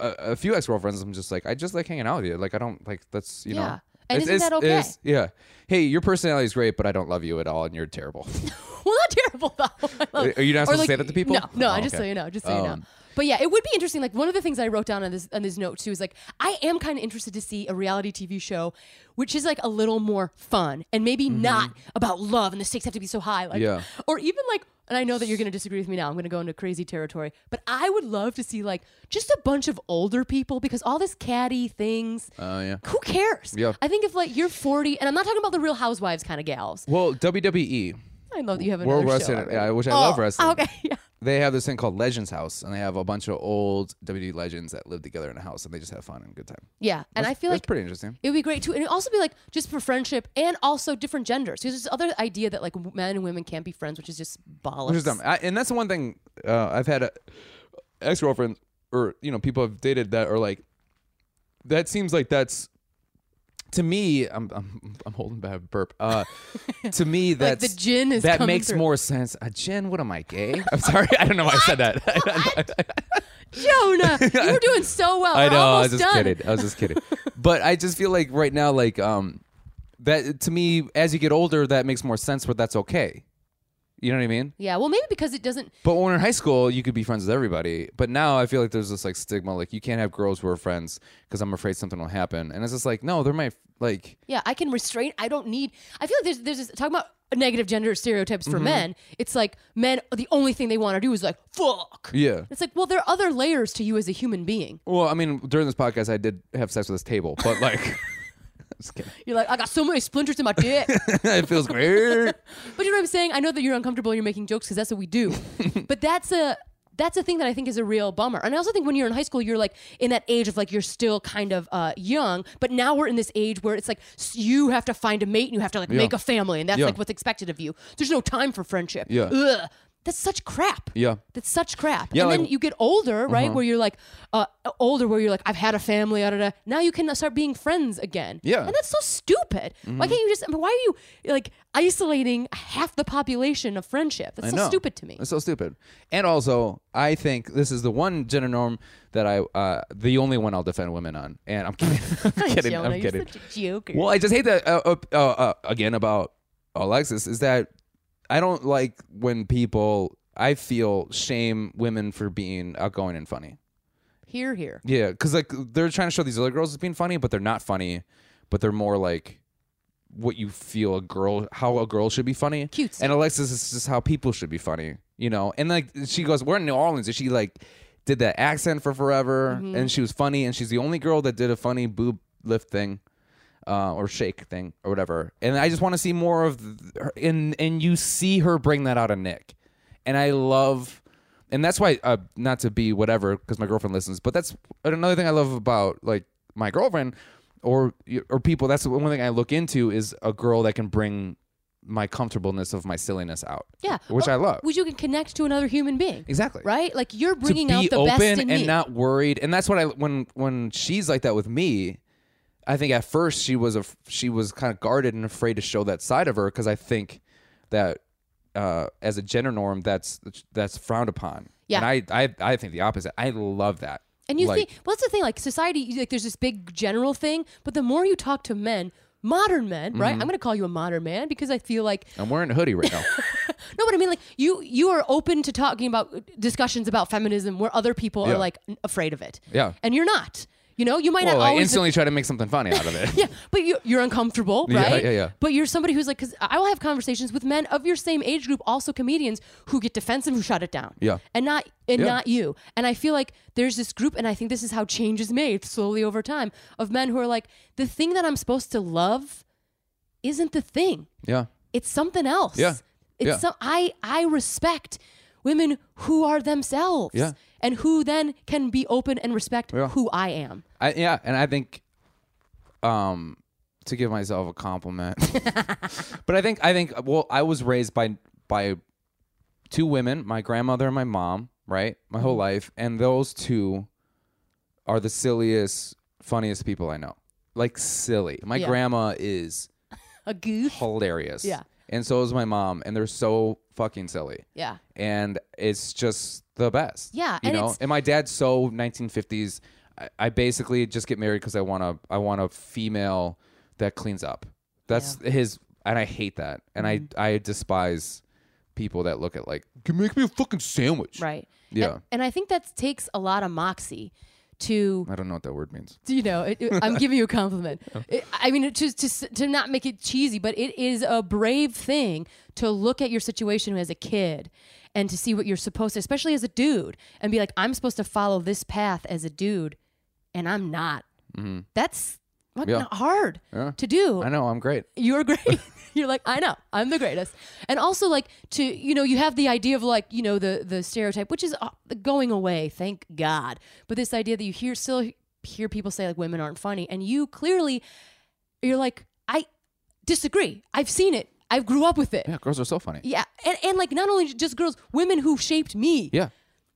S3: a, a few ex girlfriends. I'm just like, I just like hanging out with you. Like I don't like that's you
S2: Yeah.
S3: know.
S2: And isn't that okay?
S3: yeah. Hey, your personality is great, but I don't love you at all, and you're terrible.
S2: (laughs) Well, not terrible though. (laughs)
S3: Are you not supposed to say that to people?
S2: No, no.
S3: Oh,
S2: I just
S3: okay.
S2: so you know, just so you know.
S3: Um,
S2: But yeah, it would be interesting. Like one of the things I wrote down on this on this note too is like I am kind of interested to see a reality TV show, which is like a little more fun and maybe not about love and the stakes have to be so high. Like,
S3: Mm-hmm. Yeah.
S2: or even like. And I know that you're going to disagree with me now. I'm going to go into crazy territory, but I would love to see like just a bunch of older people because all this catty things.
S3: (laughs) Oh, yeah.
S2: Who cares?
S3: Yeah.
S2: I think if like you're 40, and I'm not talking about the Real Housewives kind of gals.
S3: Well, WWE,
S2: I love that you have another
S3: World
S2: show
S3: Wrestling,
S2: already.
S3: yeah, which I
S2: Oh,
S3: love wrestling.
S2: Okay, (laughs) yeah.
S3: They have this thing called Legends House, and they have a bunch of old WWE legends that live together in a house, and they just have fun and good time.
S2: Yeah, and I feel
S3: That's
S2: like
S3: pretty interesting.
S2: it would be great too, and it'd also be like just for friendship and also different genders. Because there's this other idea that like w- men and women can't be friends, which is just bollocks.
S3: Which is dumb. I, and that's the one thing uh, I've had a ex girlfriend or you know people I've dated that are like that seems like that's to me I'm I'm, I'm holding back a burp.
S2: (laughs)
S3: Uh, to me
S2: Like
S3: that's
S2: the gin is
S3: that
S2: coming
S3: makes
S2: through.
S3: more sense. A gin? What am I gay? (laughs) I'm sorry. I don't know why (laughs) I said that. (laughs)
S2: Jonah, you were doing so well.
S3: I
S2: We're
S3: know. I was
S2: almost
S3: just
S2: done.
S3: kidding. I was just kidding. but I just feel like right now, like um, that to me, as you get older, that makes more sense. But that's okay. You know what I mean?
S2: Yeah, well, maybe because it doesn't.
S3: But when we we're in high school, you could be friends with everybody. But now I feel like there's this like stigma, like you can't have girls who are friends because I'm afraid something will happen. And it's just like, no, they're my like.
S2: Yeah, I can restrain. I don't need. I feel like there's there's this talking about negative gender stereotypes
S3: Mm-hmm.
S2: for men. It's like men the only thing they want to do is like fuck.
S3: Yeah.
S2: It's like well, there are other layers to you as a human being.
S3: Well, I mean, during this podcast, I did have sex with this table, but like, (laughs) just kidding.
S2: You're like I got so many splinters in my
S3: (laughs)
S2: dick.
S3: it
S2: (laughs)
S3: feels great.
S2: But you know what I'm saying? I know that you're uncomfortable and you're making jokes because that's what we
S3: (laughs)
S2: do. but that's a that's a thing that I think is a real bummer. And I also think when you're in high school, you're like in that age of like you're still kind of uh, young. But now we're in this age where it's like s- you have to find a mate and you have to like make a family, and that's
S3: Yeah.
S2: like what's expected of you. There's no time for friendship.
S3: Yeah.
S2: Ugh. That's such crap.
S3: Yeah.
S2: That's such crap.
S3: Yeah,
S2: and
S3: like-
S2: then you get older, right?
S3: Uh-huh.
S2: Where you're like uh, older, where you're like, I've had a family. Da, da, da. Now you can start being friends again.
S3: Yeah. Mm-hmm.
S2: And that's so stupid. Why can't you just, I mean, why are you like isolating half the population of friendship? That's
S3: I
S2: so
S3: know.
S2: stupid to me.
S3: It's so stupid. And also, I think this is the one gender norm that I, uh, the only one I'll defend women on. And I'm (laughs) kidding. I'm kidding.
S2: Jonah,
S3: I'm kidding.
S2: You're such a joker.
S3: Well, I just hate that uh, uh, uh, uh, again about Alexis is that I don't like when people I feel shame women for being outgoing and funny.
S2: Here, here.
S3: Yeah, because like they're trying to show these other girls as being funny, but they're not funny. But they're more like what you feel a girl how a girl should be funny.
S2: Cutesy.
S3: And Alexis is just how people should be funny, you know. And like she goes, we're in New Orleans, and she like did that accent for forever, and she was funny, and she's the only girl that did a funny boob lift thing. Uh, or shake thing or whatever, and I just want to see more of th- her. And and you see her bring that out of Nick, and I love, and that's why uh, not to be whatever because my girlfriend listens, but that's another thing I love about like my girlfriend or or people. That's the one thing I look into is a girl that can bring my comfortableness of my silliness out.
S2: Yeah.
S3: which
S2: Or-
S3: I love.
S2: Which you can connect to another human being.
S3: exactly
S2: Right? Like you're
S3: to
S2: bringing
S3: be
S2: out the
S3: open
S2: best in
S3: and
S2: me.
S3: not worried. And that's what I when when she's like that with me. I think at first she was a she was kind of guarded and afraid to show that side of her because I think that uh, as a gender norm that's that's frowned upon.
S2: Yeah.
S3: and I I, I think the opposite. I love that.
S2: And you
S3: Like-
S2: think, well, that's the thing. Like society, you- like there's this big general thing, but the more you talk to men, modern men, right?
S3: Mm-hmm.
S2: I'm going to call you a modern man because I feel like
S3: I'm wearing a hoodie
S2: (laughs)
S3: right now.
S2: no, but I mean, like you, you are open to talking about discussions about feminism where other people
S3: Yeah.
S2: are like n- afraid of it.
S3: Yeah.
S2: and you're not. You know, you might
S3: well,
S2: not
S3: I
S2: always.
S3: instantly try to make something funny out of it. (laughs)
S2: yeah, but you, you're uncomfortable,
S3: Yeah,
S2: right?
S3: yeah, yeah.
S2: But you're somebody who's like, because I will have conversations with men of your same age group, also comedians, who get defensive, who shut it down.
S3: Yeah.
S2: And not and
S3: Yeah.
S2: not you. And I feel like there's this group, and I think this is how change is made slowly over time of men who are like, the thing that I'm supposed to love isn't the thing
S3: yeah.
S2: it's something else.
S3: Yeah.
S2: It's
S3: Yeah.
S2: some I I respect women who are themselves
S3: Yeah.
S2: and who then can be open and respect
S3: Yeah.
S2: who I am.
S3: I, yeah, and I think, um, to give myself a compliment, (laughs) but I think I think well, I was raised by by two women, my grandmother and my mom, right, my
S2: Mm-hmm.
S3: whole life, and those two are the silliest, funniest people I know. Like silly, my
S2: Yeah.
S3: grandma is
S2: A goof.
S3: hilarious.
S2: Yeah.
S3: and so is my mom, and they're so fucking silly.
S2: Yeah.
S3: And it's just the best.
S2: Yeah,
S3: you
S2: and
S3: know.
S2: it's-
S3: And my dad's so 1950s. I, I basically just get married because I want a I want a female
S2: Mm-hmm.
S3: that cleans up. That's his, and I hate that, and I I despise people that look at like, can you make me a fucking sandwich.
S2: right?
S3: Yeah.
S2: and, and I think that takes a lot of moxie to
S3: I don't know what that word means.
S2: you know, it, it-
S3: (laughs)
S2: I'm giving you a compliment. It- I mean, to, to, s- to not make it cheesy, but it is a brave thing to look at your situation as a kid and to see what you're supposed to, especially as a dude, and be like, I'm supposed to follow this path as a dude, and I'm not. That's fucking
S3: Mm-hmm. Yeah.
S2: hard to do
S3: I know, I'm great.
S2: you're (laughs) great. you're like, I know, I'm the greatest. And also, like, to you know, you have the idea of like, you know, the the stereotype, which is uh, going away, thank God. But this idea that you hear still hear people say like women aren't funny, and you clearly, you're like, I disagree. I've seen it. I grew up with it. Yeah,
S3: Yeah, girls are so funny.
S2: and and like not only just girls, women who shaped me
S3: Yeah.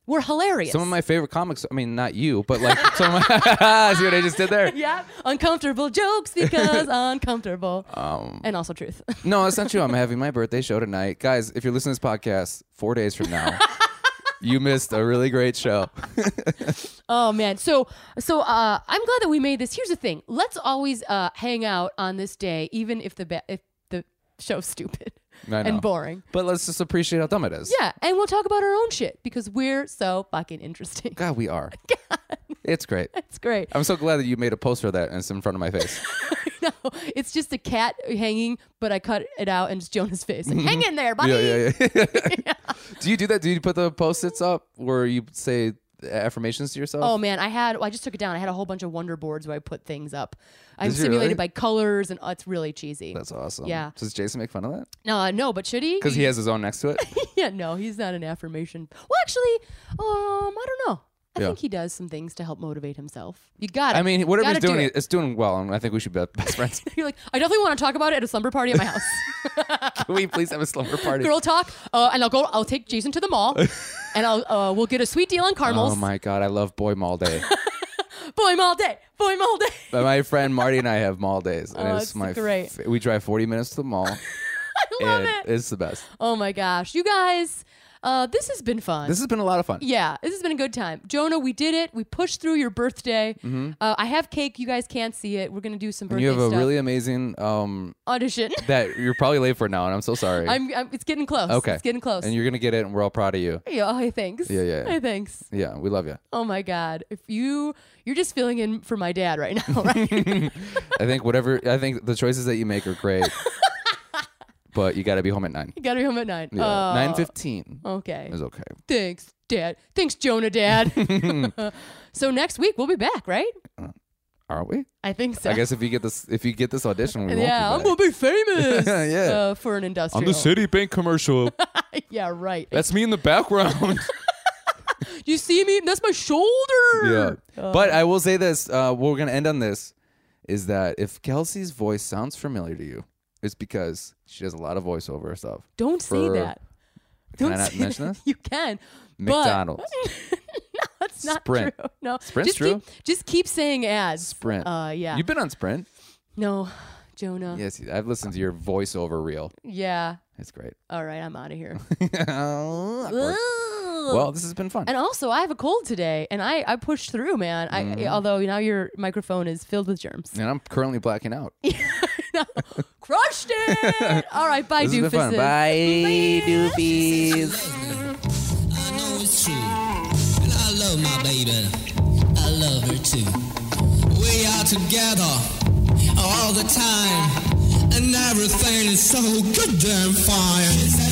S2: were hilarious.
S3: Some of my favorite comics, I mean, not you, but
S2: (laughs)
S3: like some of my, (laughs) see what I just did there?
S2: yeah, uncomfortable jokes
S3: (laughs)
S2: because uncomfortable,
S3: Um.
S2: and also truth. (laughs)
S3: No, that's not true. I'm having my birthday show tonight. Guys, if you're listening to this podcast four days from
S2: (laughs)
S3: now, you missed a really great show.
S2: Oh man, so so uh, I'm glad that we made this. Here's the thing: let's always uh, hang out on this day, even if the ba- if the show's stupid
S3: I know.
S2: and boring.
S3: But let's just appreciate how dumb it is.
S2: Yeah, and we'll talk about our own shit because we're so fucking interesting. (laughs)
S3: God, we are. It's great.
S2: It's great.
S3: I'm so glad that you made a post for that and it's in front of my face.
S2: (laughs) no, it's just a cat hanging, but I cut it out and it's Jonah's face. Like, Hang in there, buddy.
S3: Mm-hmm. yeah, yeah.
S2: (laughs)
S3: (laughs) do you do that? Do you put the post-its up where you say affirmations to yourself?
S2: Oh man, I had well, I just took it down. I had a whole bunch of wonder boards where I put things up. I'm
S3: Did you
S2: simulated
S3: really?
S2: by colors, and oh, it's really cheesy.
S3: That's awesome.
S2: Yeah.
S3: Does Jason make fun of that?
S2: no, uh, no, but should he?
S3: Because he has his own next to it.
S2: (laughs) yeah, no, he's not an affirmation. Well, actually, um, I don't know. I
S3: Yeah.
S2: think he does some things to help motivate himself. You got it.
S3: I mean, whatever he's doing,
S2: do it.
S3: it's doing well, and I think we should be
S2: (laughs)
S3: best friends.
S2: You're like, I definitely want to talk about it at a slumber party at my
S3: (laughs)
S2: house.
S3: Can we please have a slumber party?
S2: Girl talk, uh, and I'll go. I'll take Jason to the
S3: (laughs)
S2: mall, and I'll uh, we'll get a sweet deal on caramels.
S3: oh my god, I love boy
S2: (laughs)
S3: mall day.
S2: Boy, mall day. Boy, mall day. (laughs)
S3: But my friend Marty and I have mall days, and
S2: Oh,
S3: it's
S2: it's
S3: my
S2: great.
S3: fa- we drive 40 minutes to the mall. I
S2: love
S3: and
S2: it.
S3: It's the best.
S2: Oh my gosh, you guys, uh, this has been fun.
S3: This has been a lot of fun.
S2: yeah, this has been a good time. Jonah, we did it. We pushed through your birthday. Uh, I have cake. You guys can't see it. We're gonna do some
S3: Mm-hmm. And
S2: birthday
S3: you have a
S2: stuff.
S3: really amazing um
S2: audition.
S3: that you're probably late for now, and I'm so sorry.
S2: I'm, I'm. It's getting close.
S3: okay.
S2: It's getting close.
S3: And you're gonna get it, and we're all proud of you.
S2: Yeah, hey, thanks.
S3: Yeah, yeah.
S2: Hey, thanks.
S3: Yeah, we love you.
S2: Oh my God. If you you're just filling in for my dad right (laughs) now,
S3: (laughs)
S2: right?
S3: I think whatever I think the choices that you make
S2: (laughs)
S3: are great, but you got to be home at nine.
S2: you gotta be home at nine.
S3: Yeah,
S2: Oh,
S3: nine fifteen
S2: Okay.
S3: is okay.
S2: Thanks, Dad. Thanks, Jonah
S3: (laughs)
S2: Dad. (laughs) so next week we'll be back, right?
S3: Are we?
S2: I think so.
S3: I guess if you get this, if you get this audition, we
S2: yeah, I'm (laughs)
S3: won't.
S2: gonna be famous.
S3: (laughs) Yeah.
S2: uh, for an industrial.
S3: Citibank (laughs) commercial.
S2: (laughs) yeah, right.
S3: That's me in the background.
S2: you see me? That's my
S3: yeah.
S2: shoulder.
S3: But I will say this: uh, what we're gonna end on this is that if Kelsey's voice sounds familiar to you, it's because she does a lot of voiceover stuff.
S2: Don't say
S3: For-
S2: that.
S3: Can
S2: Don't
S3: I not
S2: say
S3: mention
S2: that.
S3: this?
S2: (laughs) You can.
S3: McDonald's,
S2: But that's not
S3: Sprint.
S2: true. (laughs) No.
S3: Sprint's
S2: just
S3: true.
S2: Keep, just keep saying ads.
S3: Sprint.
S2: Uh, yeah. Uh-huh.
S3: You've been on Sprint.
S2: No, Jonah. Yeah.
S3: Yes, I've listened to your voiceover reel. It's great. (laughs)
S2: All right, I'm out of here.
S3: well, this has been fun.
S2: and also, I have a cold today, and I, I pushed through, man. I
S3: Mm-hmm.
S2: although now your microphone is filled with
S3: (laughs)
S2: germs. (laughs)
S3: And I'm currently blacking out.
S2: No. Crushed it. All right, bye,
S3: This has been
S2: doofuses.
S3: fun. Bye, doofies.
S4: I know it's true. And I love my baby. I love her too. We are together all the time. And everything is so goddamn fine.